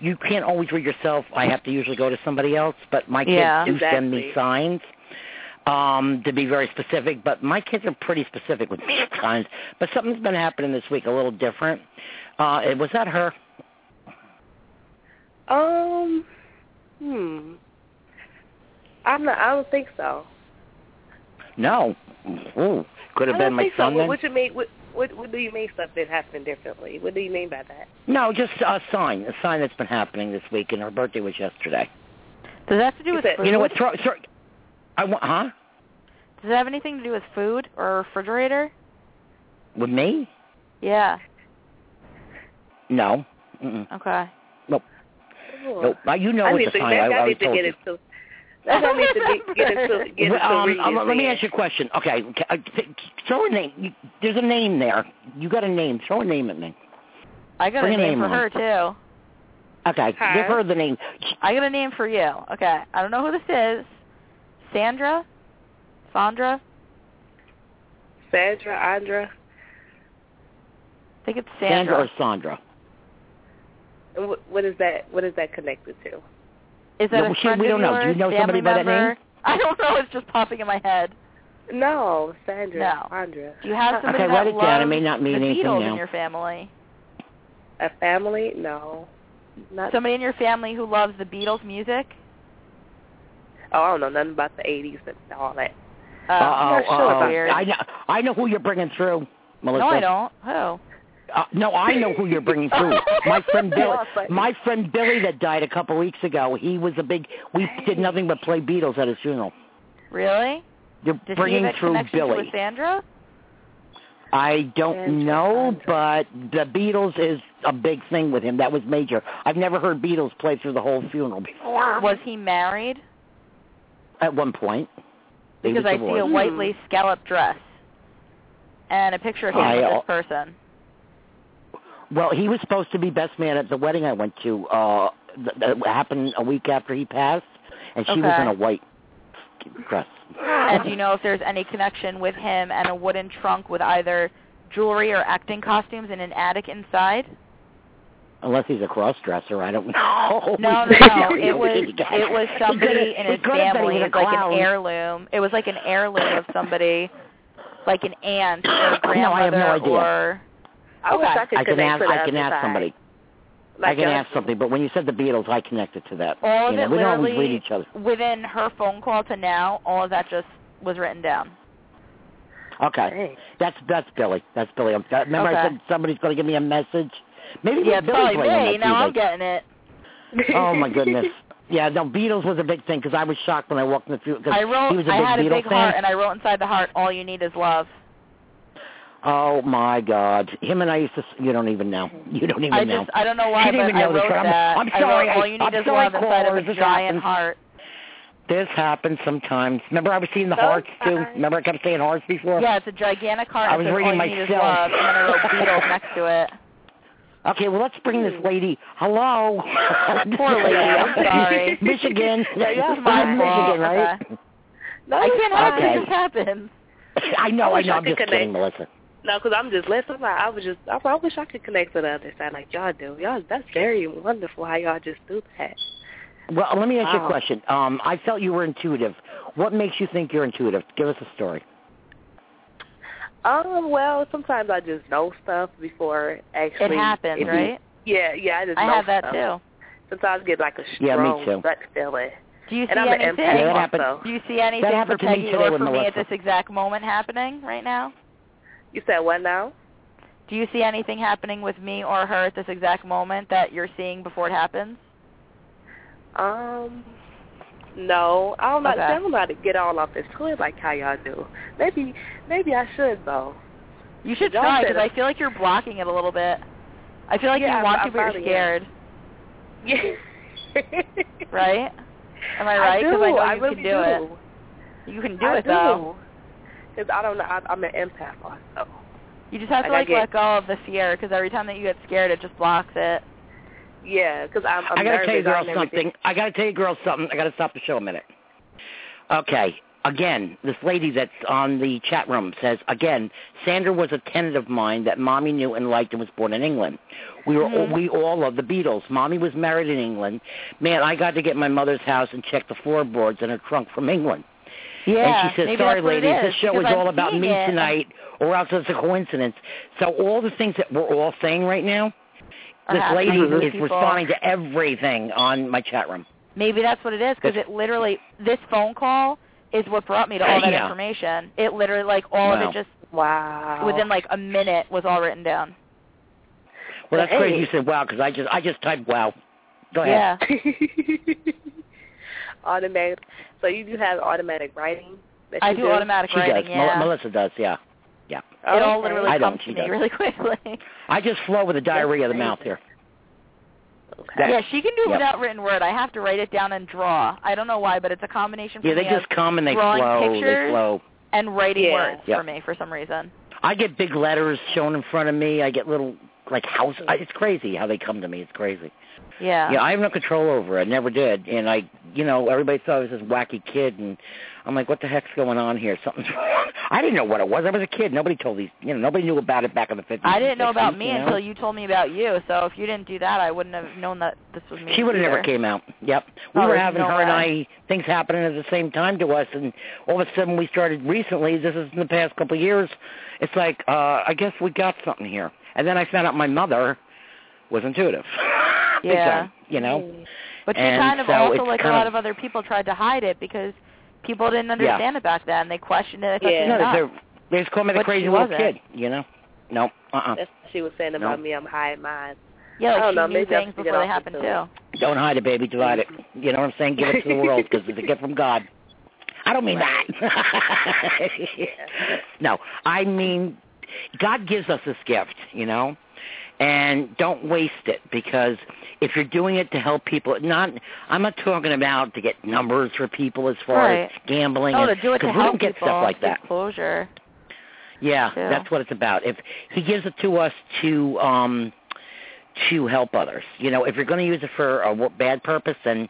Speaker 2: you can't always read yourself. I have to usually go to somebody else, but my kids
Speaker 3: Yeah.
Speaker 2: do send me
Speaker 7: Exactly.
Speaker 2: signs. Um, to be very specific, but my kids are pretty specific with signs. But something's been happening this week a little different. Uh it- was that her?
Speaker 7: Um, hmm. I'm not. I don't think so.
Speaker 2: No. Ooh. Could have
Speaker 7: I
Speaker 2: been
Speaker 7: don't
Speaker 2: my
Speaker 7: think
Speaker 2: son
Speaker 7: so. What,
Speaker 2: then.
Speaker 7: what you mean? What, what What do you mean something happened differently? What do you mean by that?
Speaker 2: No, just a sign. A sign that's been happening this week and her birthday was yesterday.
Speaker 3: Does that have to do
Speaker 7: You
Speaker 3: with
Speaker 7: said-
Speaker 3: food?
Speaker 2: You know what? Throw, throw I want huh?
Speaker 3: Does it have anything to do with food or refrigerator?
Speaker 2: With me?
Speaker 3: Yeah.
Speaker 2: No. Mm-mm.
Speaker 3: Okay.
Speaker 7: Ooh.
Speaker 2: Nope. Uh, You know
Speaker 7: Oh. I
Speaker 2: what
Speaker 7: need
Speaker 2: the
Speaker 7: to.
Speaker 2: sign. I,
Speaker 7: I,
Speaker 2: I
Speaker 7: need
Speaker 2: was
Speaker 7: to
Speaker 2: told
Speaker 7: get
Speaker 2: you.
Speaker 7: into. That's what I need to be, get into. Get into
Speaker 2: Well, um,
Speaker 7: reading.
Speaker 2: um, let me
Speaker 7: then.
Speaker 2: ask you a question. Okay, okay, uh, th- throw a name. You, there's a name there. You got a name. Throw a name at me.
Speaker 3: I got
Speaker 2: Bring
Speaker 3: a
Speaker 2: a
Speaker 3: name
Speaker 2: name
Speaker 3: for her
Speaker 2: on.
Speaker 3: too.
Speaker 2: Okay,
Speaker 7: Hi.
Speaker 2: give her the name.
Speaker 3: I got a name for you. Okay. I don't know who this is. Sandra? Sandra?
Speaker 7: Sandra, Andra.
Speaker 3: I think it's
Speaker 2: Sandra
Speaker 3: Sandra.
Speaker 2: or Sandra.
Speaker 7: And What, what is that? What is that connected to?
Speaker 3: Is that
Speaker 2: Yeah,
Speaker 3: a
Speaker 2: well, she-
Speaker 3: friend
Speaker 2: we
Speaker 3: of
Speaker 2: don't know. Do you
Speaker 3: yours?
Speaker 2: know
Speaker 3: Family
Speaker 2: somebody by that
Speaker 3: member?
Speaker 2: name?
Speaker 3: I don't know. It's just popping in my head.
Speaker 7: No, Sandra.
Speaker 3: No.
Speaker 7: Sandra.
Speaker 3: Do you have somebody
Speaker 2: Okay, write
Speaker 3: that
Speaker 2: it down. It
Speaker 3: loves
Speaker 2: may not mean
Speaker 3: the
Speaker 2: anything
Speaker 3: Beatles
Speaker 2: now.
Speaker 3: in your family?
Speaker 7: A family? No. Not.
Speaker 3: Somebody in your family who loves the Beatles music?
Speaker 7: oh, I don't know nothing about the '80s and all that.
Speaker 3: Uh,
Speaker 2: Uh-oh,
Speaker 7: not sure
Speaker 2: uh-oh.
Speaker 7: about
Speaker 3: Weird.
Speaker 2: I know, I know who you're bringing through, Melissa.
Speaker 3: no, I don't. Who?
Speaker 2: Uh, no, I know who you're bringing through. My friend Billy,
Speaker 7: Yeah, but-
Speaker 2: my friend Billy that died a couple weeks ago. He was a big. We did nothing but play Beatles at his funeral.
Speaker 3: Really?
Speaker 2: You're
Speaker 3: Does she
Speaker 2: bringing
Speaker 3: have a
Speaker 2: through
Speaker 3: connection
Speaker 2: Billy.
Speaker 3: with Sandra?
Speaker 2: I don't know, but the Beatles is a big thing with him. That was major. I've never heard Beatles play through the whole funeral before.
Speaker 3: Was he married?
Speaker 2: At one point, They
Speaker 3: Because
Speaker 2: was
Speaker 3: I see a
Speaker 2: divorced.
Speaker 3: white lace scallop dress and a picture of him
Speaker 2: I
Speaker 3: with
Speaker 2: al-
Speaker 3: this person.
Speaker 2: Well, he was supposed to be best man at the wedding I went to. Uh, th- that happened a week after he passed, and she was
Speaker 3: Okay.
Speaker 2: in a white dress.
Speaker 3: And do you know if there's any connection with him and a wooden trunk with either jewelry or acting costumes in an attic inside?
Speaker 2: Unless he's a cross dresser, I don't know.
Speaker 3: No, no, no. It was it was somebody in
Speaker 2: He
Speaker 3: his
Speaker 2: could've said he
Speaker 3: family.
Speaker 2: was a
Speaker 3: It was like
Speaker 2: clown.
Speaker 3: an heirloom. It was like an heirloom of somebody, like an aunt or a
Speaker 2: No, I have
Speaker 3: grandmother
Speaker 2: no idea.
Speaker 3: or.
Speaker 7: I wish I could
Speaker 2: I can ask.
Speaker 7: connect to the
Speaker 2: I can
Speaker 7: other
Speaker 2: ask
Speaker 7: side.
Speaker 2: somebody.
Speaker 7: Like
Speaker 2: I can
Speaker 7: us-
Speaker 2: ask something. But when you said the Beatles, I connected to that.
Speaker 3: All of
Speaker 2: you know,
Speaker 3: it
Speaker 2: we don't always read
Speaker 3: literally-
Speaker 2: each other.
Speaker 3: Within her phone call to now, all of that just was written down.
Speaker 2: Okay,
Speaker 7: Hey.
Speaker 2: that's that's Billy. That's Billy. I'm, remember, I
Speaker 3: Okay.
Speaker 2: said somebody's going to give me a message. Maybe it
Speaker 3: yeah,
Speaker 2: was Billy
Speaker 3: probably
Speaker 2: playing
Speaker 3: me.
Speaker 2: that
Speaker 3: Now I'm
Speaker 2: music.
Speaker 3: getting it.
Speaker 2: Oh my goodness. Yeah, no, Beatles was a big thing because I was shocked when I walked in the field because
Speaker 3: I
Speaker 2: he
Speaker 3: wrote.
Speaker 2: was a
Speaker 3: I
Speaker 2: big
Speaker 3: had
Speaker 2: Beatles
Speaker 3: a big
Speaker 2: fan.
Speaker 3: heart, and I wrote inside the heart, "All you need is love."
Speaker 2: oh my God, him and I used to. You don't even know. You don't even
Speaker 3: I
Speaker 2: know.
Speaker 3: just I don't know why,
Speaker 2: She didn't
Speaker 3: but
Speaker 2: even know
Speaker 3: I
Speaker 2: this,
Speaker 3: wrote
Speaker 2: but I'm-
Speaker 3: that.
Speaker 2: I'm
Speaker 3: I
Speaker 2: sorry,
Speaker 3: wrote,
Speaker 2: I-
Speaker 3: all you need
Speaker 2: I'm
Speaker 3: is
Speaker 2: sorry,
Speaker 3: love inside of
Speaker 2: callers,
Speaker 3: a
Speaker 2: this
Speaker 3: giant
Speaker 2: happens.
Speaker 3: heart. uh
Speaker 2: This happens sometimes. Remember, I was seeing the hearts too.
Speaker 7: Sometimes.
Speaker 2: Remember, I kept saying hearts before.
Speaker 3: Yeah, it's a gigantic heart.
Speaker 2: I
Speaker 3: and it
Speaker 2: was
Speaker 3: says,
Speaker 2: reading
Speaker 3: all you need is
Speaker 2: myself.
Speaker 3: love, and then I wrote Beatles next to it.
Speaker 2: Okay, well, let's bring this lady. Hello.
Speaker 3: Hmm. Poor lady. I'm sorry.
Speaker 2: Michigan.
Speaker 3: Yeah,
Speaker 2: This
Speaker 3: that's
Speaker 2: is
Speaker 3: my fault. Uh-huh.
Speaker 2: Michigan, right?
Speaker 7: No,
Speaker 3: I can't help
Speaker 2: Okay.
Speaker 3: it. It just happens.
Speaker 2: I know.
Speaker 7: I
Speaker 2: I
Speaker 7: wish
Speaker 2: know.
Speaker 7: I
Speaker 2: I'm
Speaker 7: could
Speaker 2: just kidding,
Speaker 7: connect.
Speaker 2: Melissa.
Speaker 7: No, because I'm just listening. I was just, I, I wish I could connect to the other side like y'all do. Y'all, that's very wonderful how y'all just do that.
Speaker 2: Well, let me ask you a
Speaker 7: Wow.
Speaker 2: question. Um, I felt you were intuitive. What makes you think you're intuitive? Give us a story.
Speaker 7: Um, well, sometimes I just know stuff before
Speaker 3: It
Speaker 7: actually.
Speaker 3: happens,
Speaker 7: it be-
Speaker 3: right?
Speaker 7: Yeah, yeah, I just
Speaker 3: I
Speaker 7: know
Speaker 3: have that
Speaker 7: stuff.
Speaker 3: too.
Speaker 7: Sometimes I get like a
Speaker 2: Yeah, me
Speaker 7: strong
Speaker 2: too.
Speaker 7: gut feeling,
Speaker 3: Do you see
Speaker 7: and I'm an
Speaker 3: anything?
Speaker 2: Yeah, Oh. that
Speaker 7: empath
Speaker 2: happened.
Speaker 7: also.
Speaker 3: Do you see anything for
Speaker 2: happened to me
Speaker 3: Peggy
Speaker 2: today
Speaker 3: or
Speaker 2: with
Speaker 3: for me at
Speaker 2: Melissa.
Speaker 3: this exact moment happening right now?
Speaker 7: You said what now?
Speaker 3: Do you see anything happening with me or her at this exact moment that you're seeing before it happens?
Speaker 7: Um, no, I don't know.
Speaker 3: Okay.
Speaker 7: I don't know how to get all off this hood like how y'all do. Maybe, maybe I should though.
Speaker 3: You should
Speaker 7: Y'all
Speaker 3: try
Speaker 7: said
Speaker 3: because I
Speaker 7: it.
Speaker 3: feel like you're blocking it a little bit. I feel like
Speaker 7: Yeah,
Speaker 3: you
Speaker 7: I-
Speaker 3: want
Speaker 7: I
Speaker 3: to, but
Speaker 7: probably
Speaker 3: you're
Speaker 7: am.
Speaker 3: scared,
Speaker 7: Yeah.
Speaker 3: right? Am I
Speaker 7: I
Speaker 3: right?
Speaker 7: do.
Speaker 3: Because I know you
Speaker 7: really
Speaker 3: can do,
Speaker 7: do.
Speaker 3: it. You can do
Speaker 7: I
Speaker 3: it though.
Speaker 7: Because I don't know. I, I'm an empath also.
Speaker 3: You just have to
Speaker 7: Like,
Speaker 3: like
Speaker 7: I
Speaker 3: let go of the fear because every time that you get scared, it just blocks it.
Speaker 7: Yeah, because I'm, I'm
Speaker 2: I gotta
Speaker 7: nervous
Speaker 2: tell you girls
Speaker 7: and everything.
Speaker 2: something. I gotta tell you girls something. I gotta stop the show a minute. Okay. Again, this lady that's on the chat room says, again, Sandra was a tenant of mine that mommy knew and liked and was born in England. We were all,
Speaker 3: Mhm.
Speaker 2: we all love the Beatles. Mommy was married in England. Man, I got to get my mother's house and check the floorboards in her trunk from England.
Speaker 3: Yeah,
Speaker 2: and she says,
Speaker 3: maybe
Speaker 2: sorry
Speaker 3: that's what it
Speaker 2: ladies, this
Speaker 3: is,
Speaker 2: show
Speaker 3: because
Speaker 2: is
Speaker 3: I'm
Speaker 2: all about
Speaker 3: seeing
Speaker 2: me
Speaker 3: it.
Speaker 2: tonight or else it's a coincidence. So all the things that we're all saying right now,
Speaker 3: Are
Speaker 2: this
Speaker 3: happening
Speaker 2: lady
Speaker 3: to
Speaker 2: is
Speaker 3: people.
Speaker 2: responding to everything on my chat room.
Speaker 3: Maybe that's what it is because
Speaker 2: That's-
Speaker 3: it literally this phone call is what brought me to all that
Speaker 2: Yeah.
Speaker 3: information. It literally like all of
Speaker 2: Wow.
Speaker 3: it just
Speaker 7: Wow.
Speaker 3: within like a minute was all written down.
Speaker 2: Well, that's
Speaker 7: Hey.
Speaker 2: crazy. You said wow because I just I just typed wow. Go ahead.
Speaker 3: Yeah.
Speaker 7: automatic. So you do have automatic writing. That
Speaker 3: I
Speaker 7: you
Speaker 3: do automatic
Speaker 2: she
Speaker 3: writing,
Speaker 2: does. Mel-
Speaker 3: yeah.
Speaker 2: Melissa does. Yeah.
Speaker 3: It all
Speaker 7: Okay.
Speaker 3: literally
Speaker 2: I don't,
Speaker 3: comes
Speaker 2: she
Speaker 3: to me
Speaker 2: does.
Speaker 3: really quickly.
Speaker 2: I just flow with the diarrhea of the
Speaker 7: crazy.
Speaker 2: mouth here.
Speaker 7: Okay.
Speaker 2: That-
Speaker 3: Yeah, she can do it
Speaker 2: Yep.
Speaker 3: without written word. I have to write it down and draw. I don't know why, but it's a combination for
Speaker 2: Yeah, they
Speaker 3: me
Speaker 2: just
Speaker 3: of
Speaker 2: come and they
Speaker 3: drawing
Speaker 2: flow. They
Speaker 3: pictures.
Speaker 2: flow.
Speaker 3: and writing
Speaker 7: Yeah.
Speaker 3: words
Speaker 2: Yep.
Speaker 3: for me for some reason.
Speaker 2: I get big letters shown in front of me. I get little like house. I, it's crazy how they come to me. It's crazy.
Speaker 3: Yeah.
Speaker 2: Yeah, I have no control over. it. I never did, and I you know, everybody thought I was this wacky kid, and I'm like, what the heck's going on here? Something's wrong. I didn't know what it was. I was a kid. Nobody told these, you know, nobody knew about it back in the 50s.
Speaker 3: I didn't
Speaker 2: and
Speaker 3: know
Speaker 2: 60s,
Speaker 3: about me
Speaker 2: you know?
Speaker 3: until you told me about you. So if you didn't do that, I wouldn't have known that this was me.
Speaker 2: She would have never
Speaker 3: either.
Speaker 2: came out. Yep. We
Speaker 3: Oh,
Speaker 2: were
Speaker 3: there's
Speaker 2: having
Speaker 3: no
Speaker 2: her and
Speaker 3: way.
Speaker 2: I things happening at the same time to us and all of a sudden we started recently, this is in the past couple of years, it's like, uh, I guess we got something here. And then I found out my mother was intuitive. Big
Speaker 3: Yeah.
Speaker 2: time, you know?
Speaker 3: Mm. But she
Speaker 2: And
Speaker 3: kind of
Speaker 2: so
Speaker 3: also,
Speaker 2: it's
Speaker 3: like
Speaker 2: kind
Speaker 3: a lot
Speaker 2: of-
Speaker 3: of other people, tried to hide it because people didn't understand it back then. They questioned it. They thought
Speaker 7: Yeah.
Speaker 3: she
Speaker 2: No,
Speaker 3: was nuts.
Speaker 2: they're- they just call me the
Speaker 3: But she
Speaker 2: crazy little
Speaker 3: wasn't.
Speaker 2: kid, you know? No. Uh uh-uh.
Speaker 7: That's what she was saying about me. I'm high in mine.
Speaker 3: Yeah, like
Speaker 7: I don't
Speaker 3: she
Speaker 7: know,
Speaker 3: knew
Speaker 7: maybe I'll
Speaker 3: things
Speaker 7: speak it
Speaker 3: before they
Speaker 7: off
Speaker 3: happened
Speaker 7: until-
Speaker 3: too.
Speaker 2: Don't hide it, baby. Divide it. You know what I'm saying? Give it to the world because it's a gift from God. I don't mean that. no, I mean God gives us this gift, you know, and don't waste it because if you're doing it to help people, not I'm not talking about to get numbers for people as far
Speaker 3: Right.
Speaker 2: as gambling
Speaker 3: Oh,
Speaker 2: and
Speaker 3: to do it to
Speaker 2: because
Speaker 3: help
Speaker 2: we don't get
Speaker 3: people.
Speaker 2: stuff like
Speaker 3: give
Speaker 2: that.
Speaker 3: Closure.
Speaker 2: Yeah,
Speaker 3: too.
Speaker 2: that's what it's about. If he gives it to us to um to help others, you know, if you're going to use it for a w- bad purpose, then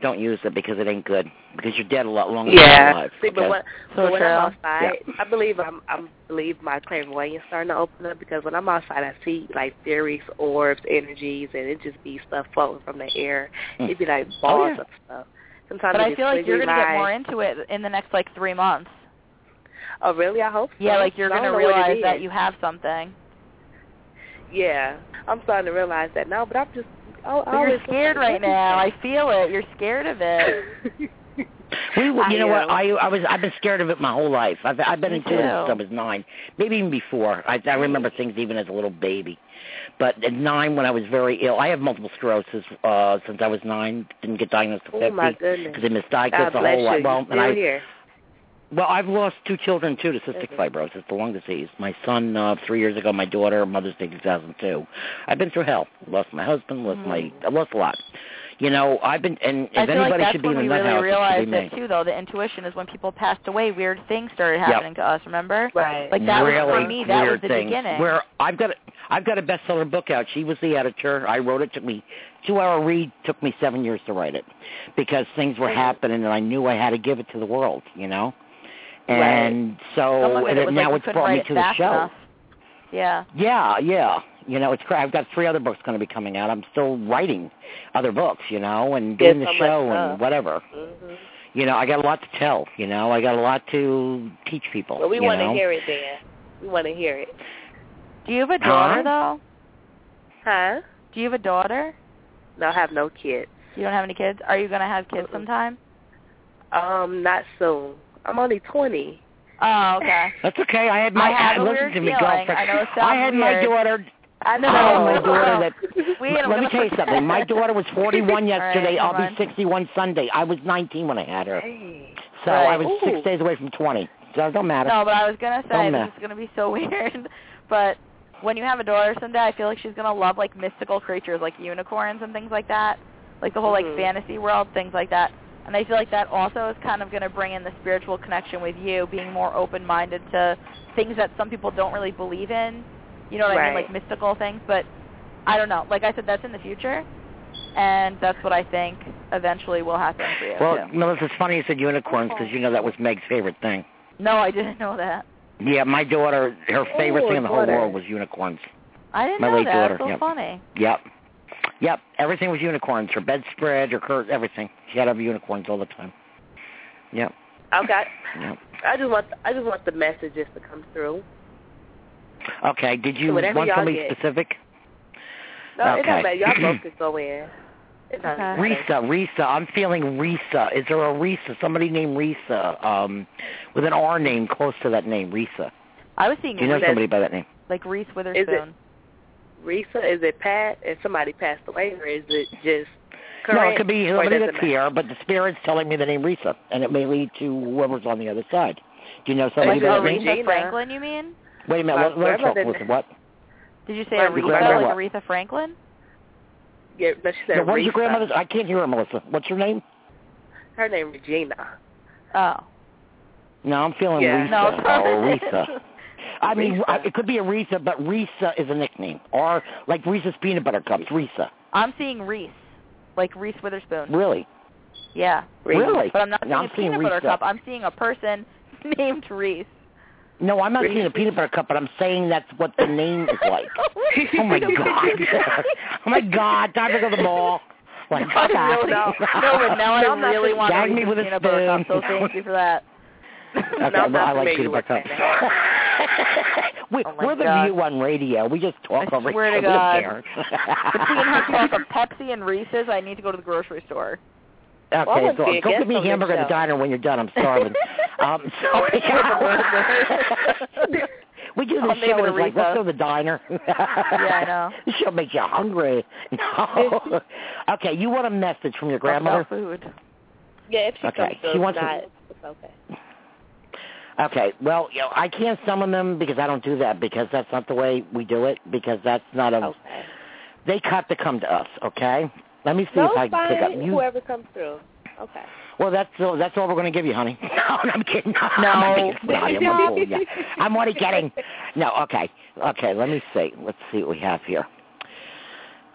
Speaker 2: don't use it because it ain't good. Because you're dead a lot longer than you're alive.
Speaker 7: See, but
Speaker 2: okay?
Speaker 7: when,
Speaker 3: So
Speaker 7: but when I'm
Speaker 3: true.
Speaker 7: outside, I believe I'm I believe my clairvoyance starting to open up because when I'm outside, I see like theories, orbs, energies, and it just be stuff floating from the air.
Speaker 2: Mm.
Speaker 7: It'd be like balls
Speaker 2: yeah.
Speaker 7: of stuff. Sometimes
Speaker 3: But
Speaker 7: it
Speaker 3: I
Speaker 7: be
Speaker 3: feel like you're
Speaker 7: squiggly
Speaker 3: gonna get
Speaker 7: lines.
Speaker 3: more into it in the next like three months.
Speaker 7: Oh, really? I hope. So.
Speaker 3: Yeah, like you're
Speaker 7: I don't
Speaker 3: gonna
Speaker 7: know what it
Speaker 3: realize
Speaker 7: is.
Speaker 3: that you have something.
Speaker 7: Yeah, I'm starting to realize that now, but I'm just. Oh,
Speaker 3: But
Speaker 7: I always
Speaker 3: you're scared right now. I feel it. You're scared of it.
Speaker 2: we, were- you
Speaker 7: I uh,
Speaker 2: know what?
Speaker 7: am.
Speaker 2: I I was I've been scared of it my whole life. I've I've been
Speaker 3: Me
Speaker 2: into it since
Speaker 3: too.
Speaker 2: I was nine, maybe even before. I I remember things even as a little baby, but at nine when I was very ill. I have multiple sclerosis uh since I was nine. Didn't get diagnosed at
Speaker 7: Oh my
Speaker 2: fifty
Speaker 7: goodness.
Speaker 2: because they misdiagnosed
Speaker 7: God
Speaker 2: the
Speaker 7: bless
Speaker 2: whole
Speaker 7: you.
Speaker 2: lot. Well,
Speaker 7: You're
Speaker 2: and I
Speaker 7: still here.
Speaker 2: Well, I've lost two children too to cystic fibrosis, the lung disease. My son uh, three years ago, my daughter, Mother's Day 2002. I've been through hell. Lost my husband. Lost my. I lost a lot. You know, I've been. And if
Speaker 3: Hmm. I feel
Speaker 2: anybody
Speaker 3: like that's
Speaker 2: should be
Speaker 3: when
Speaker 2: in
Speaker 3: we
Speaker 2: that
Speaker 3: really
Speaker 2: house, it
Speaker 3: realized
Speaker 2: should be me.
Speaker 3: it too, though. The intuition is when people passed away, weird things started happening to us. Remember?
Speaker 7: Right.
Speaker 3: Like that
Speaker 2: really
Speaker 3: was for me. That was
Speaker 2: weird
Speaker 3: the
Speaker 2: things,
Speaker 3: beginning.
Speaker 2: Where I've got a, I've got a bestseller book out. She was the editor. I wrote it. Took me two hour read. Took me seven years to write it because things were happening, and I knew I had to give it to the world. You know. And so
Speaker 3: Some of it,
Speaker 2: Oh, and
Speaker 3: it was
Speaker 2: now
Speaker 3: like you
Speaker 2: it's
Speaker 3: couldn't
Speaker 2: brought
Speaker 3: write
Speaker 2: me
Speaker 3: it
Speaker 2: to the
Speaker 3: fast
Speaker 2: show.
Speaker 3: enough. Yeah.
Speaker 2: Yeah, yeah. You know, it's cra I've got three other books going to be coming out. I'm still writing other books, you know, and
Speaker 7: There's
Speaker 2: doing the
Speaker 7: so much
Speaker 2: show
Speaker 7: stuff.
Speaker 2: and whatever.
Speaker 7: Mhm.
Speaker 2: You know, I got a lot to tell. You know, I got a lot to teach people.
Speaker 7: Well, we
Speaker 2: you
Speaker 7: want to
Speaker 2: know?
Speaker 7: hear it, Dan. We want to hear it.
Speaker 3: Do you have a
Speaker 2: Huh?
Speaker 3: daughter though?
Speaker 7: Huh?
Speaker 3: Do you have a daughter?
Speaker 7: No, I have no kids.
Speaker 3: You don't have any kids? Are you gonna have
Speaker 2: Uh,
Speaker 3: kids
Speaker 7: Mm-mm.
Speaker 3: sometime?
Speaker 7: Um, not soon. I'm only 20.
Speaker 3: Oh, okay.
Speaker 2: That's okay. I had my
Speaker 3: I have a
Speaker 2: listen
Speaker 3: weird
Speaker 2: to me,
Speaker 3: feeling.
Speaker 2: girlfriend.
Speaker 3: I know it
Speaker 2: I had
Speaker 3: sounds
Speaker 2: my
Speaker 3: weird.
Speaker 2: daughter.
Speaker 7: I know.
Speaker 2: I had my daughter that.
Speaker 3: We
Speaker 2: Let
Speaker 3: I'm
Speaker 2: me
Speaker 3: gonna
Speaker 2: tell you
Speaker 3: put-
Speaker 2: something. My daughter was 41 yesterday.
Speaker 3: All right,
Speaker 2: I'll
Speaker 3: never
Speaker 2: be
Speaker 3: mind.
Speaker 2: 61 Sunday. I was 19 when I had her,
Speaker 7: Hey.
Speaker 2: so I
Speaker 3: Right. Oh,
Speaker 2: was six
Speaker 7: Ooh.
Speaker 2: days away from 20. So it don't matter.
Speaker 3: No, but I was gonna say this
Speaker 2: Don't mess.
Speaker 3: is gonna be so weird. But when you have a daughter someday, I feel like she's gonna love like mystical creatures, like unicorns and things like that, like the whole
Speaker 7: Mhm.
Speaker 3: like
Speaker 2: Mm-hmm.
Speaker 3: fantasy world, things like that. And I feel like that also is kind of gonna bring in the spiritual connection with you, being more open-minded to things that some people don't really believe in. You know what I mean,
Speaker 7: Right.
Speaker 3: like mystical things. But I don't know. Like I said, that's in the future, and that's what I think eventually will happen for you.
Speaker 2: Well,
Speaker 3: too.
Speaker 2: Melissa, it's funny you said unicorns because you know that was Meg's favorite thing.
Speaker 3: no, I didn't know that.
Speaker 2: Yeah, my daughter, her favorite
Speaker 7: Oh,
Speaker 2: thing in the
Speaker 7: daughter.
Speaker 2: whole world was unicorns.
Speaker 3: I didn't
Speaker 2: My
Speaker 3: know
Speaker 2: late
Speaker 3: that.
Speaker 2: daughter,
Speaker 3: That's so
Speaker 2: yep.
Speaker 3: funny.
Speaker 2: Yep. Yep, everything was unicorns. Her bedspread, her curtains, everything. She had to have unicorns all the time. Yep,
Speaker 7: Okay.
Speaker 2: yep.
Speaker 7: I just want I just want the messages to come through.
Speaker 2: Okay, did you
Speaker 7: Whatever
Speaker 2: want
Speaker 7: y'all
Speaker 2: somebody
Speaker 7: get.
Speaker 2: specific?
Speaker 7: No, it
Speaker 2: Okay.
Speaker 7: don't matter. Y'all both could go in. It doesn't matter.
Speaker 2: Risa, Risa, I'm feeling Risa. Is there a Risa? Somebody named Risa, um, with an R name close to that name, Risa.
Speaker 3: I was seeing
Speaker 2: Do you know
Speaker 3: Reese,
Speaker 2: somebody by that name?
Speaker 3: like Reese Witherspoon.
Speaker 7: Risa, is it Pat? Is somebody passed away, or is it just
Speaker 2: No, it
Speaker 7: current,
Speaker 2: could be
Speaker 7: or
Speaker 2: somebody
Speaker 7: does it
Speaker 2: that's here, but the spirit's telling me the name Risa, and it may lead to whoever's on the other side. Do you know somebody
Speaker 7: Like
Speaker 2: by that
Speaker 7: Aretha
Speaker 2: name?
Speaker 3: Aretha
Speaker 7: Regina.
Speaker 3: Franklin, you mean?
Speaker 2: Wait a minute,
Speaker 7: My
Speaker 2: let, let's talk
Speaker 7: grandmother-
Speaker 2: with what?
Speaker 3: Did you say
Speaker 7: Like
Speaker 3: Aretha,
Speaker 2: grandma
Speaker 3: like
Speaker 2: what?
Speaker 3: Aretha Franklin?
Speaker 7: Yeah, no, she said
Speaker 2: Yeah, what is
Speaker 7: Risa.
Speaker 2: your grandmother's? I can't hear her, Melissa. What's her name?
Speaker 7: Her name Regina.
Speaker 3: Oh,
Speaker 2: No, I'm feeling
Speaker 7: Yeah.
Speaker 2: Risa.
Speaker 3: no,
Speaker 2: Oh, Risa. I mean,
Speaker 7: Risa.
Speaker 2: I- it could be Aretha, but Risa is a nickname, or like Reese's peanut butter cups, Risa.
Speaker 3: I'm seeing Reese, like Reese Witherspoon.
Speaker 2: Really?
Speaker 3: Yeah.
Speaker 2: Really?
Speaker 3: But I'm not seeing
Speaker 2: No, I'm
Speaker 3: a
Speaker 2: seeing
Speaker 3: peanut
Speaker 2: Reese
Speaker 3: butter
Speaker 2: up.
Speaker 3: cup. I'm seeing a person named Reese.
Speaker 2: No, I'm not seeing a peanut butter cup, but I'm saying that's what the name is like. Oh my god! oh my god! Time to go to the mall. Like,
Speaker 3: I really, Oh, no, but now
Speaker 2: No,
Speaker 3: I
Speaker 2: I'm not
Speaker 3: really
Speaker 2: for-
Speaker 3: want
Speaker 2: Gag
Speaker 3: a
Speaker 2: me
Speaker 3: Reese's
Speaker 2: with a
Speaker 3: peanut butter cup. So
Speaker 2: spoon.
Speaker 3: thank you for that.
Speaker 2: Okay,
Speaker 7: No, I'm
Speaker 2: well,
Speaker 7: not
Speaker 2: I like
Speaker 7: familiar
Speaker 2: peanut butter
Speaker 7: with
Speaker 2: cups. we,
Speaker 3: Oh my
Speaker 2: we're the
Speaker 3: God.
Speaker 2: view on radio. We just talk
Speaker 3: I
Speaker 2: over
Speaker 3: swear to
Speaker 2: each
Speaker 3: God.
Speaker 2: other. We don't
Speaker 3: Between her
Speaker 2: care.
Speaker 3: cup of Pepsi and Reese's, I need to go to the grocery store.
Speaker 7: I
Speaker 2: okay,
Speaker 7: wouldn't
Speaker 2: go
Speaker 7: be
Speaker 2: on.
Speaker 7: a
Speaker 2: Go
Speaker 7: guest
Speaker 2: get me a
Speaker 7: on this
Speaker 2: hamburger at the
Speaker 7: show.
Speaker 2: diner when you're done. I'm starving. um, so we do
Speaker 3: I'll
Speaker 2: the
Speaker 3: name
Speaker 2: show
Speaker 3: it
Speaker 2: and it's like,
Speaker 3: Aretha.
Speaker 2: let's go to the diner.
Speaker 3: I know.
Speaker 2: The show makes you hungry. No. okay, you want a message from your grandmother?
Speaker 3: food.
Speaker 7: Yeah, if she
Speaker 2: Okay.
Speaker 7: comes through,
Speaker 2: She wants to-
Speaker 7: not, it's okay.
Speaker 2: Okay. Well, you know, I can't summon them because I don't do that because that's not the way we do it because that's not a
Speaker 7: Okay.
Speaker 2: they cut to come to us, okay? Let me see
Speaker 7: No,
Speaker 2: if I
Speaker 7: it's
Speaker 2: can pick up
Speaker 7: fine.
Speaker 2: you.
Speaker 7: Whoever comes through. Okay.
Speaker 2: Well, that's all, that's all we're going to give you, honey. No, I'm kidding.
Speaker 3: No.
Speaker 2: I'm, I'm fooling you. I'm only kidding. No, okay, okay. Let me see. Let's see what we have here.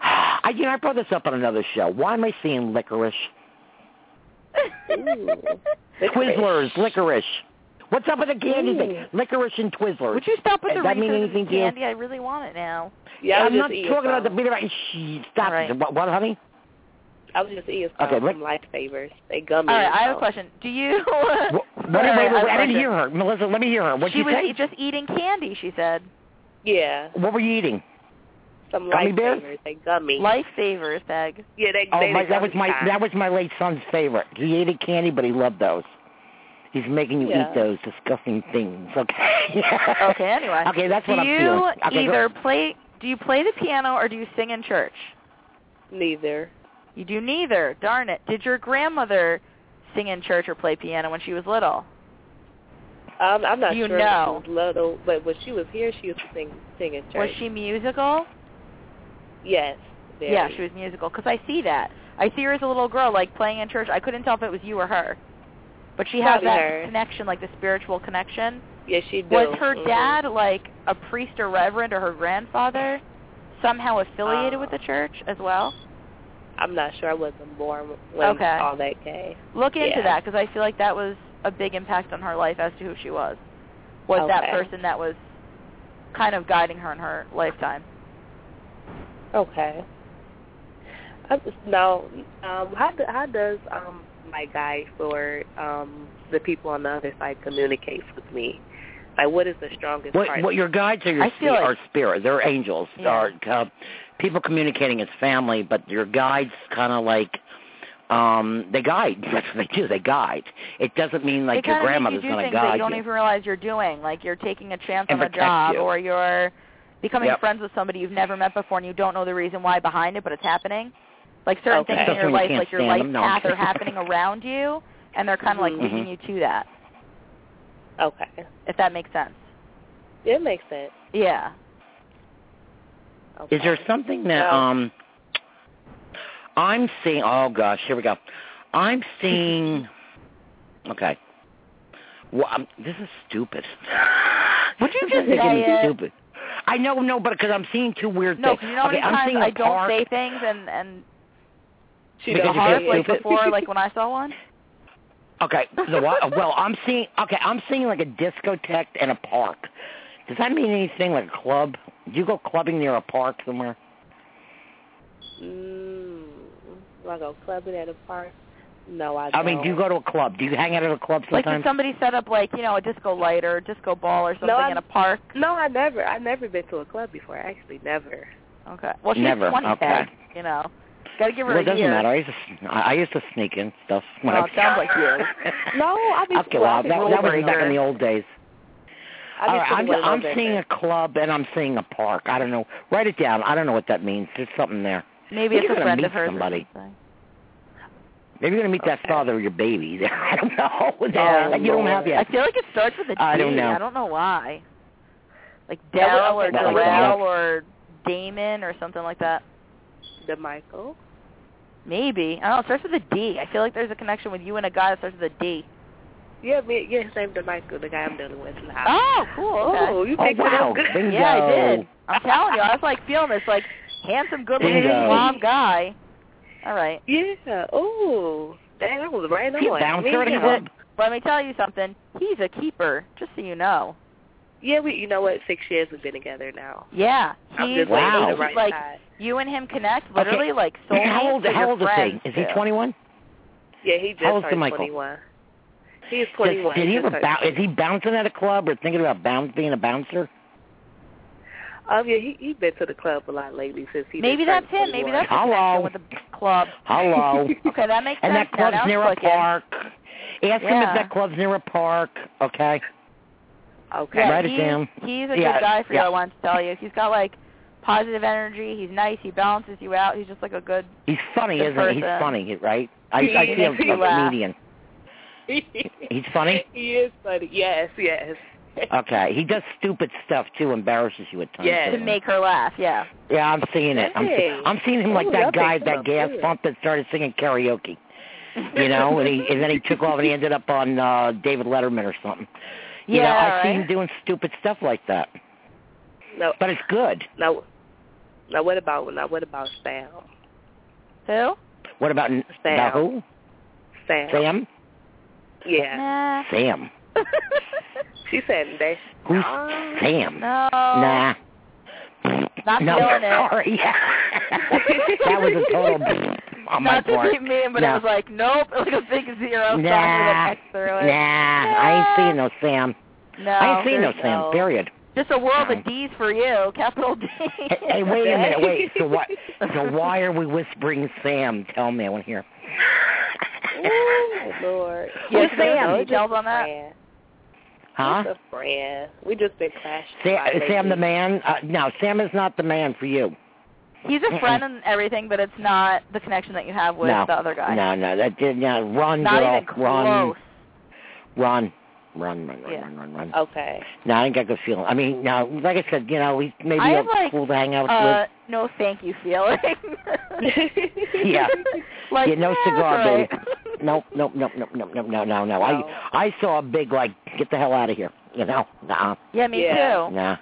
Speaker 2: I, you know, I brought this up on another show. Why am I seeing licorice? Twizzlers, licorice. What's up with the candy thing? Licorice and Twizzlers.
Speaker 3: Would you stop with
Speaker 2: Does
Speaker 3: the
Speaker 2: that mean
Speaker 3: Reese's
Speaker 2: anything to you?
Speaker 3: candy? I really want it now.
Speaker 7: Yeah, I
Speaker 2: I'm
Speaker 7: was just
Speaker 2: not
Speaker 7: eating
Speaker 2: talking about the
Speaker 7: some.
Speaker 2: beat around. Shh, stop.
Speaker 3: All right.
Speaker 2: What, what, honey?
Speaker 7: I was just eating
Speaker 2: Okay,
Speaker 7: some
Speaker 2: let-
Speaker 7: from Lifesavers. They gummy.
Speaker 3: All right, I have
Speaker 2: Oh.
Speaker 3: a question. Do you?
Speaker 2: What, what,
Speaker 3: All
Speaker 2: wait,
Speaker 3: right, I
Speaker 2: wait,
Speaker 3: have
Speaker 2: wait,
Speaker 3: a
Speaker 2: I didn't
Speaker 3: question.
Speaker 2: hear her. Melissa, let me hear her. What'd
Speaker 3: she
Speaker 2: you
Speaker 3: was
Speaker 2: say?
Speaker 3: e- just eating candy. She said,
Speaker 7: Yeah,
Speaker 2: What were you eating?
Speaker 7: some
Speaker 2: Gummy bears?
Speaker 7: Lifesavers. They gummy.
Speaker 3: "Lifesavers, Peg."
Speaker 7: yeah, they.
Speaker 2: Oh
Speaker 7: they
Speaker 2: my!
Speaker 7: the
Speaker 2: That was
Speaker 7: gummy
Speaker 2: my
Speaker 7: kind.
Speaker 2: that was my late son's favorite. He hated candy, but he loved those. He's making you
Speaker 7: Yeah.
Speaker 2: eat those disgusting things. Okay.
Speaker 3: Okay. Anyway.
Speaker 2: Okay, that's
Speaker 3: do
Speaker 2: what I'm
Speaker 3: you
Speaker 2: feeling. Okay, go-
Speaker 3: either play? Do you play the piano or do you sing in church?
Speaker 7: Neither.
Speaker 3: You do neither. Darn it! Did your grandmother sing in church or play piano when she was little?
Speaker 7: Um, I'm not
Speaker 3: You
Speaker 7: sure
Speaker 3: know.
Speaker 7: if she was little, but when she was here, she used to sing, sing in church.
Speaker 3: Was she musical?
Speaker 7: Yes. Very.
Speaker 3: Yeah, she was musical. Because I see that. I see her as a little girl, like playing in church. I couldn't tell if it was you or her, but she has
Speaker 7: Probably
Speaker 3: that
Speaker 7: her.
Speaker 3: connection, like the spiritual connection.
Speaker 7: Yeah, she Mm, did.
Speaker 3: Was her dad like a priest or reverend or her grandfather somehow affiliated
Speaker 7: Uh,
Speaker 3: with the church as well?
Speaker 7: I'm not sure. I wasn't born when
Speaker 3: Okay.
Speaker 7: all that came.
Speaker 3: Look into
Speaker 7: yeah.
Speaker 3: that because I feel like that was a big impact on her life as to who she was. Was that
Speaker 7: Okay.
Speaker 3: person that was kind of guiding her in her lifetime?
Speaker 7: Okay. I just, now, um, how do, how does um my guy for um the people on the other side communicate with me? Like, what is the strongest
Speaker 2: What,
Speaker 7: part?
Speaker 2: what your guides are your
Speaker 3: I feel
Speaker 2: spi-
Speaker 3: like-
Speaker 2: are spirit. They're angels.
Speaker 3: Yeah.
Speaker 2: Are uh, people communicating as family, but your guides kind of like um they guide. That's what they do. They guide. It doesn't mean like
Speaker 3: they
Speaker 2: your
Speaker 3: kinda
Speaker 2: grandmother's
Speaker 3: make you do
Speaker 2: going to
Speaker 3: things that
Speaker 2: guide
Speaker 3: you don't even realize you're doing. Like you're taking a chance
Speaker 2: And
Speaker 3: on a
Speaker 2: protect
Speaker 3: job,
Speaker 2: you.
Speaker 3: or you're becoming
Speaker 2: Yep.
Speaker 3: friends with somebody you've never met before, and you don't know the reason why behind it, but it's happening. Like certain
Speaker 7: Okay.
Speaker 3: things in your
Speaker 2: Especially when you
Speaker 3: life,
Speaker 2: can't
Speaker 3: like your
Speaker 2: stand
Speaker 3: life
Speaker 2: them. No, I'm
Speaker 3: path, are
Speaker 2: kidding. Mm-hmm.
Speaker 3: happening around you, and they're kind of like
Speaker 7: Mhm.
Speaker 3: leading you to that.
Speaker 7: okay,
Speaker 3: If that makes sense.
Speaker 7: it makes sense.
Speaker 3: Yeah.
Speaker 7: Okay.
Speaker 2: Is there something that
Speaker 7: No.
Speaker 2: um I'm seeing? Oh gosh, here we go. I'm seeing. Okay. Well, I'm, this is stupid.
Speaker 3: Would you just
Speaker 2: This is
Speaker 3: say it?
Speaker 2: Stupid. I know, no, but because I'm seeing two weird
Speaker 3: No,
Speaker 2: things.
Speaker 3: 'cause you know how
Speaker 2: okay,
Speaker 3: many
Speaker 2: I'm
Speaker 3: times
Speaker 2: seeing
Speaker 3: I
Speaker 2: a
Speaker 3: don't
Speaker 2: park.
Speaker 3: say things, and and
Speaker 7: She
Speaker 2: Because
Speaker 7: don't
Speaker 3: the
Speaker 2: you feel
Speaker 3: heart
Speaker 7: say
Speaker 3: like
Speaker 7: it.
Speaker 2: stupid?
Speaker 3: before, like when I saw one.
Speaker 2: Okay, the what? well, I'm seeing. Okay, I'm seeing like a discotheque and a park. Does that mean anything like a club? Do you go clubbing near a park somewhere?
Speaker 7: Mm, like a clubbing at a park? No, I don't.
Speaker 2: I mean, do you go to a club? Do you hang out at a club
Speaker 3: Like did
Speaker 2: sometimes?
Speaker 3: somebody set up like you know a disco light or a disco ball or something
Speaker 7: I'm-
Speaker 3: in a park?
Speaker 7: No, I never. I never been to a club before. Actually, never.
Speaker 3: Okay. Well, she's
Speaker 2: Never.
Speaker 3: 20
Speaker 2: Okay.
Speaker 3: tag, you know. Gotta give her
Speaker 2: well,
Speaker 3: a
Speaker 2: it doesn't
Speaker 3: year.
Speaker 2: matter. I used to, sn- I I used to sneak in stuff. When
Speaker 3: Well,
Speaker 2: I was
Speaker 3: it sounds like
Speaker 2: you.
Speaker 7: No, I mean,
Speaker 2: okay,
Speaker 7: well,
Speaker 2: well,
Speaker 7: I
Speaker 2: that,
Speaker 7: be
Speaker 2: that was
Speaker 7: rolling
Speaker 2: back
Speaker 7: over.
Speaker 2: in the old days.
Speaker 7: I be
Speaker 2: All right, I'm,
Speaker 7: putting one
Speaker 2: I'm
Speaker 7: of those
Speaker 2: seeing
Speaker 7: in.
Speaker 2: a club and I'm seeing a park. I don't know. Write it down. I don't know what that means. There's something there.
Speaker 3: Maybe
Speaker 2: You're
Speaker 3: it's a
Speaker 2: gonna
Speaker 3: friend
Speaker 2: meet
Speaker 3: of hers. or
Speaker 2: somebody.
Speaker 3: something.
Speaker 2: Maybe you're gonna meet that
Speaker 7: Okay.
Speaker 2: father of your baby. there. I don't know. That,
Speaker 3: Yeah.
Speaker 2: that you don't have
Speaker 3: I
Speaker 2: yet.
Speaker 3: feel like it starts with a D.
Speaker 2: I don't know.
Speaker 3: I don't know why. Like
Speaker 7: Yeah,
Speaker 3: Daryl
Speaker 7: well,
Speaker 3: or
Speaker 7: okay,
Speaker 2: Not like
Speaker 3: Darrell
Speaker 2: Dallas.
Speaker 3: or Damon or something like that.
Speaker 7: The Michael.
Speaker 3: Maybe. I don't know. It starts with a D. I feel like there's a connection with you and a guy that starts with a D.
Speaker 7: Yeah, me, yeah, his name's DeMichael, the guy I'm dealing with now.
Speaker 3: Oh, cool. Okay.
Speaker 7: Oh, you
Speaker 2: Oh
Speaker 7: picked
Speaker 2: wow,
Speaker 7: it up good.
Speaker 2: bingo.
Speaker 3: Yeah, I did. I'm telling you, I was like feeling this like handsome, good-looking,
Speaker 2: Bingo.
Speaker 3: blonde guy. All right.
Speaker 7: Yeah. Oh, Dang, that was right on.
Speaker 2: You bouncer at
Speaker 7: Yeah.
Speaker 2: him.
Speaker 3: Let me tell you something. He's a keeper, just so you know.
Speaker 7: Yeah, we. You know what? Six years we've been together now.
Speaker 3: Yeah,
Speaker 7: I'm
Speaker 3: he's
Speaker 7: just waiting
Speaker 2: Wow.
Speaker 7: for the right
Speaker 3: like
Speaker 7: time.
Speaker 3: you and him connect literally
Speaker 2: Okay.
Speaker 3: like soulmates.
Speaker 2: How old?
Speaker 3: that
Speaker 2: How
Speaker 3: you're
Speaker 2: old is
Speaker 3: friends
Speaker 2: he? Is he
Speaker 3: to.
Speaker 2: 21?
Speaker 7: Yeah, he just
Speaker 2: How old's
Speaker 7: turned
Speaker 2: the Michael?
Speaker 7: 21. He is
Speaker 2: Does-
Speaker 7: 21.
Speaker 2: did he
Speaker 7: just
Speaker 2: ever
Speaker 7: turned-
Speaker 2: bou- is he bouncing at a club or thinking about bounce, being a bouncer?
Speaker 7: Um, yeah, he he been to the club a lot lately since he.
Speaker 3: Maybe
Speaker 7: just
Speaker 3: that's
Speaker 7: turned
Speaker 3: him. Maybe
Speaker 7: 21.
Speaker 3: that's the
Speaker 2: Hello.
Speaker 3: connection with the club.
Speaker 2: Hello.
Speaker 3: Okay, that makes
Speaker 2: and
Speaker 3: sense.
Speaker 2: that club's
Speaker 3: now. Now
Speaker 2: near a
Speaker 3: it's clicking.
Speaker 2: park. Ask him
Speaker 3: Yeah.
Speaker 2: if that club's near a park. Okay.
Speaker 7: okay.
Speaker 3: Yeah,
Speaker 2: Write it
Speaker 3: he's,
Speaker 2: down.
Speaker 3: He's a
Speaker 2: Yeah,
Speaker 3: good guy for
Speaker 2: yeah.
Speaker 3: you. I want to tell you. He's got like positive energy. He's nice. He balances you out. He's just like a good.
Speaker 2: He's funny,
Speaker 3: Good
Speaker 2: isn't he? He's
Speaker 3: person.
Speaker 2: funny, right? I, I see him
Speaker 3: He
Speaker 2: a
Speaker 3: laugh.
Speaker 2: comedian. He's funny?
Speaker 7: he is funny. Yes, yes.
Speaker 2: Okay. He does stupid stuff too, embarrasses you at times.
Speaker 7: Yeah.
Speaker 2: doesn't
Speaker 3: To
Speaker 2: he?
Speaker 3: make her laugh, yeah.
Speaker 2: Yeah, I'm seeing it. I'm see-
Speaker 7: Hey.
Speaker 2: I'm seeing him like
Speaker 7: Ooh,
Speaker 2: that
Speaker 7: that
Speaker 2: guy,
Speaker 7: makes him
Speaker 2: that
Speaker 7: up
Speaker 2: gas
Speaker 7: good.
Speaker 2: pump that started singing karaoke. You know, and he and then he took off and he ended up on uh David Letterman or something. You know, I
Speaker 3: Yeah,
Speaker 2: see
Speaker 3: right?
Speaker 2: him doing stupid stuff like that.
Speaker 7: No,
Speaker 2: But it's good.
Speaker 7: now, now what about now what about Sam?
Speaker 3: Who?
Speaker 2: What about Sam.
Speaker 7: Sam.
Speaker 2: who?
Speaker 7: Sam.
Speaker 2: Sam?
Speaker 7: Yeah.
Speaker 3: Nah.
Speaker 2: Sam.
Speaker 7: She said that.
Speaker 2: Who's
Speaker 7: Um,
Speaker 2: Sam?
Speaker 3: No.
Speaker 2: Nah.
Speaker 3: Not
Speaker 2: no,
Speaker 3: feeling it.
Speaker 2: sorry. that was a total on my
Speaker 3: Not to
Speaker 2: part.
Speaker 3: be mean, but
Speaker 2: No.
Speaker 3: it was like, nope, like a big zero sign with
Speaker 2: Nah.
Speaker 3: an X through
Speaker 2: Nah,
Speaker 3: it.
Speaker 2: I ain't seeing no Sam.
Speaker 3: No,
Speaker 2: I ain't seeing no
Speaker 3: there's
Speaker 2: Sam, period.
Speaker 3: Just a world of D's for you, capital D.
Speaker 2: Hey, hey, wait a minute, wait. So what? So why are we whispering Sam? Tell me, I want to hear.
Speaker 7: Oh, Lord.
Speaker 2: Who's
Speaker 7: Yes,
Speaker 2: Sam?
Speaker 7: no,
Speaker 3: Any
Speaker 7: just
Speaker 3: details
Speaker 7: a
Speaker 3: on that?
Speaker 7: friend.
Speaker 2: huh?
Speaker 7: Just a friend. We just been clashing.
Speaker 2: Sam,
Speaker 7: a lot
Speaker 2: Sam the
Speaker 7: lately.
Speaker 2: man? Uh, no, Sam is not the man for you.
Speaker 3: He's a friend and everything, but it's not the connection that you have with
Speaker 2: no,
Speaker 3: the other guy.
Speaker 2: No, no, that did not run,
Speaker 3: Not
Speaker 2: girl,
Speaker 3: even close.
Speaker 2: run, run, run, run, run,
Speaker 3: Yeah.
Speaker 2: run, run, run.
Speaker 7: Okay.
Speaker 2: No, I ain't got good feeling. I mean, no, like I said, you know, he's maybe
Speaker 3: I
Speaker 2: a
Speaker 3: have, like,
Speaker 2: cool to hang out
Speaker 3: Uh, no, thank you, feeling.
Speaker 2: with. Yeah.
Speaker 3: like
Speaker 2: Yeah, no
Speaker 3: yeah,
Speaker 2: cigar,
Speaker 3: that's all right.
Speaker 2: Nope, nope, nope, nope, nope, nope, no, no, no.
Speaker 7: No.
Speaker 2: I I saw a big like, get the hell out of here. You know, nah,
Speaker 3: Yeah, me
Speaker 7: Yeah.
Speaker 3: too.
Speaker 2: nah,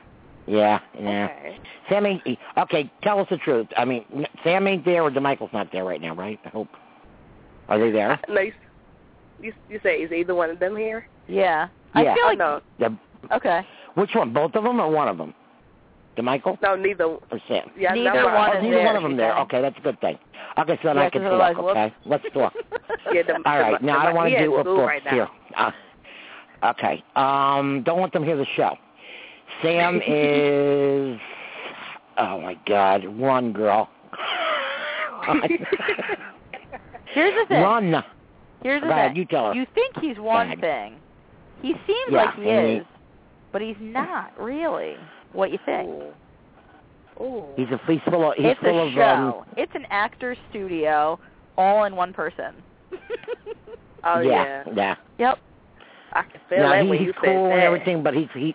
Speaker 2: yeah, yeah.
Speaker 7: Okay.
Speaker 2: Sammy, okay, tell us the truth. I mean, n- Sam ain't there, or DeMichael's not there right now, right? I hope. Are they there?
Speaker 7: No, you, you, you say is either one of them here?
Speaker 3: Yeah.
Speaker 2: Yeah.
Speaker 3: I feel
Speaker 7: Oh,
Speaker 3: like
Speaker 7: no,
Speaker 2: The,
Speaker 3: okay.
Speaker 2: which one? Both of them, or one of them? DeMichael
Speaker 7: no, neither.
Speaker 2: or Sam?
Speaker 7: Yeah,
Speaker 3: Neither
Speaker 7: no,
Speaker 3: one
Speaker 2: oh,
Speaker 3: is
Speaker 2: neither
Speaker 3: there,
Speaker 2: one of them
Speaker 3: she
Speaker 2: there.
Speaker 3: said.
Speaker 2: Okay, that's a good thing. Okay, so then
Speaker 3: Yeah,
Speaker 2: I can
Speaker 3: 'cause
Speaker 2: talk.
Speaker 3: otherwise,
Speaker 2: Okay, let's talk.
Speaker 7: Yeah, the,
Speaker 2: All right.
Speaker 7: the,
Speaker 2: Now I don't want
Speaker 7: he
Speaker 2: to
Speaker 7: at
Speaker 2: do
Speaker 7: school
Speaker 2: books
Speaker 7: right now.
Speaker 2: here. Uh, okay. Um, don't let them hear the show. Sam is. Oh my God! Run, girl.
Speaker 3: Here's the thing.
Speaker 2: Run.
Speaker 3: Here's the
Speaker 2: Go ahead,
Speaker 3: thing.
Speaker 2: you tell her.
Speaker 3: You think he's one
Speaker 2: ahead.
Speaker 3: thing. He seems
Speaker 2: Yeah,
Speaker 3: like he
Speaker 2: and he-
Speaker 3: is, but he's not really what you think.
Speaker 7: Ooh.
Speaker 2: He's a he's full of he's
Speaker 3: it's
Speaker 2: full
Speaker 3: a
Speaker 2: of
Speaker 3: show.
Speaker 2: um
Speaker 3: it's an actor studio, all in one person.
Speaker 7: Oh
Speaker 2: yeah,
Speaker 7: yeah.
Speaker 2: yeah.
Speaker 3: yep.
Speaker 7: I can feel
Speaker 2: No,
Speaker 7: that
Speaker 2: he,
Speaker 7: when
Speaker 2: he's
Speaker 7: you
Speaker 2: cool
Speaker 7: said
Speaker 2: and
Speaker 7: that.
Speaker 2: everything, but he's he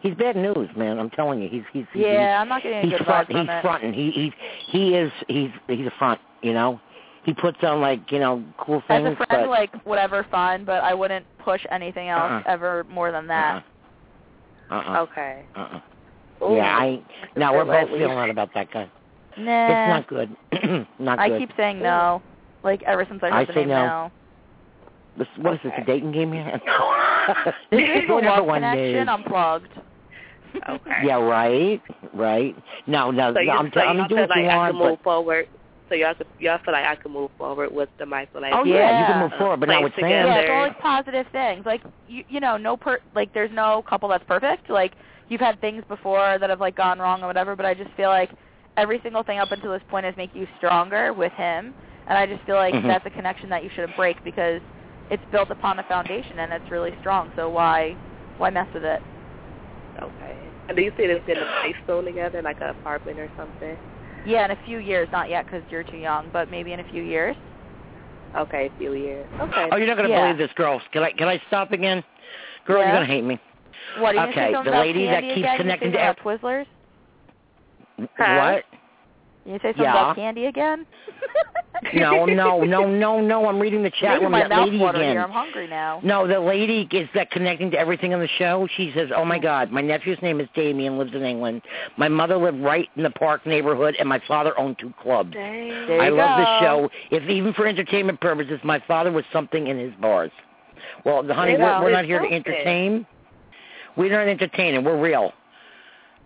Speaker 2: he's bad news, man. I'm telling you, he's he's he's,
Speaker 3: Yeah, I'm not getting any
Speaker 2: he's
Speaker 3: good
Speaker 2: front
Speaker 3: vibes from
Speaker 2: he's
Speaker 3: it.
Speaker 2: fronting. He he's he is he's he's a front. You know, he puts on like you know cool
Speaker 3: As
Speaker 2: things,
Speaker 3: a friend,
Speaker 2: but
Speaker 3: like whatever, fine, but I wouldn't push anything else
Speaker 2: Uh-uh.
Speaker 3: ever more than that.
Speaker 2: uh uh
Speaker 7: Okay.
Speaker 2: uh uh.
Speaker 7: Ooh.
Speaker 2: Yeah, I no, we're
Speaker 7: feel
Speaker 2: both
Speaker 7: that way.
Speaker 2: feeling out about that guy. It's
Speaker 3: Nah,
Speaker 2: not good. not
Speaker 3: Eh. I
Speaker 2: good.
Speaker 3: keep saying no. Like ever since I heard
Speaker 2: I
Speaker 3: the
Speaker 2: say
Speaker 3: name
Speaker 2: no.
Speaker 3: now.
Speaker 2: This, what is this? A dating game here?
Speaker 3: This is a
Speaker 2: Whatever
Speaker 3: love
Speaker 2: one
Speaker 3: connection
Speaker 2: is.
Speaker 3: unplugged.
Speaker 7: Okay.
Speaker 2: Yeah, right, right. No, no, no
Speaker 7: So you
Speaker 2: I'm,
Speaker 7: so
Speaker 2: I mean,
Speaker 7: y'all
Speaker 2: do
Speaker 7: feel
Speaker 2: what
Speaker 7: like
Speaker 2: you
Speaker 7: I
Speaker 2: want,
Speaker 7: can
Speaker 2: but
Speaker 7: move forward. So y'all could, y'all feel like I can move forward with the Michael. Like,
Speaker 2: Oh yeah, you
Speaker 3: Yeah.
Speaker 2: can move forward, but not
Speaker 7: Place
Speaker 2: with
Speaker 7: together.
Speaker 3: Yeah,
Speaker 2: Sam.
Speaker 3: it's always positive things. Like you, you know, no per like there's no couple that's perfect. Like you've had things before that have like gone wrong or whatever, but I just feel like every single thing up until this point has make you stronger with him, and I just feel like
Speaker 2: Mhm.
Speaker 3: that's a connection that you shouldn't break because it's built upon a foundation and it's really strong. So why why mess with it?
Speaker 7: Okay. And do you see them getting a place soon together, like an apartment or something?
Speaker 3: Yeah, in a few years, not yet because you're too young, but maybe in a few years.
Speaker 7: Okay, a few years. Okay.
Speaker 2: Oh, you're not gonna
Speaker 3: Yeah.
Speaker 2: believe this, girl. Can I can I stop again? Girl,
Speaker 3: Yeah.
Speaker 2: you're gonna hate me.
Speaker 3: What do you
Speaker 2: Okay,
Speaker 3: say something
Speaker 2: the
Speaker 3: about
Speaker 2: lady that
Speaker 3: candy
Speaker 2: keeps
Speaker 3: again?
Speaker 2: connecting
Speaker 3: you say
Speaker 2: to
Speaker 3: something about Twizzlers.
Speaker 7: Huh?
Speaker 2: What?
Speaker 3: You say something
Speaker 2: Yeah.
Speaker 3: about candy again?
Speaker 2: No, no, no, no, no. I'm reading the chat
Speaker 3: Making
Speaker 2: room.
Speaker 3: my
Speaker 2: That
Speaker 3: mouth
Speaker 2: lady
Speaker 3: water
Speaker 2: again.
Speaker 3: here. I'm hungry now.
Speaker 2: No, the lady is that connecting to everything on the show. She says, "Oh my God, my nephew's name is Damien, lives in England. My mother lived right in the Park neighborhood, and my father owned two clubs.
Speaker 3: There
Speaker 2: I
Speaker 3: you
Speaker 2: love the
Speaker 3: go.
Speaker 2: show. If even for entertainment purposes, my father was something in his bars. Well, honey,
Speaker 3: you
Speaker 2: we're,
Speaker 3: go.
Speaker 2: we're not here to
Speaker 7: Insulted.
Speaker 2: entertain. We're not entertaining. We're real.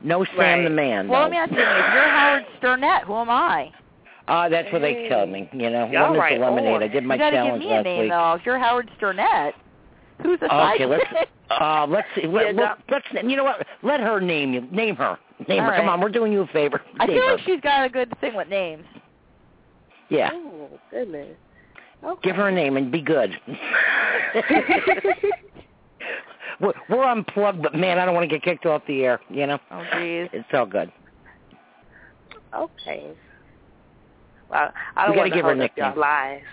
Speaker 2: No Sam
Speaker 7: Right.
Speaker 2: the man.
Speaker 3: Well,
Speaker 2: though.
Speaker 3: let me ask you, if you're Howard Sternett, who am I?
Speaker 2: Ah, that's what they tell me. You know,
Speaker 7: Yeah,
Speaker 2: lemon's
Speaker 7: right.
Speaker 2: a lemonade.
Speaker 7: Oh,
Speaker 2: I did my
Speaker 3: you gotta
Speaker 2: challenge
Speaker 3: give me a
Speaker 2: last
Speaker 3: name
Speaker 2: week.
Speaker 3: though. If you're Howard Sternett, who's a
Speaker 2: Okay,
Speaker 3: sidekick?
Speaker 2: let's uh, let's see. Let,
Speaker 7: Yeah,
Speaker 2: let,
Speaker 7: that-
Speaker 2: let's you know what? Let her name you. Name her. Name
Speaker 3: All
Speaker 2: her. Come
Speaker 3: right.
Speaker 2: on, we're doing you a favor.
Speaker 3: I
Speaker 2: Name
Speaker 3: feel
Speaker 2: her.
Speaker 3: like she's got a good thing with names.
Speaker 2: yeah.
Speaker 7: Oh goodness. Okay.
Speaker 2: Give her a name and be good. we're, we're unplugged, but man, I don't want to get kicked off the air. You know,
Speaker 3: Oh, jeez.
Speaker 2: it's all good.
Speaker 7: Okay. Well, I
Speaker 2: We gotta
Speaker 7: don't want to
Speaker 2: give her a
Speaker 7: hold up y'all
Speaker 2: nickname.
Speaker 7: lives.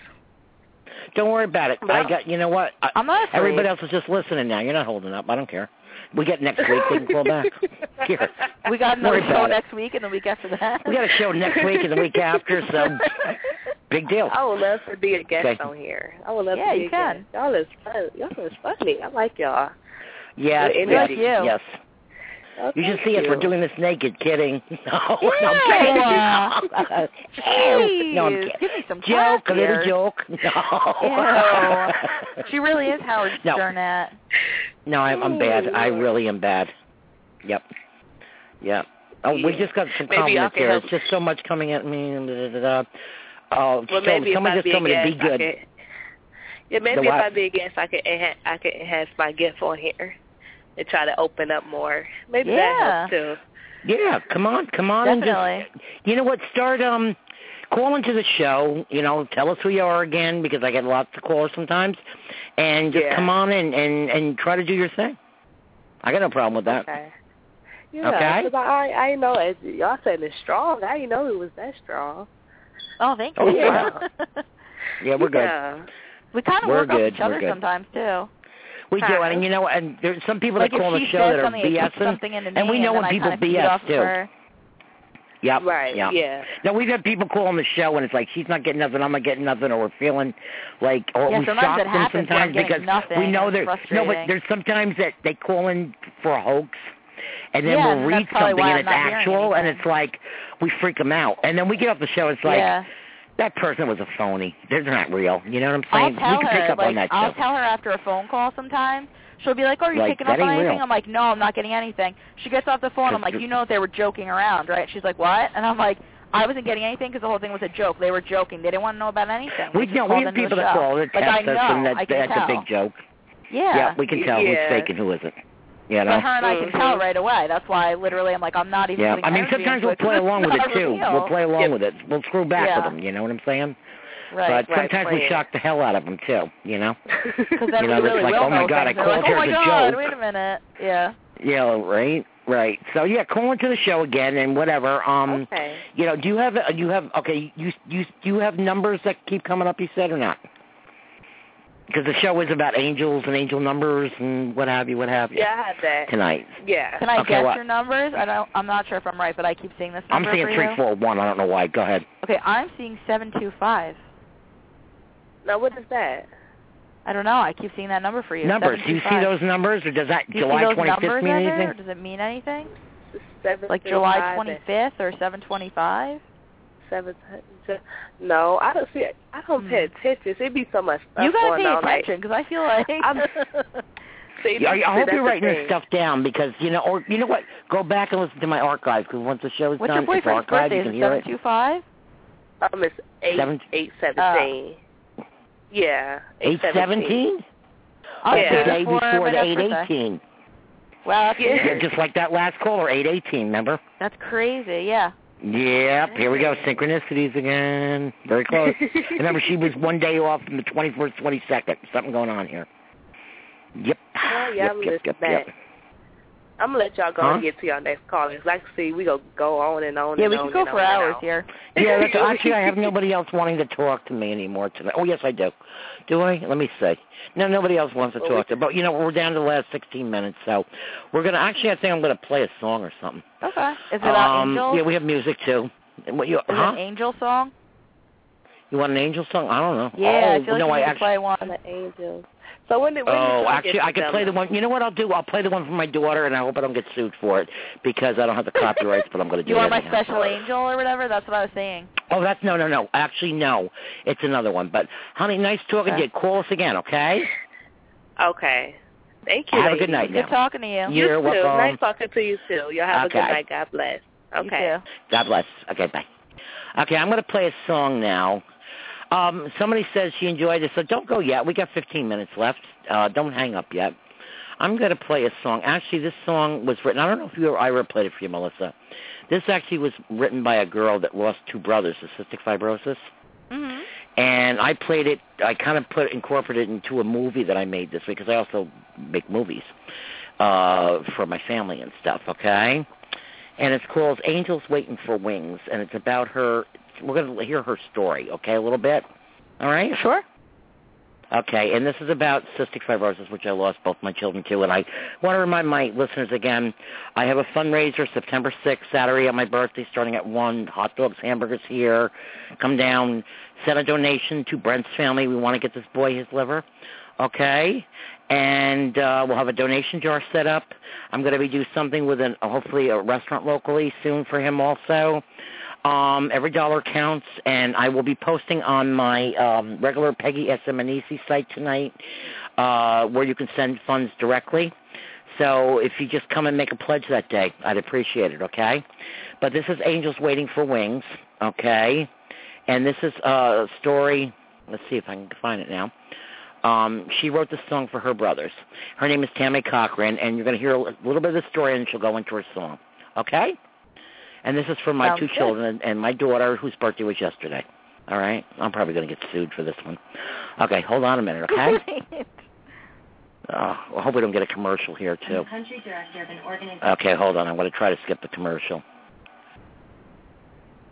Speaker 2: Don't worry about it. I got. You know what? I,
Speaker 3: I'm not afraid.
Speaker 2: everybody else is just listening now. You're not holding up. I don't care. We get next week. They can call back. Here.
Speaker 3: We got another
Speaker 2: Worry
Speaker 3: show
Speaker 2: about it.
Speaker 3: next week and the week after that.
Speaker 2: We got a show next week and the week after, so big deal.
Speaker 3: Oh,
Speaker 7: I would love to be a guest
Speaker 2: Okay.
Speaker 7: on here. I would love
Speaker 3: Yeah,
Speaker 7: to be
Speaker 3: you
Speaker 7: a
Speaker 3: can.
Speaker 7: guest. Y'all is fun. Y'all is funny. I like y'all.
Speaker 2: Yes,
Speaker 7: We're
Speaker 2: yes,
Speaker 3: energy.
Speaker 2: yes.
Speaker 7: Oh,
Speaker 2: You should
Speaker 7: thank
Speaker 2: see us.
Speaker 7: you.
Speaker 2: We're doing this naked. Kidding. No, no, I'm
Speaker 3: Ew.
Speaker 2: kidding.
Speaker 3: Jeez.
Speaker 2: No, I'm kidding.
Speaker 3: Give me some class
Speaker 2: Joke, a little
Speaker 3: here.
Speaker 2: joke. No.
Speaker 3: Ew. She really is Howard
Speaker 2: No.
Speaker 3: Sternett.
Speaker 2: no, I'm, I'm bad. I really am bad. Yep. Yep. Oh, we just got some
Speaker 7: Maybe I
Speaker 2: compliments
Speaker 7: can
Speaker 2: here.
Speaker 7: help.
Speaker 2: It's just so much coming at me. and da, da, da, da. Oh,
Speaker 7: Well,
Speaker 2: so-
Speaker 7: maybe
Speaker 2: somebody
Speaker 7: if I
Speaker 2: just
Speaker 7: be
Speaker 2: told
Speaker 7: a
Speaker 2: me to
Speaker 7: guest,
Speaker 2: be good.
Speaker 7: I could, yeah,
Speaker 2: The
Speaker 7: maybe if I
Speaker 2: what?
Speaker 7: be a guest, I could enhance, I could enhance my gift on here and try to open up more. Maybe
Speaker 3: Yeah.
Speaker 7: that helps too.
Speaker 2: Yeah, come on, come on, and
Speaker 3: Definitely.
Speaker 2: just you know what? Start um calling to the show. You know, tell us who you are again because I get lots of calls sometimes, and just
Speaker 7: Yeah.
Speaker 2: come on and and and try to do your thing. I got no problem with that.
Speaker 7: Okay. Yeah,
Speaker 2: Okay.
Speaker 7: 'cause I I didn't know it, y'all said it's strong. I didn't know it was that strong.
Speaker 3: Oh, thank you.
Speaker 2: Oh, yeah. Yeah, we're good.
Speaker 7: Yeah.
Speaker 3: we kind of
Speaker 2: We're
Speaker 3: work off
Speaker 2: good,
Speaker 3: each other
Speaker 2: we're good.
Speaker 3: sometimes too.
Speaker 2: We do,
Speaker 7: Huh.
Speaker 2: and you know, and there's some people
Speaker 3: like
Speaker 2: that call
Speaker 3: if
Speaker 2: the
Speaker 3: she
Speaker 2: show
Speaker 3: says
Speaker 2: that are
Speaker 3: something, it kicks
Speaker 2: BSing.
Speaker 3: something into
Speaker 2: and
Speaker 3: me,
Speaker 2: we know
Speaker 3: and then
Speaker 2: when
Speaker 3: I
Speaker 2: people
Speaker 3: kinda feed
Speaker 2: BS
Speaker 3: off of
Speaker 2: too.
Speaker 3: her.
Speaker 2: Yep.
Speaker 7: Right.
Speaker 2: Yep.
Speaker 7: Yeah.
Speaker 2: Now we've had people call on the show and it's like she's not getting nothing, I'm not getting nothing, or we're feeling like or
Speaker 3: Yeah,
Speaker 2: we
Speaker 3: sometimes
Speaker 2: shock
Speaker 3: it
Speaker 2: them
Speaker 3: happens, yeah, I'm
Speaker 2: sometimes
Speaker 3: getting
Speaker 2: because
Speaker 3: nothing.
Speaker 2: we know
Speaker 3: It's
Speaker 2: there's no, but
Speaker 3: frustrating.
Speaker 2: there's sometimes that they call in for a hoax, and then
Speaker 3: Yeah,
Speaker 2: we'll
Speaker 3: and
Speaker 2: read
Speaker 3: that's probably
Speaker 2: something
Speaker 3: why
Speaker 2: and
Speaker 3: I'm
Speaker 2: it's
Speaker 3: not hearing
Speaker 2: actual, and
Speaker 3: anything.
Speaker 2: it's like we freak them out, and then we get off the show, it's like
Speaker 3: yeah.
Speaker 2: that person was a phony, they're not real, you know what I'm
Speaker 3: I'll
Speaker 2: saying?
Speaker 3: tell
Speaker 2: we can
Speaker 3: her
Speaker 2: pick up
Speaker 3: like
Speaker 2: on that
Speaker 3: I'll
Speaker 2: too.
Speaker 3: tell her after a phone call sometimes. She'll be like, "Oh, are you
Speaker 2: Like,
Speaker 3: picking
Speaker 2: that
Speaker 3: up on
Speaker 2: ain't
Speaker 3: anything?"
Speaker 2: real.
Speaker 3: I'm like, "No, I'm not getting anything." She gets off the phone. I'm like, "You know they were joking around, right?" She's like, "What?" And I'm like, "I wasn't getting anything because the whole thing was a joke. They were joking. They didn't want to know about anything." They
Speaker 2: we
Speaker 3: just
Speaker 2: know
Speaker 3: called
Speaker 2: we have
Speaker 3: into the
Speaker 2: people that
Speaker 3: show.
Speaker 2: call
Speaker 3: like,
Speaker 2: that
Speaker 3: I
Speaker 2: text
Speaker 3: know.
Speaker 2: us, and that,
Speaker 3: I can
Speaker 2: that's
Speaker 3: tell.
Speaker 2: a big joke.
Speaker 3: Yeah.
Speaker 2: we can tell
Speaker 7: Yeah.
Speaker 2: who's fake and who isn't. You know.
Speaker 3: But her and I can tell right away. That's why literally I'm like, I'm not even.
Speaker 2: Yeah,
Speaker 3: putting
Speaker 2: I mean
Speaker 3: energy
Speaker 2: sometimes
Speaker 3: into
Speaker 2: we'll
Speaker 3: it 'cause
Speaker 2: play
Speaker 3: it's
Speaker 2: along with it
Speaker 3: not
Speaker 2: too.
Speaker 3: real.
Speaker 2: We'll play along
Speaker 7: Yep.
Speaker 2: with it. We'll screw back
Speaker 3: Yeah.
Speaker 2: with them. You know what I'm saying?
Speaker 3: Right.
Speaker 2: but
Speaker 7: right,
Speaker 2: sometimes
Speaker 7: play
Speaker 2: we
Speaker 7: it.
Speaker 2: shock the hell out of them too. You know?
Speaker 3: Because then
Speaker 2: you know,
Speaker 3: we
Speaker 2: it's
Speaker 3: really
Speaker 2: like,
Speaker 3: will
Speaker 2: oh my
Speaker 3: know
Speaker 2: God,
Speaker 3: things.
Speaker 2: I
Speaker 3: We're like,
Speaker 2: called her
Speaker 3: oh my
Speaker 2: as a
Speaker 3: God,
Speaker 2: joke.
Speaker 3: wait a minute. Yeah.
Speaker 2: Yeah. Right. Right. So yeah, call into the show again and whatever. Um,
Speaker 7: Okay.
Speaker 2: you know, do you have you have okay? You you do you have numbers that keep coming up? You said or not? Because the show is about angels and angel numbers and what have you, what have you.
Speaker 7: Yeah, I had that.
Speaker 2: Tonight.
Speaker 7: Yeah.
Speaker 3: Can I
Speaker 2: Okay,
Speaker 3: guess
Speaker 2: what?
Speaker 3: your numbers? I don't. I'm not sure if I'm right, but I keep seeing this
Speaker 2: I'm
Speaker 3: number
Speaker 2: seeing
Speaker 3: for
Speaker 2: three,
Speaker 3: you.
Speaker 2: four, one. I don't know why. Go ahead.
Speaker 3: Okay, I'm seeing seven two five.
Speaker 7: Now what is that?
Speaker 3: I don't know. I keep seeing that number for you.
Speaker 2: Numbers. Do you see
Speaker 3: 725.
Speaker 2: those numbers, or does that
Speaker 3: Do you
Speaker 2: July
Speaker 3: see those
Speaker 2: 25th
Speaker 3: numbers
Speaker 2: mean
Speaker 3: ever,
Speaker 2: anything?
Speaker 3: Or does it mean anything?
Speaker 7: Seven
Speaker 3: Like
Speaker 7: three
Speaker 3: July
Speaker 7: five and
Speaker 3: 25th or 725?
Speaker 7: Seven. hundred- No, I don't see. I don't pay
Speaker 3: Hmm.
Speaker 7: attention. It'd be so much stuff
Speaker 3: You gotta
Speaker 7: going
Speaker 3: pay
Speaker 7: on. Like,
Speaker 3: attention because I feel like
Speaker 7: I'm- see,
Speaker 2: Yeah, I- I hope
Speaker 7: that's
Speaker 2: you're
Speaker 7: the
Speaker 2: writing
Speaker 7: thing.
Speaker 2: this stuff down because you know, or you know what? Go back and listen to my archive because once the show is
Speaker 3: what's your
Speaker 2: done, it's
Speaker 3: boyfriend's
Speaker 2: archived.
Speaker 3: birthday?
Speaker 2: You
Speaker 3: Is
Speaker 2: can
Speaker 3: it
Speaker 2: hear
Speaker 3: seven
Speaker 2: it.
Speaker 3: two five?
Speaker 7: Um, it's eight
Speaker 2: Seven-
Speaker 7: eight seventeen. yeah,
Speaker 2: Eight seventeen.
Speaker 3: Oh,
Speaker 7: Yeah.
Speaker 2: The
Speaker 3: it's
Speaker 2: day before
Speaker 3: my
Speaker 2: the
Speaker 3: dad's
Speaker 2: eight
Speaker 3: birthday.
Speaker 2: eighteen.
Speaker 3: Wow, that's,
Speaker 7: Yeah.
Speaker 2: Yeah, just like that last caller, eight eighteen. Remember?
Speaker 3: that's crazy. Yeah.
Speaker 2: Yep. Here we go. Synchronicities again. Very close. remember, she was one day off from the twenty first, twenty second. Something going on here. Yep.
Speaker 7: Well, yeah,
Speaker 2: yep,
Speaker 7: I'm
Speaker 2: yep,
Speaker 7: listening
Speaker 2: yep,
Speaker 7: back.
Speaker 2: yep.
Speaker 7: I'm gonna let y'all go
Speaker 2: Huh?
Speaker 7: and get to your next callers. Like, see, we gonna go on and on.
Speaker 3: Yeah,
Speaker 7: and
Speaker 3: we
Speaker 7: on
Speaker 3: could go
Speaker 7: and
Speaker 3: for
Speaker 7: on and
Speaker 3: hours
Speaker 7: on.
Speaker 3: here.
Speaker 2: Yeah, that's, actually, I have nobody else wanting to talk to me anymore tonight. Oh, yes, I do. Do I? Let me see. No, nobody else wants to
Speaker 7: Well,
Speaker 2: talk
Speaker 7: we-
Speaker 2: to. But you know, we're down to the last 16 minutes, so we're gonna. Actually, I think I'm gonna play a song or something.
Speaker 3: Okay. Is it about
Speaker 2: um,
Speaker 3: angels?
Speaker 2: Yeah, we have music too. And What you?
Speaker 3: Is it
Speaker 2: huh?
Speaker 3: an angel song?
Speaker 2: You want an angel song? I don't know. oh,
Speaker 7: Yeah, I feel like
Speaker 2: no,
Speaker 7: you
Speaker 2: I
Speaker 7: need to
Speaker 2: actually.
Speaker 7: play one. On the Angels. So when did when
Speaker 2: oh,
Speaker 7: did you
Speaker 2: actually, I could play the one. You know what I'll do? I'll play the one for my daughter, and I hope I don't get sued for it because I don't have the copyrights. but I'm going to do
Speaker 3: You
Speaker 2: it.
Speaker 3: are my
Speaker 2: anyhow.
Speaker 3: special angel or whatever. That's what I was saying.
Speaker 2: Oh, that's no, no, no. Actually, no. It's another one. But honey, nice talking to you. Call us again, okay?
Speaker 7: Okay. Thank you.
Speaker 2: Have a good
Speaker 7: ladies.
Speaker 2: night now.
Speaker 3: Good talking to you.
Speaker 7: You
Speaker 2: You're
Speaker 7: too.
Speaker 2: welcome.
Speaker 7: Nice talking to you too. Y'all have a
Speaker 2: Okay.
Speaker 7: good night. God bless.
Speaker 3: You
Speaker 7: Okay.
Speaker 3: too.
Speaker 2: God bless. Okay, bye. Okay, I'm going to play a song now. Um, somebody says she enjoyed it, so don't go yet. We got 15 minutes left. Uh, don't hang up yet. I'm going to play a song. Actually, this song was written. I don't know if you or Ira played it for you, Melissa. This actually was written by a girl that lost two brothers to cystic fibrosis,
Speaker 3: Mhm.
Speaker 2: and I played it. I kind of put incorporated it into a movie that I made this week because I also make movies uh, for my family and stuff. Okay and it's called Angels Waiting for Wings, and it's about her. We're going to hear her story, okay, a little bit. All right.
Speaker 3: Sure.
Speaker 2: Okay, and this is about cystic fibrosis, which I lost both my children to. And I want to remind my listeners again, I have a fundraiser September 6th, Saturday on my birthday, starting at 1. Hot dogs, hamburgers here. Come down, send a donation to Brent's family. We want to get this boy his liver. Okay, and uh, we'll have a donation jar set up. I'm going to be do something with an hopefully a restaurant locally soon for him also. Um, every dollar counts, and I will be posting on my um, regular Peggy Esimanisi E site tonight, uh, where you can send funds directly. So if you just come and make a pledge that day, I'd appreciate it. Okay, but this is Angels Waiting for Wings. Okay, and this is a story. Let's see if I can find it now. Um, she wrote this song for her brothers. Her name is Tammy Cochran, and you're going to hear a little bit of the story, and she'll go into her song. Okay? And this is for my
Speaker 3: Sounds
Speaker 2: two
Speaker 3: good.
Speaker 2: children and, and my daughter, whose birthday was yesterday. All right? I'm probably going to get sued for this one. Okay, hold on a minute, okay? uh, I hope we don't get a commercial here, too.
Speaker 8: Country director of an organization.
Speaker 2: Okay, hold on. I'm going to try to skip the commercial.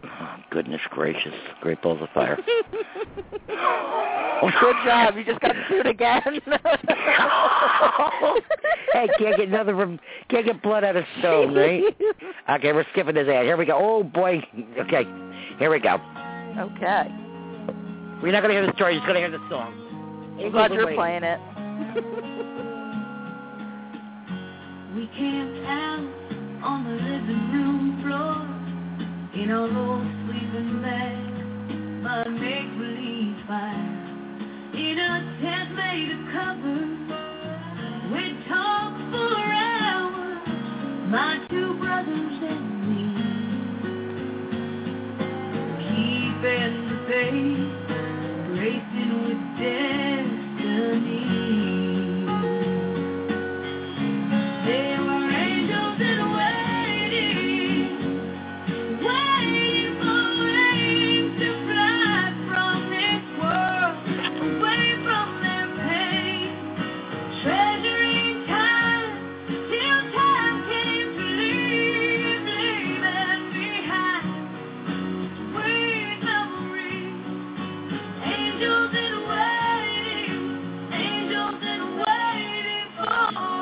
Speaker 2: Oh, goodness gracious. Great balls of fire.
Speaker 3: Good job. You just got sued again.
Speaker 2: hey, can't get another rem- can't get blood out of stone, right? Okay, we're skipping this ad. Here we go. Oh boy. Okay, here we go.
Speaker 3: okay.
Speaker 2: We're not gonna hear the story. You're just gonna hear the song.
Speaker 3: I'm glad you're
Speaker 2: Wait.
Speaker 3: playing it.
Speaker 8: We camped out on the living room floor in our old sleeping bag by a make-believe fire. In a tent made of covers, we talked for hours, my two brothers and me. Keeping the faith, racing with destiny. There were angels in waiting, waiting for wings to fly from this world, away from their pain, treasuring time till time came to leave, leaving behind sweet memories. Angels in waiting, angels in waiting for wings.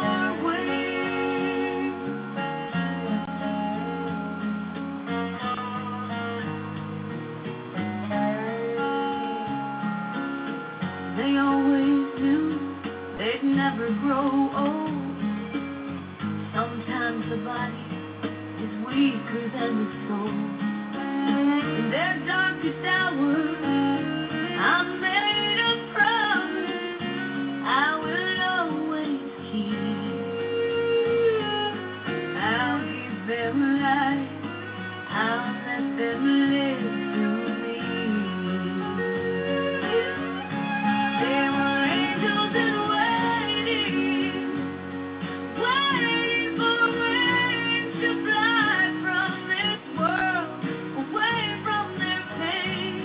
Speaker 8: They always knew they'd never grow old. Sometimes the body is weaker than the soul. In their darkest hours. I made a promise I will always keep. I'll give them life. I'll let them live through me. There were angels in waiting, waiting for wings to fly from this world, away from their pain.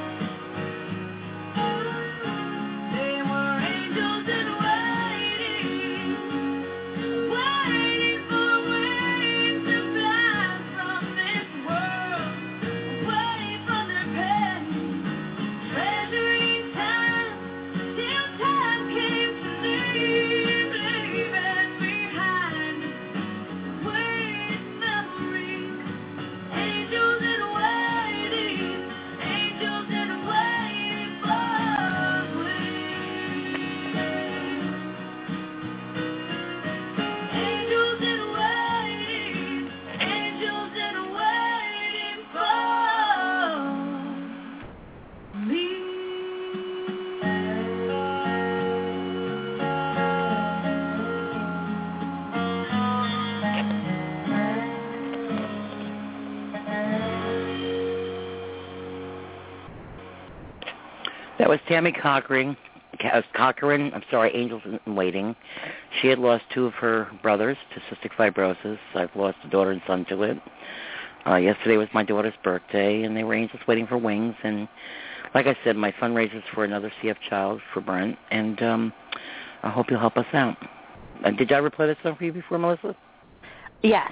Speaker 2: was Tammy Cochran. Ca- uh, Cochran, I'm sorry, Angels in Waiting. She had lost two of her brothers to cystic fibrosis. I've lost a daughter and son to it. Uh, yesterday was my daughter's birthday, and they were angels waiting for wings. And like I said, my fundraiser's for another CF child for Brent, and um, I hope you'll help us out. Uh, did I ever play this song for you before, Melissa?
Speaker 3: Yes.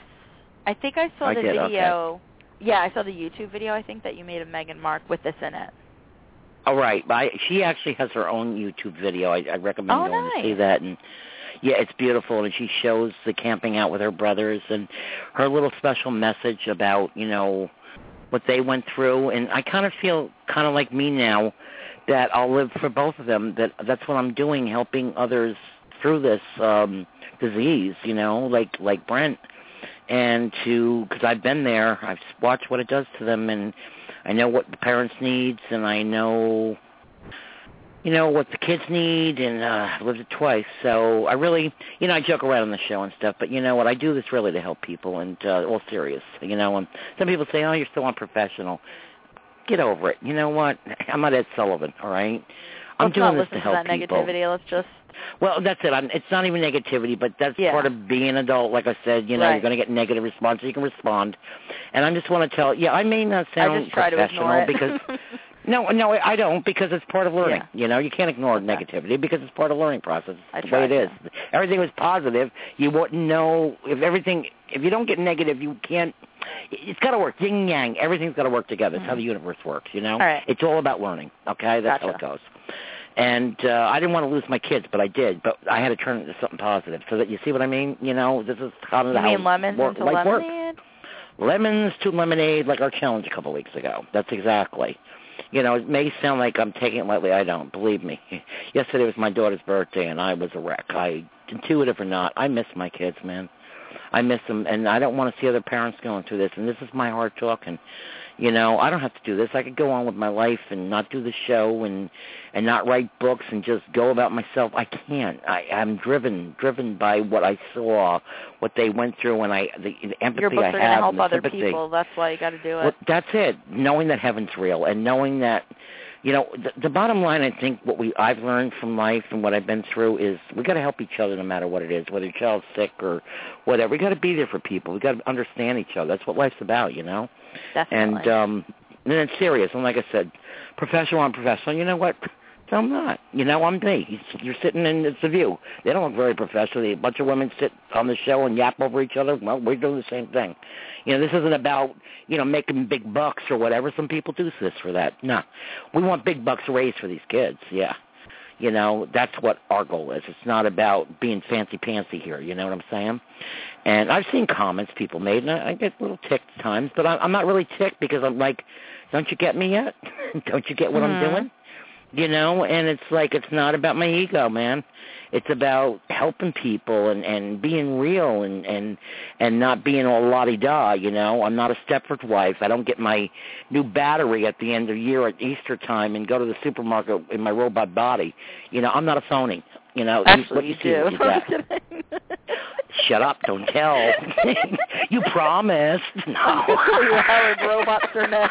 Speaker 3: I think I saw
Speaker 2: I
Speaker 3: the
Speaker 2: did, okay.
Speaker 3: video. Yeah, I saw the YouTube video. I think that you made of Megan Mark with this in it.
Speaker 2: All Oh, right. but I, she actually has her own YouTube video. I, I recommend
Speaker 3: Oh,
Speaker 2: going
Speaker 3: nice.
Speaker 2: to see that. And yeah, it's beautiful. And she shows the camping out with her brothers and her little special message about you know what they went through. And I kind of feel kind of like me now that I'll live for both of them. That that's what I'm doing, helping others through this um disease. You know, like like Brent. And to because I've been there, I've watched what it does to them, and I know what the parents needs, and I know, you know, what the kids need, and uh, I've lived it twice. So I really, you know, I joke around on the show and stuff, but you know what? I do this really to help people, and uh, all serious, you know. And some people say, "Oh, you're so unprofessional." Get over it. You know what? I'm not Ed Sullivan, all right? I'm
Speaker 3: Let's
Speaker 2: doing
Speaker 3: not
Speaker 2: this
Speaker 3: listen
Speaker 2: to help
Speaker 3: that
Speaker 2: people.
Speaker 3: negativity. Let's just
Speaker 2: Well, that's it. I'm, it's not even negativity, but that's
Speaker 3: Yeah.
Speaker 2: part of being an adult. Like I said, you know,
Speaker 3: Right.
Speaker 2: you're going to get negative responses. You can respond, and I just want to tell. Yeah, I may not sound
Speaker 3: I just try to
Speaker 2: professional
Speaker 3: ignore it.
Speaker 2: because no, no, I don't because it's part of learning. You know, you can't ignore
Speaker 3: Okay.
Speaker 2: negativity because it's part of learning process. It's
Speaker 3: I
Speaker 2: the way
Speaker 3: tried
Speaker 2: it is. Everything was positive. You wouldn't know if everything. If you don't get negative, you can't. It's got to work. Yin yang. Everything's got to work together. It's how the universe works. You know.
Speaker 3: All right.
Speaker 2: It's Mm-hmm. all about learning. Okay, that's
Speaker 3: Gotcha.
Speaker 2: how it goes. And uh, I didn't want to lose my kids, but I did. But I had to turn it into something positive. So that you see what I mean? You know, this is kind of
Speaker 3: you
Speaker 2: how
Speaker 3: mean lemons
Speaker 2: work,
Speaker 3: into
Speaker 2: life works
Speaker 3: lemonade?
Speaker 2: lemons to lemonade like our challenge a couple weeks ago. That's exactly. You know, it may sound like I'm taking it lightly. I don't. Believe me. Yesterday was my daughter's birthday, and I was a wreck. I, intuitive or not, I miss my kids, man. I miss them, and I don't want to see other parents going through this. And this is my heart talking. You know, I don't have to do this. I could go on with my life and not do the show and and not write books and just go about myself. I can't. I, I'm driven, driven by what I saw, what they went through, and I the, the empathy
Speaker 3: Your books
Speaker 2: I
Speaker 3: are
Speaker 2: have
Speaker 3: to help
Speaker 2: and the
Speaker 3: other
Speaker 2: sympathy.
Speaker 3: people. That's why you got to do it.
Speaker 2: Well, that's it. Knowing that heaven's real and knowing that, you know, the, the bottom line, I think, what we I've learned from life and what I've been through is we got to help each other no matter what it is, whether your child's sick or whatever. We got to be there for people. We got to understand each other. That's what life's about, you know.
Speaker 3: Definitely.
Speaker 2: And um, and it's serious. And like I said, professional, I'm professional. You know what? I'm not. You know, I'm me. You're sitting in it's the view. They don't look very professional. A bunch of women sit on the show and yap over each other. Well, we're doing the same thing. You know, this isn't about you know making big bucks or whatever. Some people do this for that. No, we want big bucks raised for these kids. Yeah. You know, that's what our goal is. It's not about being fancy pantsy here. You know what I'm saying? And I've seen comments people made, and I, I get a little ticked at times, but I, I'm not really ticked because I'm like, don't you get me yet? don't you get what
Speaker 3: Mhm.
Speaker 2: I'm doing? You know, and it's like it's not about my ego, man. It's about helping people and and being real and and and not being all la da. You know, I'm not a Stepford wife. I don't get my new battery at the end of the year at Easter time and go to the supermarket in my robot body. You know, I'm not a phony. You know, you-
Speaker 3: Actually,
Speaker 2: what you,
Speaker 3: you
Speaker 2: see is
Speaker 3: do.
Speaker 2: what you get. Shut up, don't tell. you promised. No.
Speaker 3: You Howard Robot Burnett.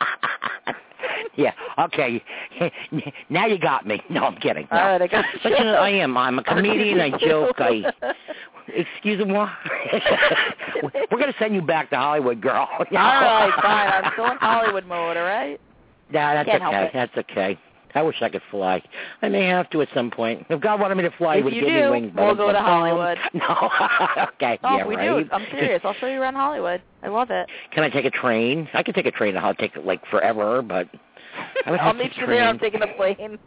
Speaker 2: yeah, okay. now you got me. No, I'm kidding. No.
Speaker 3: All right, I got
Speaker 2: But you know, I am. I'm a comedian. I joke. I excuse me. what? We're gonna send you back to Hollywood, girl. All
Speaker 3: All right, fine. I'm still in Hollywood mode. All right.
Speaker 2: Nah, that's
Speaker 3: Can't help
Speaker 2: okay.
Speaker 3: it.
Speaker 2: That's okay. I wish I could fly. I may have to at some point. If God wanted me to fly,
Speaker 3: If
Speaker 2: he would
Speaker 3: you
Speaker 2: give me
Speaker 3: do,
Speaker 2: wings.
Speaker 3: we'll
Speaker 2: but
Speaker 3: go to
Speaker 2: um,
Speaker 3: Hollywood.
Speaker 2: No, okay.
Speaker 3: Oh,
Speaker 2: yeah,
Speaker 3: we do.
Speaker 2: right.
Speaker 3: I'm serious. I'll show you around Hollywood. I love it.
Speaker 2: Can I take a train? I could take a train. I'll take it like forever, but I would
Speaker 3: I'll
Speaker 2: have to
Speaker 3: meet you there. I'm
Speaker 2: train.
Speaker 3: taking a plane.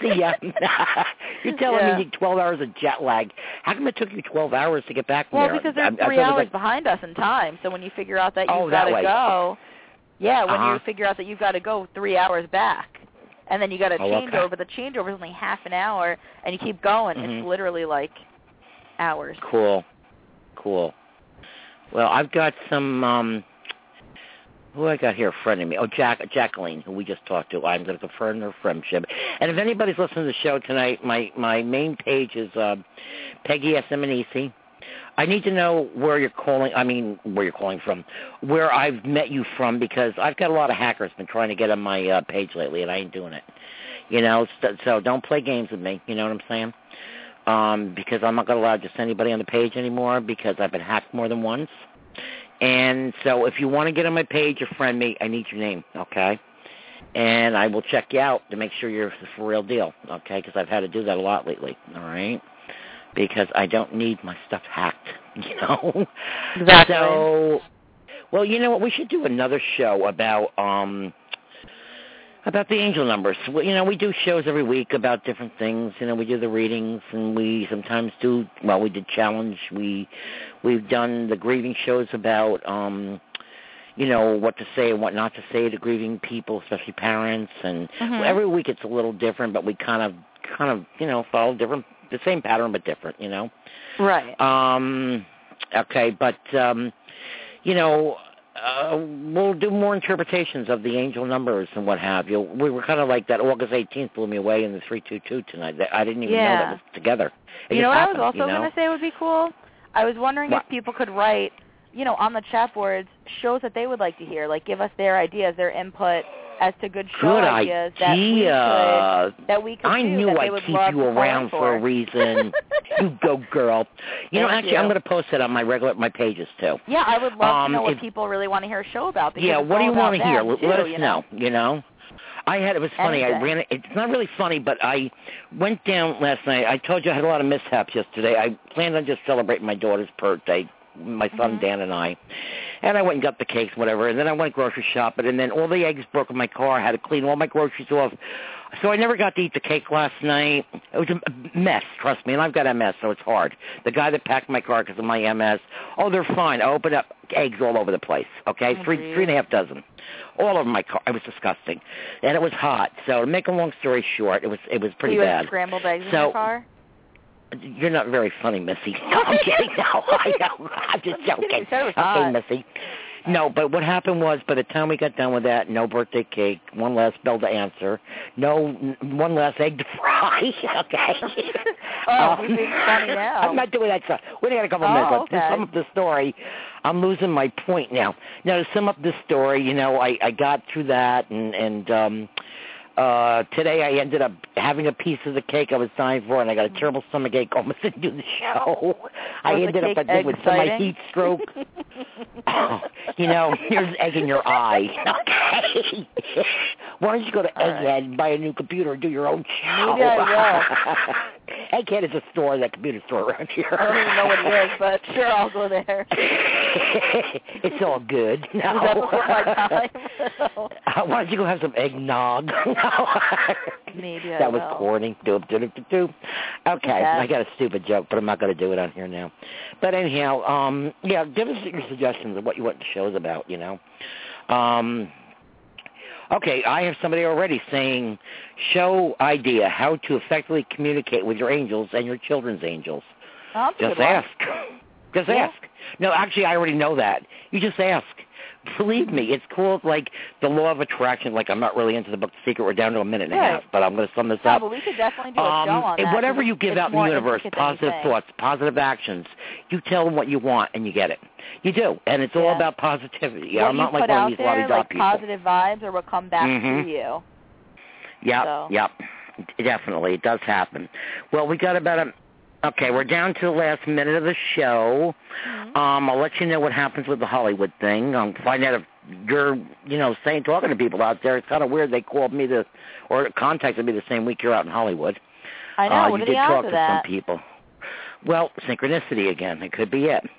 Speaker 2: See ya. You're telling
Speaker 3: Yeah.
Speaker 2: me you need 12 hours of jet lag. How come it took you 12 hours to get back from
Speaker 3: Well,
Speaker 2: there?
Speaker 3: because
Speaker 2: I-
Speaker 3: they're
Speaker 2: I
Speaker 3: three
Speaker 2: thought it was
Speaker 3: hours
Speaker 2: like-
Speaker 3: behind us in time. So when you figure out that you've
Speaker 2: Oh, that
Speaker 3: got to
Speaker 2: way.
Speaker 3: go, yeah, when
Speaker 2: Uh-huh.
Speaker 3: you figure out that you've got to go three hours back, and then you got to
Speaker 2: Oh,
Speaker 3: change
Speaker 2: okay.
Speaker 3: over. The changeover is only half an hour, and you keep going.
Speaker 2: Mhm.
Speaker 3: It's literally like hours.
Speaker 2: Cool. Cool. Well, I've got some um who I got here, a friend of me. Oh, Jack, Jacqueline, who we just talked to. I'm going to confirm her friendship. And if anybody's listening to the show tonight, my my main page is uh, Peggy S. Emanisi. I need to know where you're calling. I mean, where you're calling from, where I've met you from, because I've got a lot of hackers been trying to get on my uh, page lately, and I ain't doing it. You know, so, so don't play games with me. You know what I'm saying? Um, because I'm not going to allow just anybody on the page anymore because I've been hacked more than once. And so, if you want to get on my page or friend me, I need your name, okay? And I will check you out to make sure you're the for real deal, okay? Because I've had to do that a lot lately, all right? because I don't need my stuff hacked, you know.
Speaker 3: Exactly.
Speaker 2: So, well, you know what? We should do another show about um about the angel numbers. Well, you know, we do shows every week about different things. You know, we do the readings, and we sometimes do. Well, we did challenge. We we've done the grieving shows about um you know what to say and what not to say to grieving people, especially parents. And
Speaker 3: Mhm.
Speaker 2: every week it's a little different, but we kind of kind of you know follow different the same pattern but different. You know.
Speaker 3: Right.
Speaker 2: Um, okay, but um, you know, uh, we'll do more interpretations of the angel numbers and what have you. We were kind of like that. August 18th blew me away in the 322 tonight. That I didn't even know
Speaker 3: Yeah.
Speaker 2: that was together. It
Speaker 3: you know what
Speaker 2: just happened,
Speaker 3: I was also
Speaker 2: you know?
Speaker 3: going to say would be cool? I was wondering
Speaker 2: What?
Speaker 3: if people could write, you know, on the chat boards shows that they would like to hear, like give us their ideas, their input as to good show
Speaker 2: Good
Speaker 3: ideas that
Speaker 2: idea.
Speaker 3: we could that we could
Speaker 2: I
Speaker 3: do
Speaker 2: knew
Speaker 3: that they
Speaker 2: I'd
Speaker 3: would
Speaker 2: keep
Speaker 3: love
Speaker 2: you
Speaker 3: to call
Speaker 2: around
Speaker 3: in
Speaker 2: for a reason. you go, girl. You know,
Speaker 3: Thank
Speaker 2: actually,
Speaker 3: you.
Speaker 2: I'm going to post it on my regular my pages too.
Speaker 3: yeah, I would love
Speaker 2: Um,
Speaker 3: to know what
Speaker 2: if-
Speaker 3: people really want to hear a show about. Because
Speaker 2: yeah,
Speaker 3: it's
Speaker 2: what do
Speaker 3: all
Speaker 2: you
Speaker 3: want to
Speaker 2: to hear? Let-
Speaker 3: Too,
Speaker 2: Let us
Speaker 3: you
Speaker 2: know. You know, I had it was funny. I
Speaker 3: Anything.
Speaker 2: ran. It's not really funny, but I went down last night. I told you I had a lot of mishaps yesterday. I planned on just celebrating my daughter's birthday, my son
Speaker 3: Mhm.
Speaker 2: Dan and I, and I went and got the cakes, whatever. And then I went grocery shopping, and then all the eggs broke in my car. I had to clean all my groceries off. So I never got to eat the cake last night. It was a mess, trust me. And I've got MS, so it's hard. The guy that packed my car because of my MS, oh, they're fine. I opened up eggs all over the place. Okay,
Speaker 3: Oh,
Speaker 2: three
Speaker 3: geez.
Speaker 2: three and a half dozen, all over my car. It was disgusting, and it was hot. So to make a long story short, it was it was pretty
Speaker 3: so you
Speaker 2: bad.
Speaker 3: Had scrambled eggs in
Speaker 2: So-
Speaker 3: your car.
Speaker 2: You're not very funny, Missy. No, I'm kidding. No, I know. I'm just
Speaker 3: I'm just kidding.
Speaker 2: joking.
Speaker 3: You said it was
Speaker 2: Okay,
Speaker 3: hot.
Speaker 2: Missy. No, but what happened was, by the time we got done with that, no birthday cake, one less bell to answer, no n- one less egg to fry. Okay. Uh,
Speaker 3: Oh, you're being funny now.
Speaker 2: I'm not doing that stuff. We got a couple
Speaker 3: Oh,
Speaker 2: minutes left.
Speaker 3: okay.
Speaker 2: To sum up the story, I'm losing my point now. Now to sum up the story, you know, I I got through that, and and um uh today I ended up having a piece of the cake I was dying for, and I got a terrible stomach ache almost didn't do the show. I
Speaker 3: Was the
Speaker 2: ended up
Speaker 3: cake
Speaker 2: I think with semi
Speaker 3: exciting?
Speaker 2: heat stroke. Oh, you know, here's egg in your eye. Okay. Why don't you go to
Speaker 3: All
Speaker 2: Egghead
Speaker 3: right.
Speaker 2: and buy a new computer and do your own show?
Speaker 3: Maybe I
Speaker 2: Egghead is a store, that computer store around here.
Speaker 3: I don't even know what it is, but sure, I'll go there.
Speaker 2: it's all good. No.
Speaker 3: Was that before my time?
Speaker 2: Uh, why don't you go have some eggnog?
Speaker 3: Maybe I
Speaker 2: that was
Speaker 3: will.
Speaker 2: corny. Doop, doop, doop, doop. Okay,
Speaker 3: Yeah.
Speaker 2: I got a stupid joke, but I'm not going to do it on here now. But anyhow, um, yeah, give us your suggestions of what you want the show's about. You know, um, okay, I have somebody already saying show idea how to effectively communicate with your angels and your children's angels.
Speaker 3: Oh, that's a
Speaker 2: Just
Speaker 3: good one.
Speaker 2: ask. Just
Speaker 3: Yeah.
Speaker 2: ask. No, actually, I already know that. You just ask. Believe me, it's called like the law of attraction. Like I'm not really into the book The Secret. We're down to a minute and a
Speaker 3: Right.
Speaker 2: half, but I'm going to sum this
Speaker 3: No,
Speaker 2: up.
Speaker 3: but we could definitely do a show
Speaker 2: Um,
Speaker 3: on that.
Speaker 2: whatever
Speaker 3: 'cause
Speaker 2: you
Speaker 3: it's-
Speaker 2: give
Speaker 3: it's
Speaker 2: out in the
Speaker 3: more
Speaker 2: universe,
Speaker 3: intricate than you
Speaker 2: positive
Speaker 3: think.
Speaker 2: thoughts, positive actions, you tell them what you want and you get it. You do, and it's all
Speaker 3: Yeah.
Speaker 2: about positivity.
Speaker 3: what
Speaker 2: I'm
Speaker 3: you
Speaker 2: not like
Speaker 3: put
Speaker 2: one
Speaker 3: out
Speaker 2: of these
Speaker 3: there,
Speaker 2: la-di-da
Speaker 3: like
Speaker 2: people.
Speaker 3: positive vibes, or what come back
Speaker 2: Mhm.
Speaker 3: to you.
Speaker 2: Yep,
Speaker 3: So-
Speaker 2: yep, definitely, it does happen. Well, we got about a. Okay, we're down to the last minute of the show.
Speaker 3: Mm-hmm.
Speaker 2: Um, I'll let you know what happens with the Hollywood thing. Um, find out if you're, you know, saying talking to people out there. It's kind of weird. They called me the or contacted me the same week you're out in Hollywood.
Speaker 3: I know.
Speaker 2: Uh,
Speaker 3: what
Speaker 2: you
Speaker 3: are
Speaker 2: did
Speaker 3: the odds
Speaker 2: talk
Speaker 3: of
Speaker 2: to
Speaker 3: that?
Speaker 2: some people. Well, synchronicity again. It could be it.
Speaker 3: It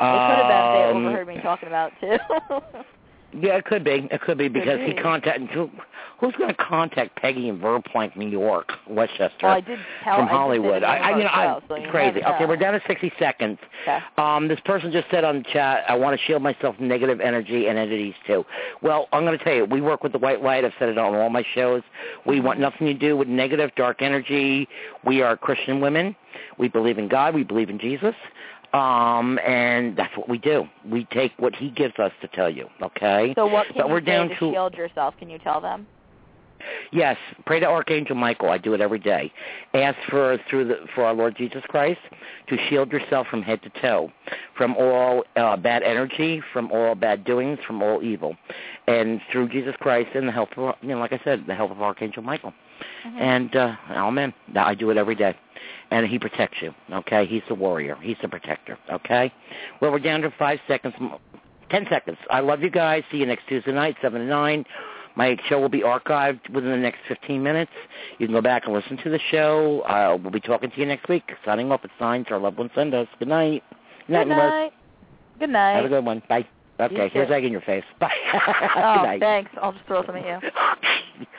Speaker 3: could have been if they
Speaker 2: Um,
Speaker 3: overheard me talking about it, too.
Speaker 2: yeah, it could be. It could be because
Speaker 3: be.
Speaker 2: he contacted. Who, who's going to contact Peggy in Verplank, New York, Westchester,
Speaker 3: well, I did tell Oh, I did
Speaker 2: from
Speaker 3: say the
Speaker 2: Hollywood? I,
Speaker 3: name
Speaker 2: I,
Speaker 3: of
Speaker 2: you know,
Speaker 3: our
Speaker 2: I'm
Speaker 3: show, so you
Speaker 2: crazy.
Speaker 3: never
Speaker 2: Okay,
Speaker 3: know.
Speaker 2: we're down to 60 seconds.
Speaker 3: Okay.
Speaker 2: Um, this person just said on chat, I want to shield myself from negative energy and entities too. Well, I'm going to tell you, we work with the white light. I've said it on all my shows. We want nothing to do with negative, dark energy. We are Christian women. We believe in God. We believe in Jesus. Um, and that's what we do. We take what he gives us to tell you, okay?
Speaker 3: So what can
Speaker 2: But
Speaker 3: you
Speaker 2: we're
Speaker 3: say
Speaker 2: down
Speaker 3: to
Speaker 2: to-
Speaker 3: shield yourself? Can you tell them?
Speaker 2: Yes, pray to Archangel Michael. I do it every day. Ask for through the, for our Lord Jesus Christ to shield yourself from head to toe, from all uh, bad energy, from all bad doings, from all evil, and through Jesus Christ and the help of you know, like I said, the help of Archangel Michael.
Speaker 3: Mm-hmm.
Speaker 2: And uh, Amen. I do it every day, and he protects you. Okay, he's the warrior. He's the protector. Okay. Well, we're down to five seconds, ten seconds. I love you guys. See you next Tuesday night, seven to nine. My show will be archived within the next 15 minutes. You can go back and listen to the show. Uh, we'll be talking to you next week. Signing off at Signs, our loved ones send us. Good night.
Speaker 3: Good
Speaker 2: Les.
Speaker 3: night. Good night.
Speaker 2: Have a good one. Bye. Okay, here's
Speaker 3: too.
Speaker 2: egg in your face. Bye.
Speaker 3: oh,
Speaker 2: good night.
Speaker 3: thanks. I'll just throw some at you.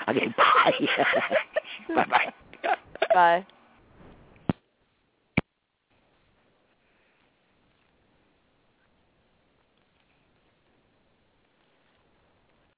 Speaker 2: Okay, bye. Bye-bye.
Speaker 3: Bye.